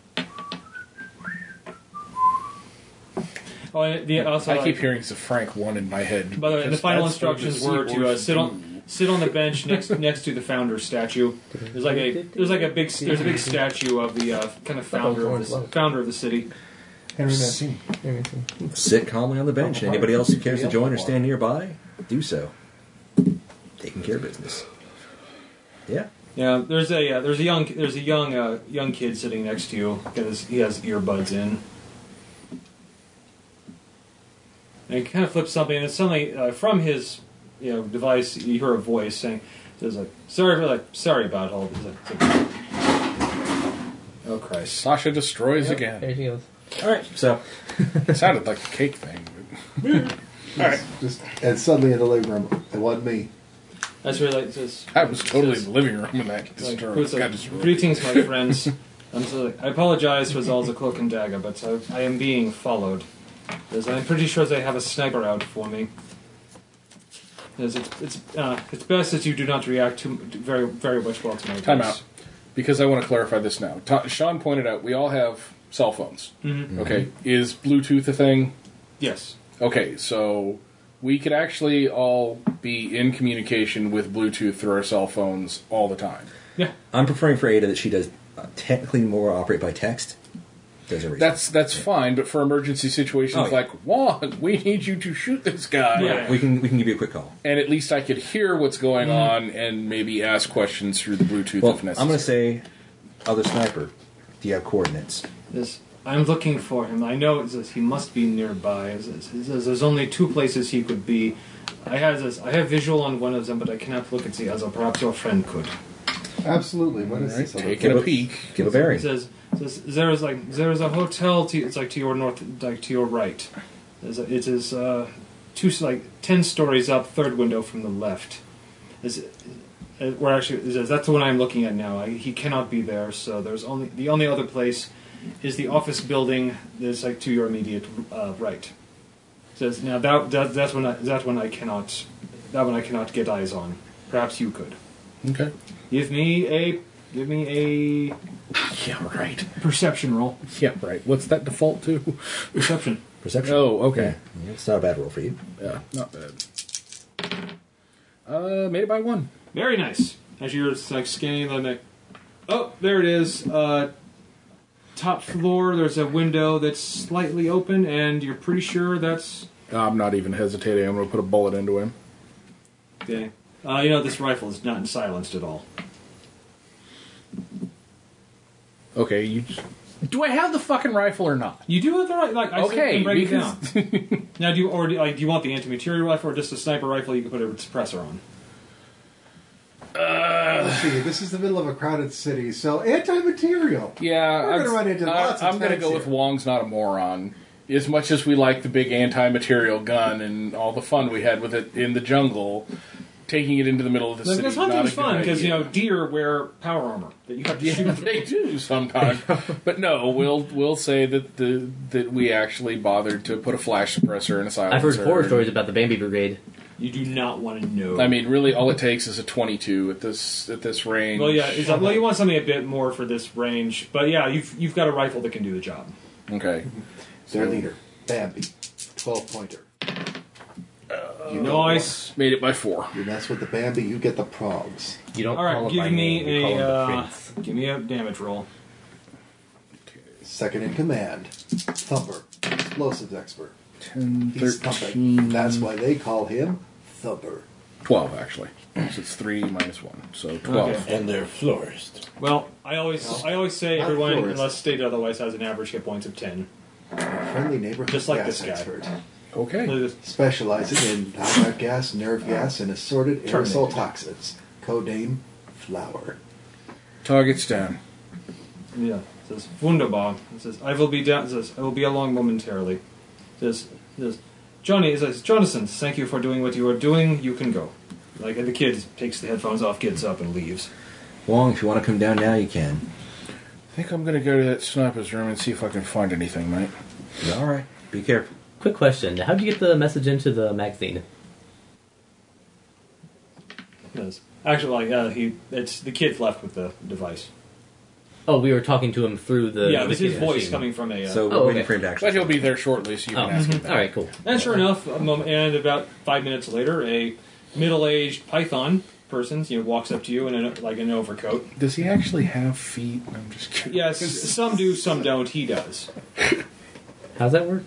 S5: Oh, and the, also,
S2: I
S5: like-
S2: keep hearing the Frank one in my head.
S5: By the way, the
S2: because
S5: final
S2: that's what the
S5: instructions were to uh,
S2: seahorse
S5: sit
S2: do.
S5: on sit on the bench next next to the founder's statue. There's like a there's like a big there's a big statue of the uh, kind of founder of the founder of the city.
S6: Henry Mancini.
S4: Sit calmly on the bench. and Anybody else who cares to join or stand nearby, do so. Taking care of business. Yeah.
S5: Yeah, there's a uh, there's a young there's a young uh, young kid sitting next to you because he has earbuds in. And he kind of flips something, and suddenly uh, from his you know device you hear a voice saying, "Says like sorry, like sorry about all." This. It's like- oh Christ!
S2: Sasha destroys
S3: There
S2: again.
S3: she goes.
S4: All right, so
S2: It sounded like a cake thing. All right.
S6: Just and suddenly in the living room, it wasn't me.
S5: That's where like says.
S2: I was totally in
S5: says,
S2: the living room when that
S5: like,
S2: destroyed.
S5: who's
S2: got
S5: like,
S2: destroyed.
S5: Greetings, my friends. I'm so, I apologize for Zal's cloak and dagger, but I, I am being followed. As I'm pretty sure they have a snagger out for me. As it's it's uh, it's best that you do not react too very very much well to my
S2: Time
S5: voice.
S2: out. Because I want to clarify this now. Ta Sean pointed out we all have cell phones.
S5: Mm-hmm.
S2: Okay. Is Bluetooth a thing?
S5: Yes.
S2: Okay, so we could actually all be in communication with Bluetooth through our cell phones all the time.
S4: I'm preferring for Ada that she does uh, technically more operate by text. There's a reason.
S2: That's that's fine, but for emergency situations
S4: Oh, yeah.
S2: like Juan, we need you to shoot this guy.
S5: Yeah.
S4: we can we can give you a quick call.
S2: And at least I could hear what's going on and maybe ask questions through the Bluetooth
S4: Well,
S2: if
S4: I'm
S2: necessary.
S4: going to say, other sniper, do you have coordinates?
S5: This I'm looking for him. I know it says he must be nearby. It says, it says there's only two places he could be. I have this. I have visual on one of them, but I cannot look at the other. Perhaps your friend could.
S6: Absolutely. What is
S2: All right,
S6: this? other-
S2: taking a peek.
S4: Give a bearing.
S5: It says, it says there is like there is a hotel to it's like to your north like to your right. There's a, it is uh, two s- like ten stories up, third window from the left. Is uh, where actually it says that's the one I'm looking at now. I, he cannot be there, so there's only the only other place is the office building that's like to your immediate uh, right. It says now that, that that's one I, that one I cannot that one I cannot get eyes on. Perhaps you could
S2: Okay.
S5: give me a give me a
S2: Yeah, right.
S5: perception roll.
S2: Yeah, right. What's that default to?
S5: Perception.
S4: Perception.
S2: Oh, okay.
S4: It's not a bad roll for you.
S2: Yeah, not bad. Uh, made it by one.
S5: Very nice. As you're like scanning the neck. Oh, there it is. Uh, top floor. There's a window that's slightly open, and you're pretty sure that's.
S2: I'm not even hesitating. I'm going to put a bullet into him.
S5: Okay. Uh, you know this rifle is not silenced at all.
S2: Okay, you. Just... Do I have the fucking rifle or not?
S5: You do have the right. Like I said, you
S2: Okay,
S5: can break
S2: because-
S5: it down. now, do you or do, like, do you want the anti-material rifle or just a sniper rifle? You can put a suppressor on.
S6: Let's see, this is the middle of a crowded city, so anti-material.
S2: Yeah,
S6: We're
S2: I'm-
S6: gonna run into
S2: I-
S6: lots of
S2: I'm gonna
S6: tanks
S2: go with
S6: here.
S2: Wong's not a moron. As much as we like the big anti-material gun and all the fun we had with it in the jungle, taking it into the middle of the city
S5: Because
S2: not a
S5: hunting's
S2: good
S5: fun because you know
S2: idea.
S5: deer wear power armor that you have to
S2: Yeah,
S5: shoot through.
S2: they do sometimes. but no, we'll we'll say that the that we actually bothered to put a flash suppressor and a silencer.
S3: I've heard horror
S2: and-
S3: stories about the Bambi Brigade.
S5: You do not want to know.
S2: I mean, really, all it takes is a 22 at this at this range.
S5: Well, yeah. Is that, well, you want something a bit more for this range, but yeah, you've you've got a rifle that can do the job.
S2: Okay.
S6: Their leader, Bambi, twelve pointer. you know,
S5: Nice.
S2: Made it by four.
S6: you mess with the Bambi, you get the progs.
S3: You don't
S5: All
S3: call
S5: right,
S3: him by
S5: give
S3: name,
S5: me
S3: you call
S5: a
S3: him the
S5: uh,
S3: prince.
S5: give me a damage roll.
S6: Second in command, Thumper, explosives expert.
S2: 10,
S6: He's thumping. That's why they call him Thumper.
S2: 12, actually. So it's 3 minus 1. So 12.
S5: Okay.
S7: And they're florist.
S5: Well, I always I always say
S6: Not
S5: everyone
S6: yours.
S5: unless stated otherwise has an average hit points of ten.
S6: Friendly neighborhood
S5: Just like
S6: gas
S5: this guy.
S6: expert.
S2: Okay.
S6: Specializing in knockout gas, nerve gas, and assorted aerosol toxins. Codename Flower.
S2: Target's down.
S5: Yeah. It says wunderbar. It says I will be down. It says I will be along momentarily. It says it says Johnny. It says Jonathan. Thank you for doing what you are doing. You can go. Like and the kid takes the headphones off, gets up, and leaves.
S4: Wong, if you want to come down now, you can.
S2: I think I'm going to go to that sniper's room and see if I can find anything, mate.
S4: Yeah, all right. Be careful.
S3: Quick question: How'd you get the message into the magazine?
S5: Yes. Actually, like uh, he, it's the kid's left with the device.
S3: Oh, we were talking to him through the.
S5: yeah,
S3: the
S5: this is his
S3: kid
S5: voice
S3: machine.
S5: coming from a. Uh,
S4: So we're
S3: Oh,
S4: waiting
S3: okay.
S4: for him to actually.
S2: But he'll be there shortly, so you
S3: Oh,
S2: can ask him.
S3: all right, cool.
S5: and sure enough, a moment, and about five minutes later, a middle-aged Python person you know walks up to you in a, like an overcoat.
S2: Does he actually have feet? I'm just kidding.
S5: Yes, some do, some don't. He does.
S3: How's that work?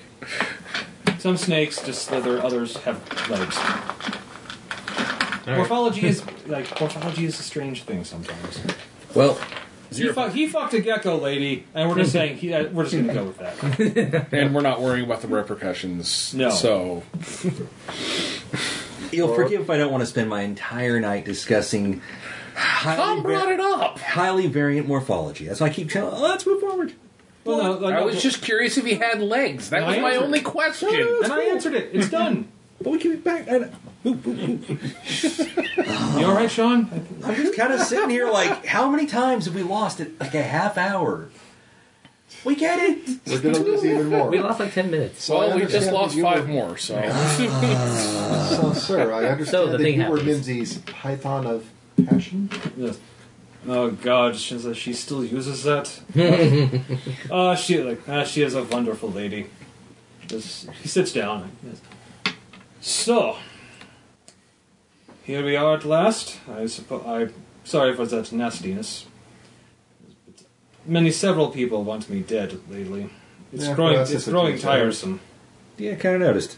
S5: Some snakes just slither; others have legs.
S9: Morphology is like morphology is a strange thing sometimes.
S4: Well,
S5: He, fu- he fucked a gecko lady, and we're just saying he, uh, we're just gonna go with that.
S2: And we're not worrying about the repercussions.
S5: No.
S2: So
S4: you'll forgive if I don't want to spend my entire night discussing highly,
S2: Tom brought
S4: va-
S2: it up.
S4: highly variant morphology. That's why I keep telling. Oh, let's move forward.
S5: Well, no, like,
S2: I was just curious if he had legs. That was
S5: I
S2: my
S5: answered.
S2: only question.
S5: and I answered it. It's done.
S4: But we can be back. And
S5: You all right, Sean?
S4: I'm just kind of sitting here like, how many times have we lost it? Like a half hour. We get it.
S6: We're going to lose even more.
S3: We lost like ten minutes.
S6: I
S2: Well, we
S6: understand
S2: just
S6: that
S2: lost
S6: you were-
S2: five more, so
S6: So, sir, I understand
S3: So the
S6: that
S3: thing
S6: you were
S3: happens.
S6: Mimsy's python of passion.
S5: Oh God, she, she still uses that. uh, she like uh, she is a wonderful lady. Just- he sits down. So here we are at last. I suppose I sorry for that nastiness. Many several people want me dead lately. It's
S6: Yeah,
S5: growing.
S6: that's
S5: It's
S6: just a
S5: growing
S6: good story.
S5: tiresome.
S4: Yeah, kind of noticed.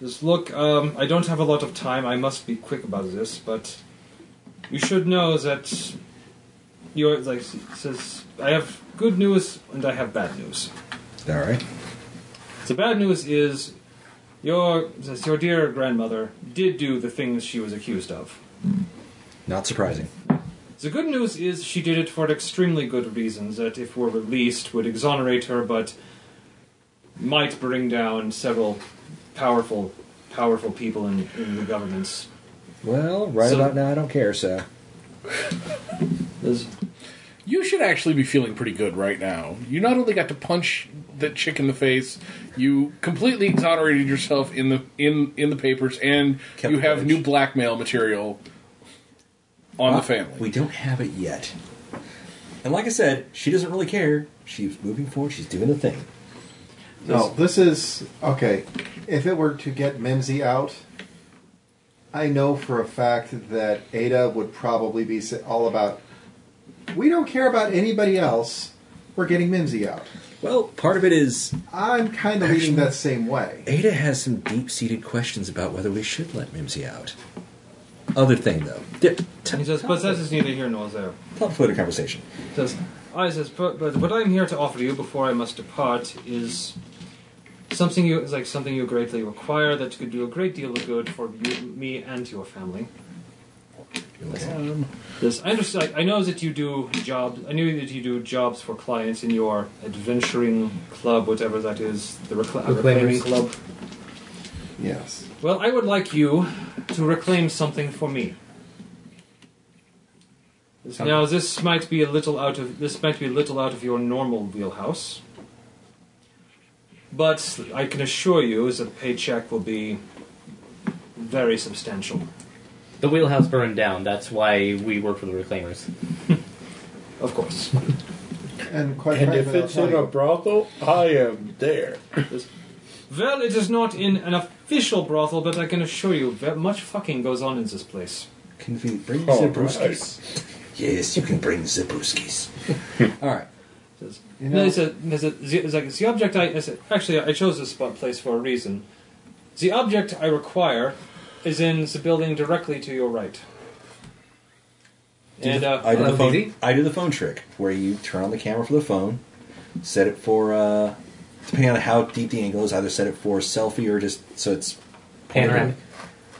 S5: Just look, um, I don't have a lot of time. I must be quick about this, but you should know that you're like says I have good news and I have bad news.
S4: All right.
S5: The bad news is your says your dear grandmother did do the things she was accused of.
S4: Not surprising.
S5: The good news is she did it for extremely good reasons that if were released would exonerate her but might bring down several powerful powerful people in, in the governments.
S4: Well, right
S5: So-
S4: about now, I don't care, so.
S5: There's-
S2: you should actually be feeling pretty good right now. You not only got to punch that chick in the face, you completely exonerated yourself in the in in the papers, and
S4: Kept
S2: you
S4: the
S2: have
S4: pledge.
S2: new blackmail material on the family.
S4: We don't have it yet. And like I said, she doesn't really care. She's moving forward. She's doing the thing.
S6: No, this is okay. If it were to get Mimsy out, I know for a fact that Ada would probably be sa- all about. We don't care about anybody else. We're getting Mimsy out.
S4: Well, part of it is
S6: I'm kind of leaning that same way.
S4: Ada has some deep-seated questions about whether we should let Mimsy out. Other thing, though. Yeah, t-
S5: He says, but that is neither here nor there.
S4: top floater conversation.
S5: Says, I says, but, but what I'm here to offer you before I must depart is something you is like something you greatly require that could do a great deal of good for you, me and your family. This I understand. I know that you do jobs. I knew that you do jobs for clients in your adventuring club, whatever that is, the recla-
S3: Reclaimers.
S5: reclaiming club.
S6: Yes.
S5: Well, I would like you to reclaim something for me. Now, this might be a little out of this might be a little out of your normal wheelhouse, but I can assure you is that paycheck will be very substantial.
S3: The wheelhouse burned down. That's why we work for the reclaimers.
S5: Of course,
S6: And quite
S7: And if
S6: frankly, I'll
S7: it's
S6: tell
S7: in a
S6: you,
S7: brothel, I am there.
S5: well, it is not in an official brothel, but I can assure you, ve- much fucking goes on in this place.
S4: Can we bring
S7: Oh,
S4: the brewskis? Yes, you can bring the brewskis. All right.
S5: Says,
S6: You
S5: no,
S6: know-
S5: it's a, it's a, it's like, it's the object I, it's a- actually I chose this spot place for a reason. The object I require is in the building directly to your right. And uh,
S4: I do
S3: Uh,
S4: the phone.
S3: Didi?
S4: I do the phone trick where you turn on the camera for the phone, set it for uh, depending on how deep the angle is, either set it for selfie or just so it's
S3: Panoramic.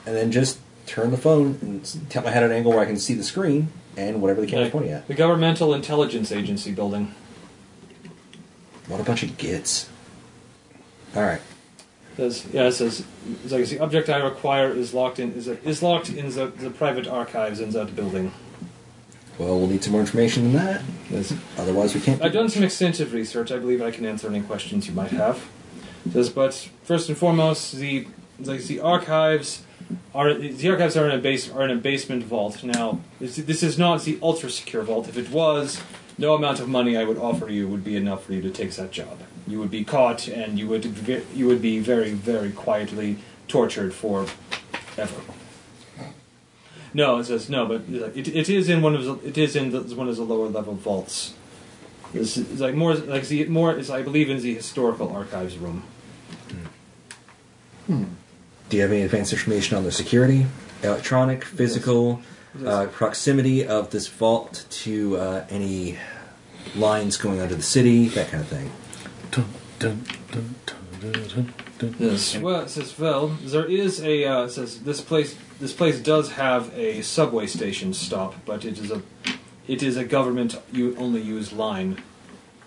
S4: and then just turn the phone and s- tap my head at an angle where I can see the screen and whatever the camera's pointing at.
S5: the governmental intelligence agency building.
S4: What a bunch of gits! All right,
S5: Says yeah, it says it's like the object I require is locked in is, is locked in the, the private archives in that building.
S4: well we'll need some more information than that.
S5: Yes.
S4: Otherwise we can't.
S5: I've done some extensive research. I believe I can answer any questions you might have. Says, but first and foremost, the like the archives are the archives are in a base are in a basement vault. Now, this, this is not the ultra secure vault. If it was, no amount of money I would offer you would be enough for you to take that job. You would be caught, and you would ve- you would be very very quietly tortured for ever. No, it says no, but it, it is in one of the, it is in the, one of the lower level vaults. This is like more like the more is I believe in the historical archives room.
S4: Do you have any advanced information on their security? Electronic, physical, uh, proximity of this vault to uh, any lines going under the city, that kind of thing.
S11: Dun, dun, dun, dun, dun, dun, dun.
S5: Yes. Well, it says, well, there is a, uh, it says, this place, this place does have a subway station stop, but it is a, it is a government you only use line.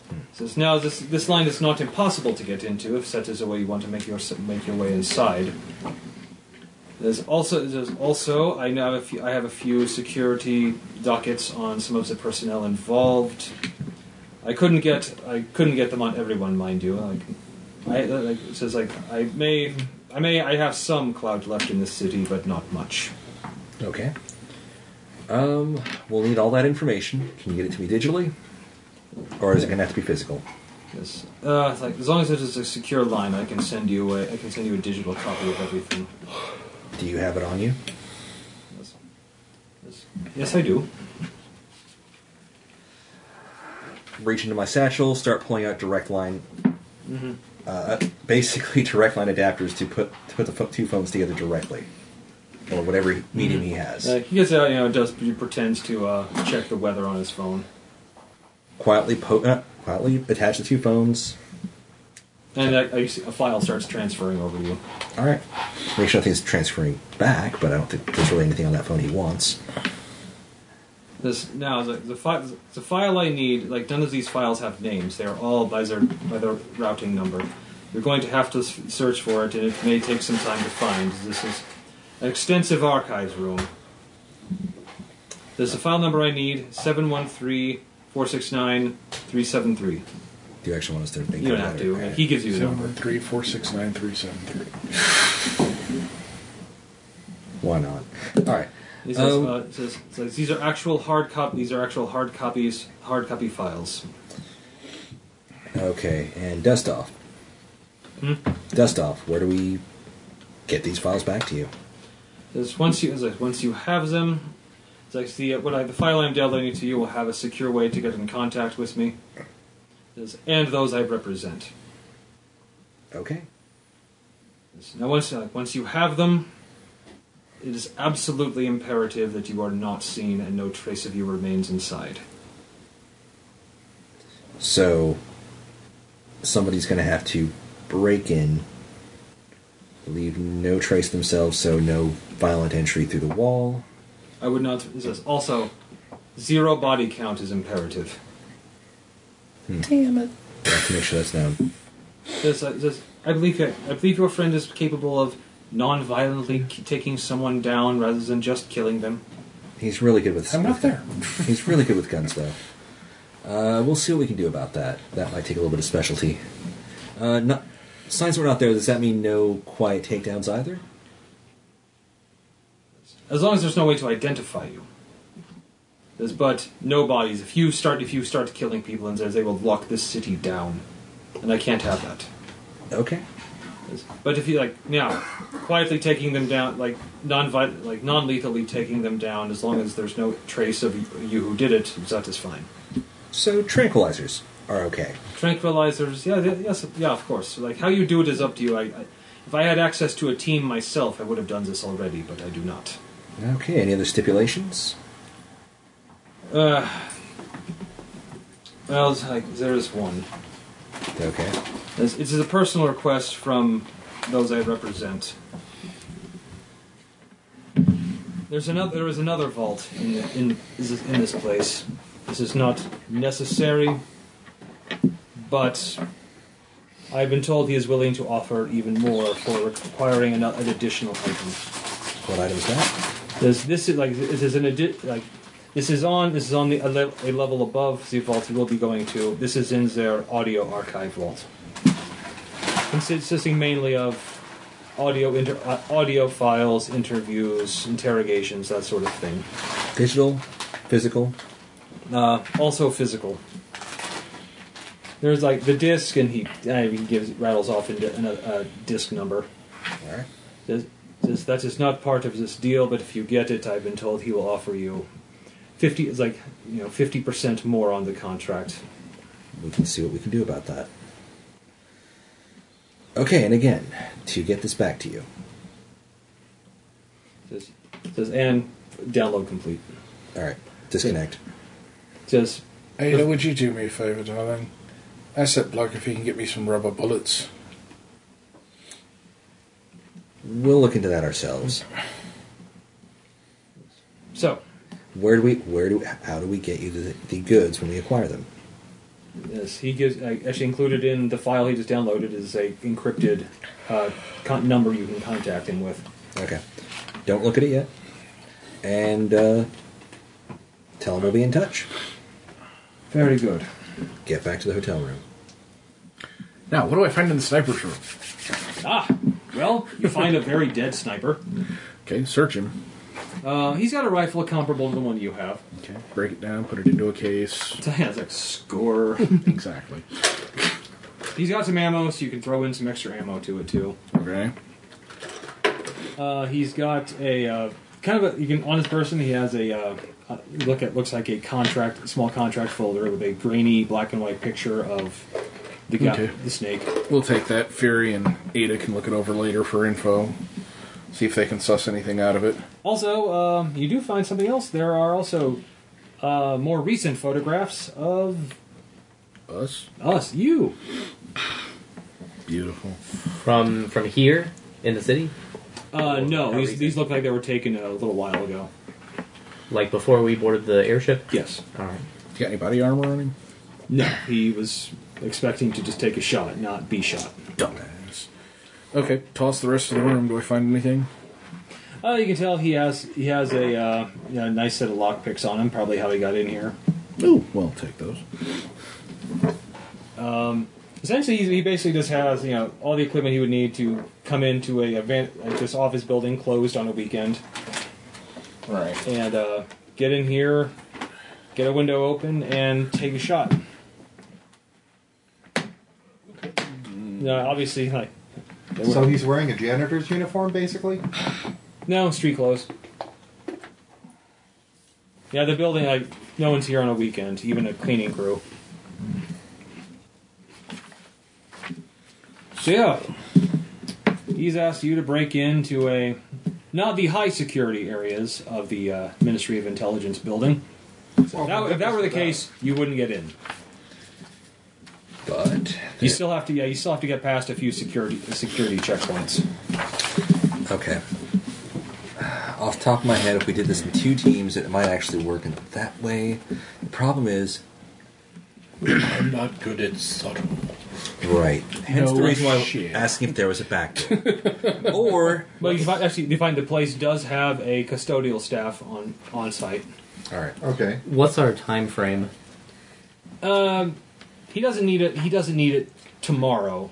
S5: It says, now this, this line is not impossible to get into if set is a way you want to make your, make your way inside. There's also, there's also, I now have a few, I have a few security dockets on some of the personnel involved. I couldn't get I couldn't get them on everyone, mind you. Like, I like, it says like I may I may I have some cloud left in this city, but not much.
S4: Okay. Um, we'll need all that information. Can you get it to me digitally? Or is it going to have to be physical?
S5: Yes. Uh, it's like as long as it is a secure line, I can send you a I can send you a digital copy of everything.
S4: Do you have it on you?
S5: Yes, yes. Yes, I do.
S4: reach into my satchel, start pulling out direct line,
S5: Mm-hmm.
S4: uh, basically direct line adapters to put to put the pho- two phones together directly, or whatever medium he has.
S5: Uh, he gets out, you know, does he pretends to uh, check the weather on his phone,
S4: Quietly, po- uh, quietly attach the two phones.
S5: and uh, you see a file starts transferring over you.
S4: All right, make sure nothing's transferring back, but I don't think there's really anything on that phone he wants.
S5: This now the the, fi- the file I need like none of these files have names. They are all by their by their routing number. You're going to have to s- search for it, and it may take some time to find. This is an extensive archives room. There's the file number I need: seven one three four six nine three seven three.
S4: Do you actually want us to?
S5: You don't have to. He gives you the number.
S11: 713-469-373.
S4: Why not? All right.
S5: He says,
S4: Um,
S5: uh, it says, it says, these are actual hard cop. These are actual hard copies, hard copy files.
S4: Okay, and dust off.
S5: Hmm?
S4: Dust off. Where do we get these files back to you?
S5: Is once you is like once you have them, it's like the what I the file I'm downloading to you will have a secure way to get in contact with me. Is and those I represent.
S4: Okay.
S5: Is- Now once like, once you have them, it is absolutely imperative that you are not seen and no trace of you remains inside.
S4: So somebody's going to have to break in, leave no trace themselves, so no violent entry through the wall.
S5: I would not. It says also, zero body count is imperative.
S4: I have to make sure that's known.
S5: Says, uh, says, I believe I believe your friend is capable of non-violently k- taking someone down rather than just killing them.
S4: He's really good with.
S11: I'm not there.
S4: He's really good with guns, though. Uh, we'll see what we can do about that. That might take a little bit of specialty. Uh, not, signs were not there. Does that mean no quiet takedowns either?
S5: As long as there's no way to identify you. There's but no bodies. If you start if you start killing people and says they will lock this city down. And I can't have that.
S4: Okay.
S5: But if you like now, quietly taking them down like non like non lethally taking them down as long as there's no trace of you who did it, that is fine.
S4: So tranquilizers are okay.
S5: Tranquilizers, yeah, yeah, yes, yeah, of course. Like how you do it is up to you. I, I if I had access to a team myself, I would have done this already, but I do not.
S4: Okay. Any other stipulations?
S5: Uh, well, it's like, there is one.
S4: Okay.
S5: This, this is a personal request from those I represent. There's another. There is another vault in the, in is this- in this place. This is not necessary, but I've been told he is willing to offer even more for requiring an, an additional item.
S4: What item is that?
S5: There's, this is like this is an addi- like this is on this is on the a, le- a level above the vault you will be going to. This is in their audio archive vault, consisting mainly of audio inter- uh, audio files, interviews, interrogations, that sort of thing.
S4: Digital, physical.
S5: Uh, also physical. There's like the disc, and he uh, he gives rattles off into another uh, disc number.
S4: All right.
S5: Says, says, that is not part of this deal, but if you get it, I've been told he will offer you fifty. It's like you know, fifty percent more on the contract.
S4: We can see what we can do about that. Okay, and again, to get this back to you,
S5: Says, says and download complete.
S4: All right, disconnect.
S5: Says
S12: Ada, would you do me a favour, darling? Ask that bloke if he can get me some rubber bullets.
S4: We'll look into that ourselves.
S5: so.
S4: Where do we? Where do? How do we get you the, the goods when we acquire them?
S5: Yes, he gives. I Actually, included in the file he just downloaded is a encrypted uh, con- number you can contact him with.
S4: Okay. Don't look at it yet. And uh, tell him we'll be in touch.
S5: Very good.
S4: Get back to the hotel room.
S2: Now, what do I find in the sniper's room?
S5: Ah, well, you find a very dead sniper.
S2: Okay, search him.
S5: Uh, he's got a rifle comparable to the one you have.
S2: Okay, break it down, put it into a case.
S5: It's like score.
S2: exactly.
S5: he's got some ammo, so you can throw in some extra ammo to it too.
S2: Okay.
S5: Uh, he's got a uh, kind of a you can on his person. He has a uh, uh, look at looks like a contract, small contract folder with a grainy black and white picture of the guy,
S2: Okay.
S5: the snake.
S2: We'll take that. Fury and Ada can look it over later for info. See if they can suss anything out of it.
S5: Also, um, you do find something else. There are also uh, more recent photographs of
S2: Us?
S5: us, you.
S2: Beautiful.
S3: From from here in the city,
S5: Uh, no,
S3: How
S5: these,
S3: recent?
S5: these look like they were taken a little while ago.
S3: like before we boarded the airship.
S5: Yes.
S3: All right.
S2: You got any body armor on him?
S5: No, he was expecting to just take a shot, not be shot.
S2: Dumbass. Okay, toss the rest of the room. Do I find anything?
S5: Uh, you can tell he has he has a, uh, a nice set of lockpicks on him. Probably how he got in here.
S2: Ooh, well, take those.
S5: Essentially, he he basically just has you know all the equipment he would need to come into a event, like this office building closed on a weekend,
S2: Right.
S5: and uh, get in here, get a window open, and take a shot. No, obviously, like
S6: So he's wearing a janitor's uniform, basically.
S5: no street clothes. Yeah, the building like no one's here on a weekend, even a cleaning crew. So yeah, he's asked you to break into a not the high security areas of the uh, Ministry of Intelligence building. Now, if that were the case, you wouldn't get in.
S4: But
S5: You still have to, yeah, you still have to get past a few security security checkpoints.
S4: okay. Off the top of my head, if we did this in two teams, it might actually work in that way. The problem is,
S7: I'm not good at subtle.
S4: right? Hence the
S2: No
S4: reason why I'm
S2: shit.
S4: asking if there was a back door. or
S5: Well, you find, actually, you find the place does have a custodial staff on on site.
S4: all right,
S6: Okay.
S3: What's our time frame?
S5: Um, he doesn't need it. He doesn't need it tomorrow,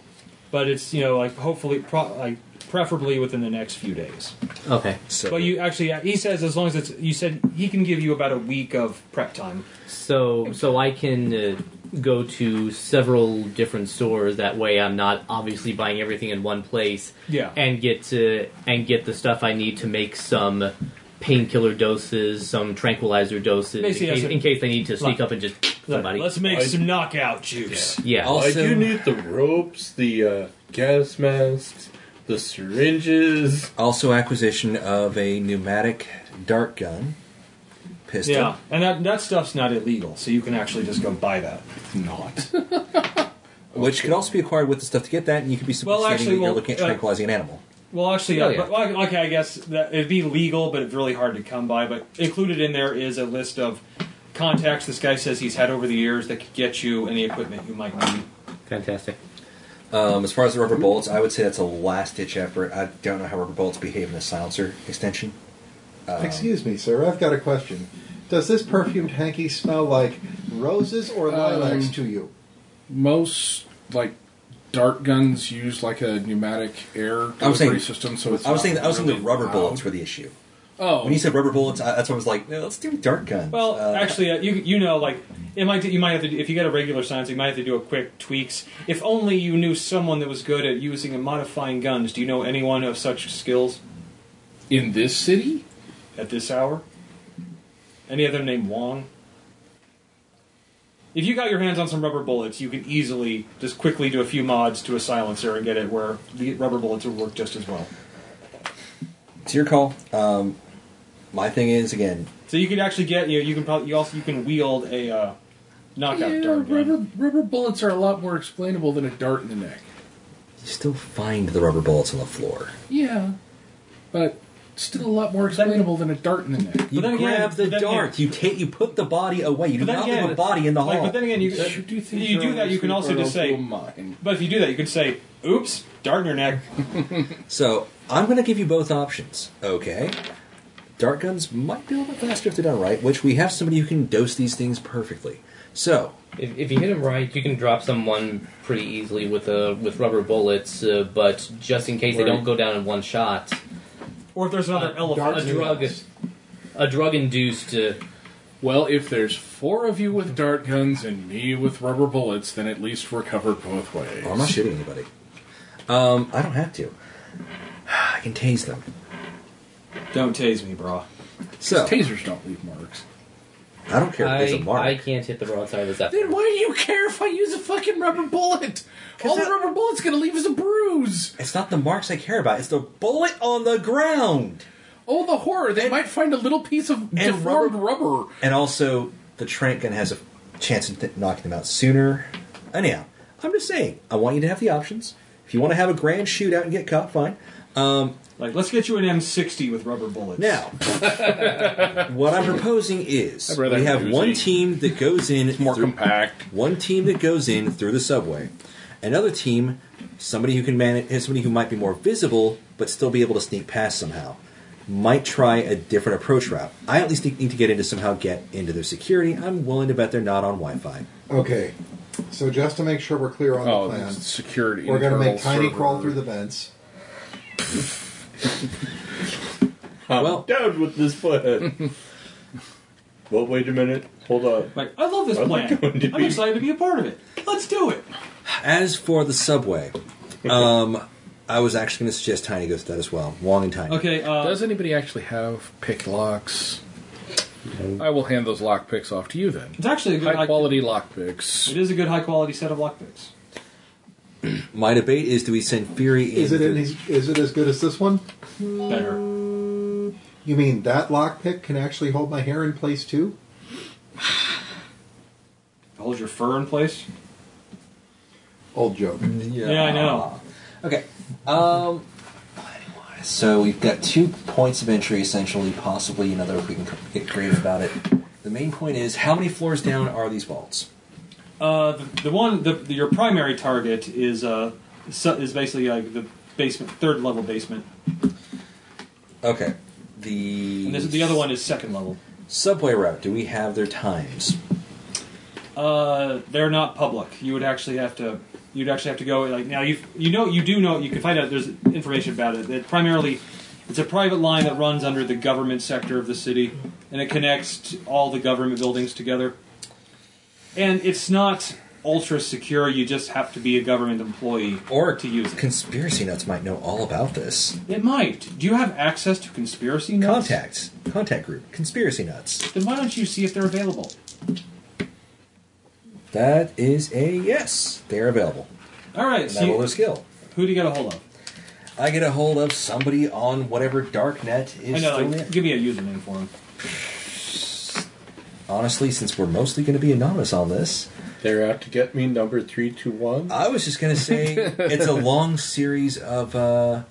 S5: but it's you know like hopefully, pro- like preferably within the next few days.
S3: Okay.
S4: so
S5: But you actually, he says as long as it's you said he can give you about a week of prep time.
S3: So so I can uh, go to several different stores. That way, I'm not obviously buying everything in one place.
S5: Yeah.
S3: And get to and get the stuff I need to make some painkiller doses, some tranquilizer doses, in
S5: Basically,
S3: case,
S5: yes,
S3: in case they need to sneak
S5: like-
S3: up and just somebody.
S5: Let's make
S7: I-
S5: some knockout juice.
S3: yeah.
S4: I'll-
S7: I
S4: Also-
S7: do need the ropes, the uh, gas masks, the syringes.
S4: also acquisition of a pneumatic dart gun, pistol.
S5: Yeah, and that that stuff's not illegal, so you can actually just go buy that. Not.
S4: Which could also be acquired with the stuff to get that, and you could be
S5: Well,
S4: supposed
S5: actually,
S4: that you're
S5: well,
S4: looking at
S5: uh,
S4: tranquilizing an animal.
S5: Well, actually, yeah.
S2: Oh, yeah.
S5: But, well, okay, I guess that it'd be legal, but it's really hard to come by. But included in there is a list of contacts this guy says he's had over the years that could get you any equipment you might need.
S3: Fantastic.
S4: Um, as far as the rubber bullets, I would say that's a last ditch effort. I don't know how rubber bullets behave in a silencer extension.
S6: Excuse me, sir. I've got a question. Does this perfumed hanky smell like roses or lilacs
S2: Um,
S6: to you?
S2: Most, like, dart guns use, like, a pneumatic air
S4: I was saying-
S2: delivery system, so it's
S4: I was thinking,
S2: not
S4: I was thinking the
S2: really
S4: rubber
S2: loud.
S4: bullets were the issue.
S2: Oh,
S4: When you said rubber bullets, I, that's what I was like. No, let's do dart guns.
S5: Well,
S4: Uh,
S5: actually, uh, you you know, like it might you might have to do- if you get a regular science, you might have to do a quick tweaks. If only you knew someone that was good at using and modifying guns. Do you know anyone of such skills
S2: in this city?
S5: at this hour? Any other name Wong? If you got your hands on some rubber bullets, you could easily just quickly do a few mods to a silencer and get it where the rubber bullets would work just as well.
S4: It's your call. Um, my thing is again,
S5: So you can actually get you. Know, you can probably you also you can wield a uh, knockout
S8: Yeah,
S5: dart gun.
S8: rubber, rubber bullets are a lot more explainable than a dart in the neck.
S4: you still find the rubber bullets on the floor.
S8: Yeah, but still a lot more explainable than a dart in the neck.
S4: You
S5: then
S4: grab
S5: again-
S4: the
S5: but then
S4: dart. you take. You put the body away. You do
S5: But then
S4: not
S5: again-
S4: leave a body in the
S5: like,
S4: hall.
S5: but then again, you,
S8: You do
S5: if
S8: things
S5: you
S8: are
S5: do that. You can also
S8: risky
S5: just
S8: for a
S5: say,
S8: little mind.
S5: but if you do that, you could say, "Oops, dart in your neck."
S4: so I'm going to give you both options. Okay. Dart guns might be a little bit faster if they're done right, which we have somebody who can dose these things perfectly. So
S3: If, if you hit them right, you can drop someone pretty easily with uh, with rubber bullets. Uh, but just in case they don't go down in one shot,
S5: Or if there's another
S3: a
S5: elephant,
S3: drug, a drug induced. Uh,
S8: Well, if there's four of you with dart guns and me with rubber bullets, then at least we're covered both ways.
S4: I'm not shooting anybody. Um, I don't have to. I can tase them.
S5: don't tase me, brah.
S4: So
S8: Tasers don't leave marks.
S4: I don't care if there's
S3: I,
S4: a mark.
S3: I can't hit the broadside of the
S8: Then
S3: Zeppelin.
S8: why do you care if I use a fucking rubber bullet? All
S4: that-
S8: the rubber bullet's gonna leave is a bruise.
S4: It's not the marks I care about. It's the bullet on the ground.
S8: Oh, the horror! They might find a little piece of
S4: and
S8: deformed rubber.
S4: And also, the Trent gun has a chance of th- knocking them out sooner. Anyhow, I'm just saying, I want you to have the options. If you want to have a grand shootout and get caught, fine. Um,
S5: Like, let's get you an M60 with rubber bullets.
S4: now, what I'm proposing is
S8: I'd rather
S4: we have
S8: have
S4: one
S8: Uzi.
S4: team that goes in
S8: More
S4: through-
S8: compact.
S4: one team that goes in through the subway, another team, somebody who can manage, somebody who might be more visible but still be able to sneak past somehow, might try a different approach route. I at least need to get into somehow get into their security. I'm willing to bet they're not on Wi-Fi.
S6: Okay, so just to make sure we're clear on
S8: Oh,
S6: the plan,
S8: that's security.
S6: we're going to make
S8: internal
S6: Tiny
S8: server.
S6: crawl through the vents.
S4: well-
S7: well, down with this plan. well, wait a minute. Hold on.
S5: Like, I love this
S7: I'm
S5: plan.
S7: not going to
S5: I'm
S7: be-
S5: excited to be a part of it. Let's do it.
S4: As for the subway, um, I was actually going to suggest Tiny goes to that as well. Wong and Tiny.
S5: Okay. Uh,
S8: Does anybody actually have pick locks? I will hand those lock picks off to you then.
S5: it's actually a good
S8: High
S5: high
S8: quality lock picks.
S5: It is a good high quality set of lockpicks.
S4: My debate is: Do we send Fury in?
S6: Is it any, is it as good as this one?
S5: Better.
S6: You mean that lockpick can actually hold my hair in place too?
S5: Hold your fur in place.
S6: Old joke.
S5: Yeah, I know.
S4: Okay. Um, so we've got two points of entry, essentially, possibly another if we can get creative about it. The main point is how many floors down are these vaults?
S5: Uh, the, the one, the, the- your primary target is uh, su- is basically like the basement, third level basement,
S4: Okay. The
S5: and this, the other one is second level.
S4: subway route. Do we have their times?
S5: Uh, they're not public. You would actually have to. You'd actually have to go like now. You you know you do know you can find out. There's information about it. That primarily, it's a private line that runs under the government sector of the city, and it connects t- all the government buildings together. And it's not ultra secure. You just have to be a government employee
S4: Or
S5: to use it.
S4: Conspiracy nuts might know all about this.
S5: It might. Do you have access to conspiracy notes?
S4: Contacts, contact group, conspiracy nuts.
S5: Then why don't you see if they're available?
S4: That is a yes. They are available.
S5: All right.
S4: And
S5: So
S4: that will
S5: you,
S4: their skill.
S5: who do you get a hold of?
S4: I get a hold of somebody on whatever dark net
S5: I
S4: is
S5: know.
S4: still
S5: Like,
S4: in-
S5: give me a username for them.
S4: Honestly, since we're mostly going to be anonymous on this,
S7: They're out to get me, number 321.
S4: I was just gonna say it's a long series of uh,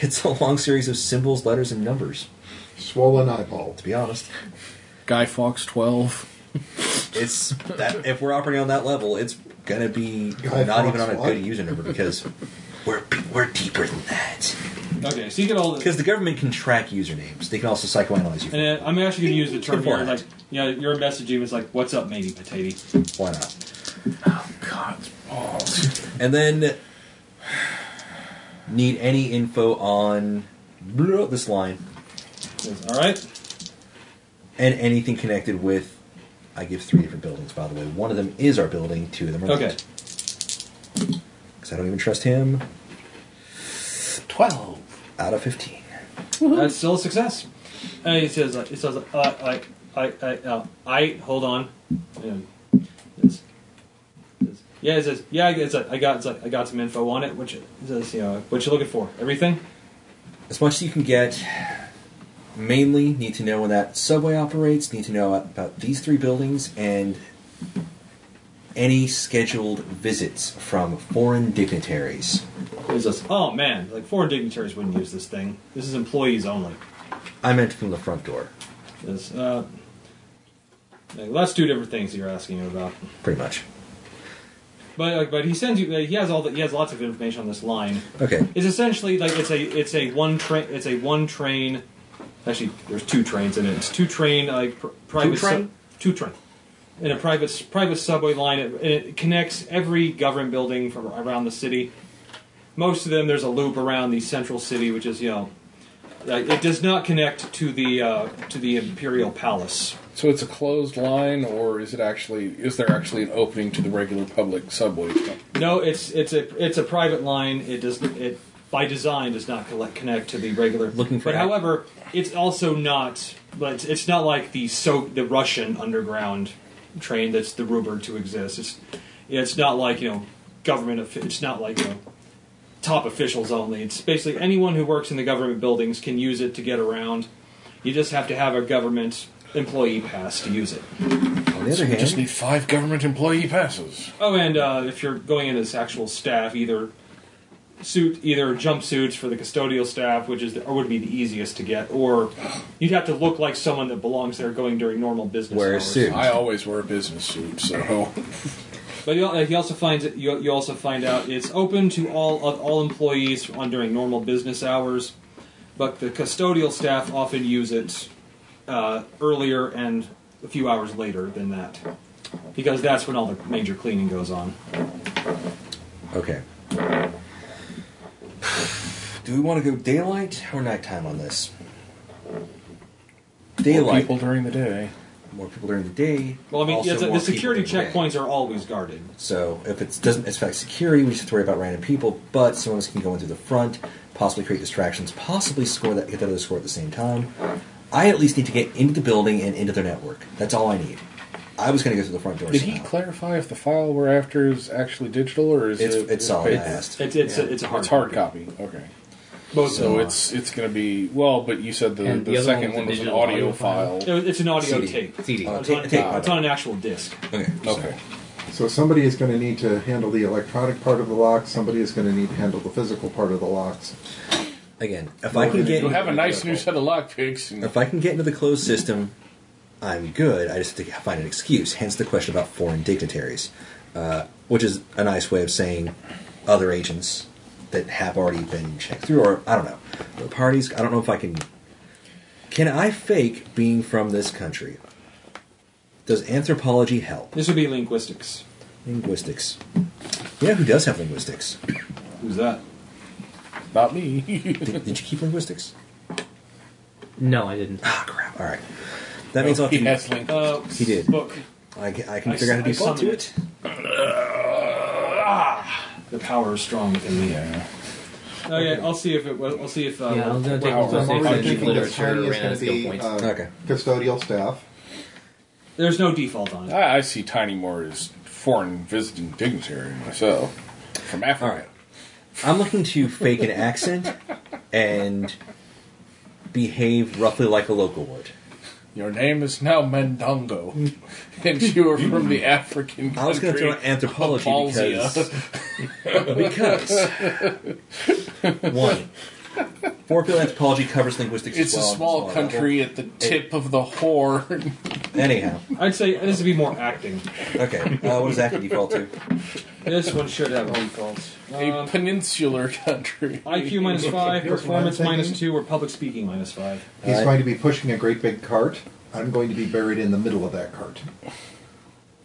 S4: it's a long series of symbols, letters, and numbers.
S6: Swollen eyeball.
S4: To be honest,
S8: Guy Fox 12.
S4: it's that if we're operating on that level, it's gonna be
S6: Guy
S4: not
S6: Fawkes
S4: even on a
S6: what?
S4: good user number because we're pe- we're deeper than that.
S5: Okay. So you get all the.
S4: Because the government can track usernames, they can also psychoanalyze you.
S5: And uh, I'm actually going to use the term
S4: Good
S5: here,
S4: point.
S5: like, you know, your messaging is like, "What's up, matey potato?"
S4: Why not?
S8: God's balls.
S4: And then need any info on blah, this line
S5: Says, All right,
S4: and anything connected with. I give three different buildings, by the way. One of them is our building. Two of them are
S5: okay.
S4: not. Because I don't even trust him. 12 out of 15.
S5: That's still a success. And it says, like, it says, uh, I, I, I, uh, I, hold on. And it's, it's, yeah, it says, yeah, it's like, I got, it's like, I got some info on it. Which it says, you know, what you looking for? Everything?
S4: as much as you can get. Mainly need to know when that subway operates, need to know about these three buildings, and any scheduled visits from foreign dignitaries.
S5: Is this? Oh man, like foreign dignitaries wouldn't use this thing. This is employees only.
S4: I meant from the front door,
S5: This, uh, like, that's two different things you're asking him about.
S4: pretty much.
S5: But like, but he sends you. He has all. The, he has lots of information on this line.
S4: Okay,
S5: It's essentially like it's a it's a one train it's a one train. Actually, there's two trains in it. It's two train like pr- private sub-
S4: train?
S5: two train. In a private s- private subway line, it, and it connects every government building from around the city. Most of them, there's a loop around the central city, which is you know, like, it does not connect to the uh, to the imperial palace.
S2: So it's a closed line, or is it actually? Is there actually an opening to the regular public subway?
S5: No, it's it's a it's a private line. It does it by design does not collect, connect to the regular.
S4: Looking for
S5: but
S4: that.
S5: however, it's also not. But it's, it's not like the so the Russian underground train that's the rumor to exist. It's it's not like you know government. offi- It's not like you know top officials only. It's basically anyone who works in the government buildings can use it to get around. You just have to have a government employee pass to use it.
S4: on the other
S2: You
S4: hand,
S2: just need five government employee passes.
S5: Oh, and uh, if you're going in as actual staff, either suit, either jumpsuits for the custodial staff, which is the, or would be the easiest to get, or you'd have to look like someone that belongs there going during normal business
S4: Wear a
S5: hours.
S4: suit.
S2: I always wear a business suit, so
S5: But you, al- you also find it- you, you also find out it's open to all of all employees on during normal business hours, but the custodial staff often use it uh, earlier and a few hours later than that, because that's when all the major cleaning goes on.
S4: Okay. Do we want to go daylight or nighttime on this? Daylight.
S2: people during the day.
S4: More people during the day.
S5: Well, I mean,
S4: also
S5: yeah, the,
S4: more
S5: the security
S4: people during the day.
S5: checkpoints are always guarded.
S4: So if it doesn't affect security, we just have to worry about random people. But someone else can go in through the front, possibly create distractions, possibly score that get that other score at the same time. I at least need to get into the building and into their network. That's all I need. I was going to go through the front door.
S2: Did he
S4: somehow.
S2: clarify if the file we're after is actually digital or is
S4: It's-
S2: it?
S4: it's solid fast.
S5: It's it's a, it's a hard.
S2: It's hard copy. Okay.
S5: Both
S2: So it's it's going to be well, but you said the,
S3: And
S2: the,
S3: the other one
S2: second
S3: was a
S2: one was an
S3: digital
S2: audio
S3: audio
S2: file.
S3: file.
S5: It- It's an audio
S4: CD.
S5: tape.
S3: CD.
S4: Uh,
S5: It's, on,
S4: tape- tape,
S5: it's on an actual disc.
S4: Okay.
S2: Okay.
S6: So somebody is going to need to handle the electronic part of the locks. Somebody is going to need to handle the physical part of the locks.
S4: Again, if I can get
S2: You have a nice new set of lockpicks. and-
S4: If I can get into the closed system, I'm good. I just have to find an excuse. Hence the question about foreign dignitaries, uh, which is a nice way of saying other agents that have already been checked through, or I don't know, the parties. I don't know if I can. Can I fake being from this country? Does anthropology help?
S5: This would be linguistics.
S4: Linguistics. Yeah, who does have linguistics?
S5: Who's that?
S2: Not me.
S4: Did, did you keep linguistics?
S3: No, I didn't.
S4: Ah, crap. All right. That means I'll have
S2: he
S4: to-
S2: has link.
S5: Uh,
S4: He did.
S5: Book.
S4: I, ca- I can
S5: I
S4: figure out how to
S5: s- I
S4: default to
S5: summoned
S4: it.
S5: The power is strong within me. Okay, I'll see if it. I'll see if. Uh,
S3: Yeah, I was gonna take
S5: well,
S3: one.
S6: I'm
S3: say
S6: already
S3: French
S6: thinking that
S3: literature
S6: Tiny
S3: ran out of
S6: is
S3: skill
S6: going to be
S3: points.
S6: uh,
S4: Okay.
S6: custodial staff.
S5: There's no default on it.
S2: I, I see Tiny more as foreign visiting dignitary myself from
S4: All
S2: Africa.
S4: right. I'm looking to fake an accent and behave roughly like a local would.
S2: Your name is now Mandongo, and you are from the African country.
S4: I was going to throw out anthropology because,
S2: Balzia.
S4: because one, four people anthropology covers linguistics.
S2: It's a
S4: as well,
S2: small
S4: level.
S2: country at the tip of the horn.
S4: Anyhow,
S5: I'd say this would be more acting.
S4: okay. Uh, what does that default to?
S5: This one should have a default.
S2: a
S5: Um,
S2: peninsular country.
S5: IQ minus five,
S6: Here's what I'm
S5: performance minus
S6: thinking.
S5: two, or public speaking minus five.
S6: He's
S4: Alright.
S6: going to be pushing a great big cart. I'm going to be buried in the middle of that cart.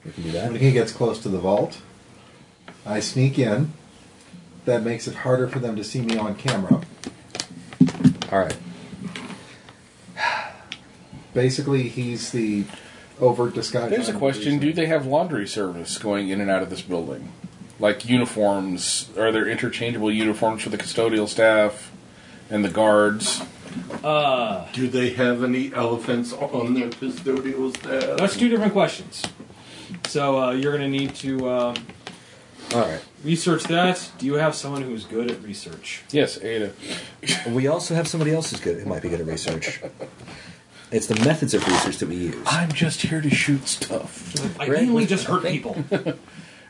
S4: We can do
S6: When
S4: that.
S6: he gets close to the vault, I sneak in. That makes it harder for them to see me on camera.
S4: All right.
S6: Basically, he's the overt disguise.
S2: There's a
S6: I'm
S2: question: Do
S6: using.
S2: they have laundry service going in and out of this building? Like uniforms? Are there interchangeable uniforms for the custodial staff and the guards?
S7: Do they have any elephants on their custodial staff?
S5: That's two different questions. So uh, you're going to need to. Uh,
S4: All right.
S5: Research that. Do you have someone who's good at research?
S2: Yes, Ada.
S4: We also have somebody else who's good, who might be good at research. It's the methods of research that we use.
S2: I'm just here to shoot stuff.
S5: I
S4: Greg,
S5: mainly
S4: what's-
S5: just hurt people.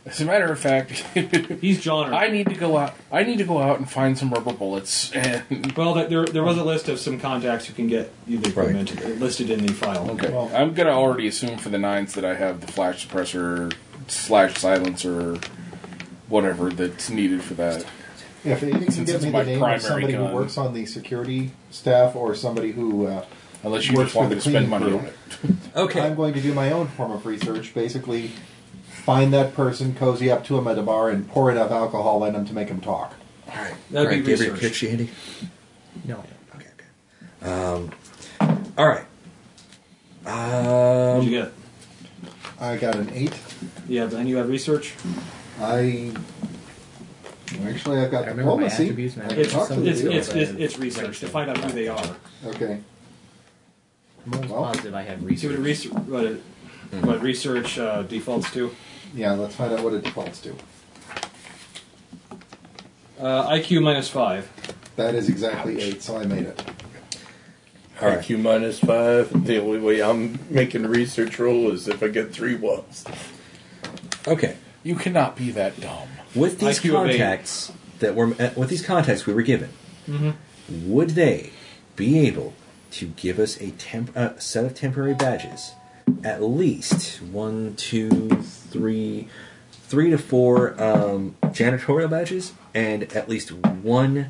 S2: As a matter of fact,
S5: He's John.
S2: I need to go out. I need to go out and find some rubber bullets. And
S5: well, that- there, there was a list of some contacts who can get you the
S4: Right.
S5: equipment listed in the file.
S2: okay,
S6: Well-
S2: I'm gonna already assume for the nines that I have the flash suppressor slash silencer, whatever that's needed for that.
S6: If you can
S2: Since
S6: get
S2: it's
S6: me
S2: my
S6: the name
S2: primary
S6: of somebody
S2: gun.
S6: who works on the security staff or somebody who, uh,
S2: Unless you
S6: Works
S2: just want me to
S6: for the
S2: spend
S6: cleaning
S2: money
S6: crew.
S2: on it.
S6: I'm
S4: Okay.
S6: going to do my own form of research. Basically, find that person, cozy up to him at a bar, and pour enough alcohol in him to make him talk.
S5: That'd
S4: All right,
S5: be
S4: do you have
S5: research.
S4: your picture handy?
S6: No.
S4: Okay, okay. Um, all right.
S5: What'd
S4: Um,
S5: you get?
S6: I got an eight.
S5: Yeah, and you have research.
S6: I actually I've got
S13: I remember my
S6: diplomacy.
S13: attributes now.
S6: I can
S5: It's
S6: talk to the
S5: it's,
S6: dealer.
S5: it's, it's, it's research to find out who they are.
S6: Okay.
S13: I'm almost
S6: Well.
S13: positive I have
S5: See what
S13: research.
S5: a research what, it, what research uh, defaults to.
S6: Yeah, let's find out what it defaults to.
S5: Uh, IQ minus five.
S6: That is exactly eight, so I made it.
S4: all right.
S7: IQ minus five. The only way I'm making a research roll is if I get three ones.
S4: Okay.
S2: You cannot be that dumb.
S4: With these
S5: IQ of eight.
S4: contacts that were uh, with these contacts we were given,
S5: Mm-hmm.
S4: would they be able to give us a temp, uh, set of temporary badges? At least one, two, three, three to four um, janitorial badges, and at least one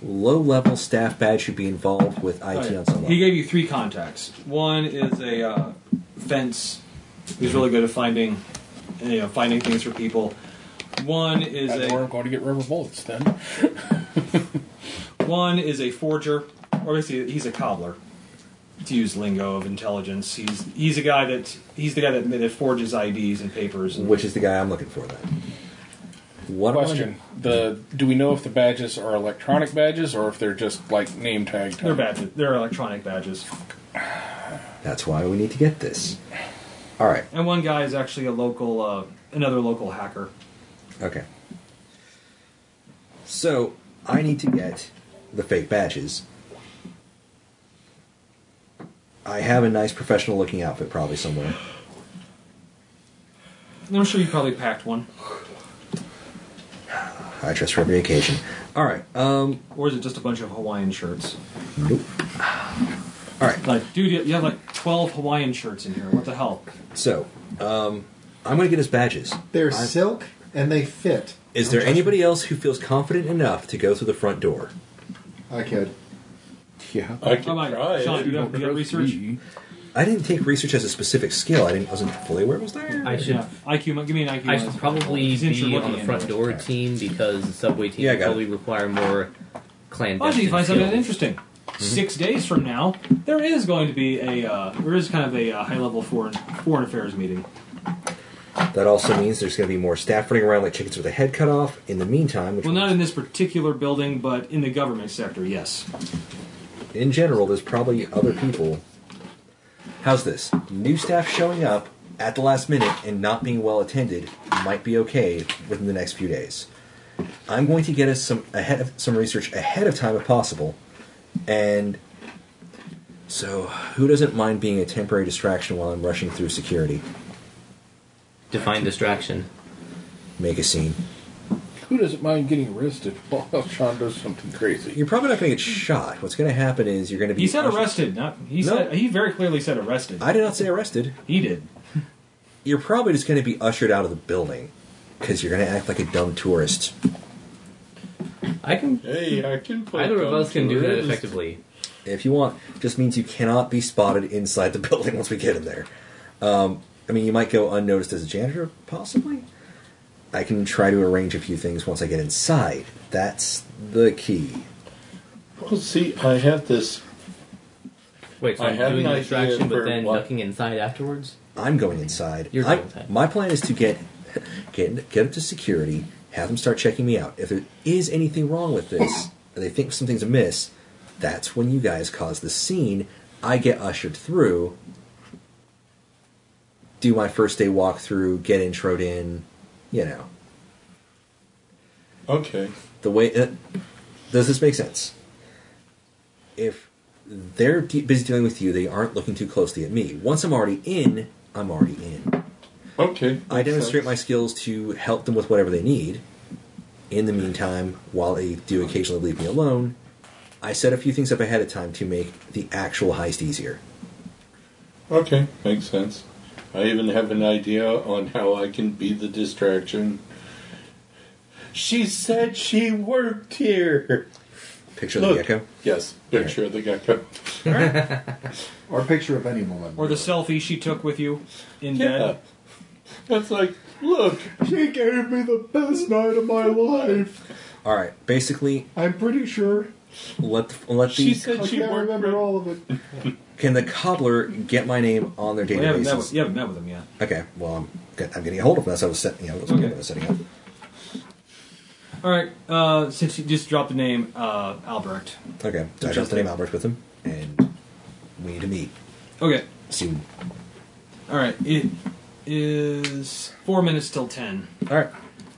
S4: low-level staff badge should be involved with IT
S5: Right.
S4: on some level.
S5: He gave you three contacts. One is a uh, fence who's really good at finding, you know, finding things for people. One is
S2: That's where I'm
S5: a
S2: going to get rubber bullets. Then
S5: one is a forger, or basically he's a cobbler. To use lingo of intelligence, he's he's a guy that he's the guy that, that forges IDs and papers. And,
S4: which is the guy I'm looking for. Then. What I wanna
S2: question: the Do we know if the badges are electronic badges or if they're just like name tag?
S5: they're
S2: type?
S5: badges. They're electronic badges.
S4: do- That's why we need to get this. All right.
S5: And one guy is actually a local, uh, another local hacker.
S4: Okay. So I need to get the fake badges. I have a nice professional looking outfit probably somewhere.
S5: And I'm sure you probably packed one,
S4: I dress for every occasion. All right. Um.
S5: or is it just a bunch of Hawaiian shirts?
S4: Nope. All right.
S5: Like, dude, you you have like 12 Hawaiian shirts in here. What the hell?
S4: So, um, I'm going to get his badges.
S6: They're
S4: I'm-
S6: silk and they fit.
S4: Is there anybody else who feels confident enough to go through the front door?
S6: I could.
S14: Yeah.
S7: I can
S5: Oh my
S7: try
S5: Sean,
S7: it.
S5: you have, you have research?
S4: I didn't take research as a specific skill. I didn't wasn't fully aware it was there.
S3: I should
S5: Yeah. IQ, mi- give me an IQ.
S3: I should
S5: minus.
S3: probably
S5: Since you're
S3: be on
S5: looking
S3: the
S5: at
S3: front
S5: it.
S3: door team because the subway team
S4: Yeah, I
S3: will
S4: got it.
S3: probably require more
S5: Why do
S3: clandestine.
S5: you find something
S3: skills.
S5: interesting? Six days from now, there is going to be a uh, there is kind of a uh, high level foreign foreign affairs meeting.
S4: That also means there's going to be more staff running around like chickens with a head cut off. In the meantime, which
S5: Well, not
S4: means-
S5: in this particular building, but in the government sector, yes.
S4: in general, there's probably other people. How's this? New staff showing up at the last minute and not being well attended might be okay within the next few days. I'm going to get us some ahead of some research ahead of time if possible, and so who doesn't mind being a temporary distraction while I'm rushing through security?
S3: Define distraction.
S4: Make a scene.
S2: Who doesn't mind getting arrested while Sean does something crazy?
S4: You're probably not going to get shot. What's going to happen is you're going to be.
S5: He said arrested. Not he
S4: No.
S5: said he very clearly said arrested.
S4: I did not say arrested.
S5: he did.
S4: you're probably just going to be ushered out of the building because you're going to act like a dumb tourist.
S3: I can.
S7: Hey, I can play.
S3: Either of us can do that
S7: contours.
S3: effectively.
S4: If you want, just means you cannot be spotted inside the building once we get in there. Um, I mean, you might go unnoticed as a janitor, possibly. I can try to arrange a few things once I get inside. That's the key.
S7: Well, see, I have this.
S3: Wait, so
S7: I
S3: I'm
S7: have
S3: doing
S7: an
S3: the
S7: idea
S3: distraction,
S7: for
S3: but then
S7: what-
S3: ducking inside afterwards.
S4: I'm going inside.
S3: You're
S4: I'm-
S3: going inside.
S4: My plan is to get get get up to security, have them start checking me out. If there is anything wrong with this, or they think something's amiss, that's when you guys cause the scene. I get ushered through, do my first day walkthrough, get introed in, you know.
S7: Okay.
S4: The way uh, does this make sense? If they're de- busy dealing with you, they aren't looking too closely at me. Once I'm already in, I'm already in.
S7: Okay.
S4: I demonstrate my skills to help them with whatever they need. In the meantime, while they do occasionally leave me alone, I set a few things up ahead of time to make the actual heist easier.
S7: Okay, makes sense. I even have an idea on how I can be the distraction. She said she worked here.
S4: Picture
S7: Look.
S4: the gecko.
S7: Yes, picture of the gecko.
S6: Or a picture of any woman.
S5: Or the selfie she took with you in
S7: Yeah.
S5: bed.
S7: That's like, look,
S6: She gave me the best night of my life.
S4: All right. Basically,
S6: I'm pretty sure.
S4: let the, let the
S7: she said
S6: I
S7: she
S6: can't
S7: worked
S6: remember
S7: for-
S6: all of it.
S4: can the cobbler get my name on their
S5: We haven't, met with,
S4: databases?
S5: you haven't met with them yet.
S4: Okay. Well, I'm get, I'm getting a hold of them. That's what I was setting. You know, that's what I was setting up.
S5: All right, uh, since you just dropped the name uh, Albrecht.
S4: Okay. So I dropped the name Albert with him, and we need to meet
S5: Okay,
S4: soon.
S5: all right. It is four minutes till ten.
S4: All right.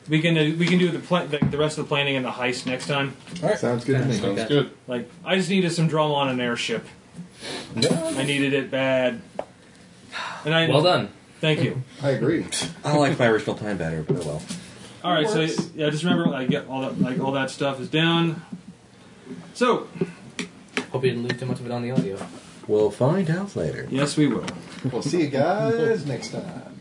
S5: We can uh, we can do the, pla- the the rest of the planning and the heist next time.
S6: Sounds good to me.
S7: Sounds good.
S5: Like I just needed some drama on an airship. I needed it bad. And I
S3: Well done.
S5: Thank you.
S6: I agree.
S4: I like my original plan better, but oh well.
S5: All right, so
S6: Works.
S5: yeah, just remember I get all that like all that stuff is down. So
S3: Hope you didn't leave too much of it on the audio.
S4: We'll find out later.
S5: yes, we will.
S6: We'll see you guys next time.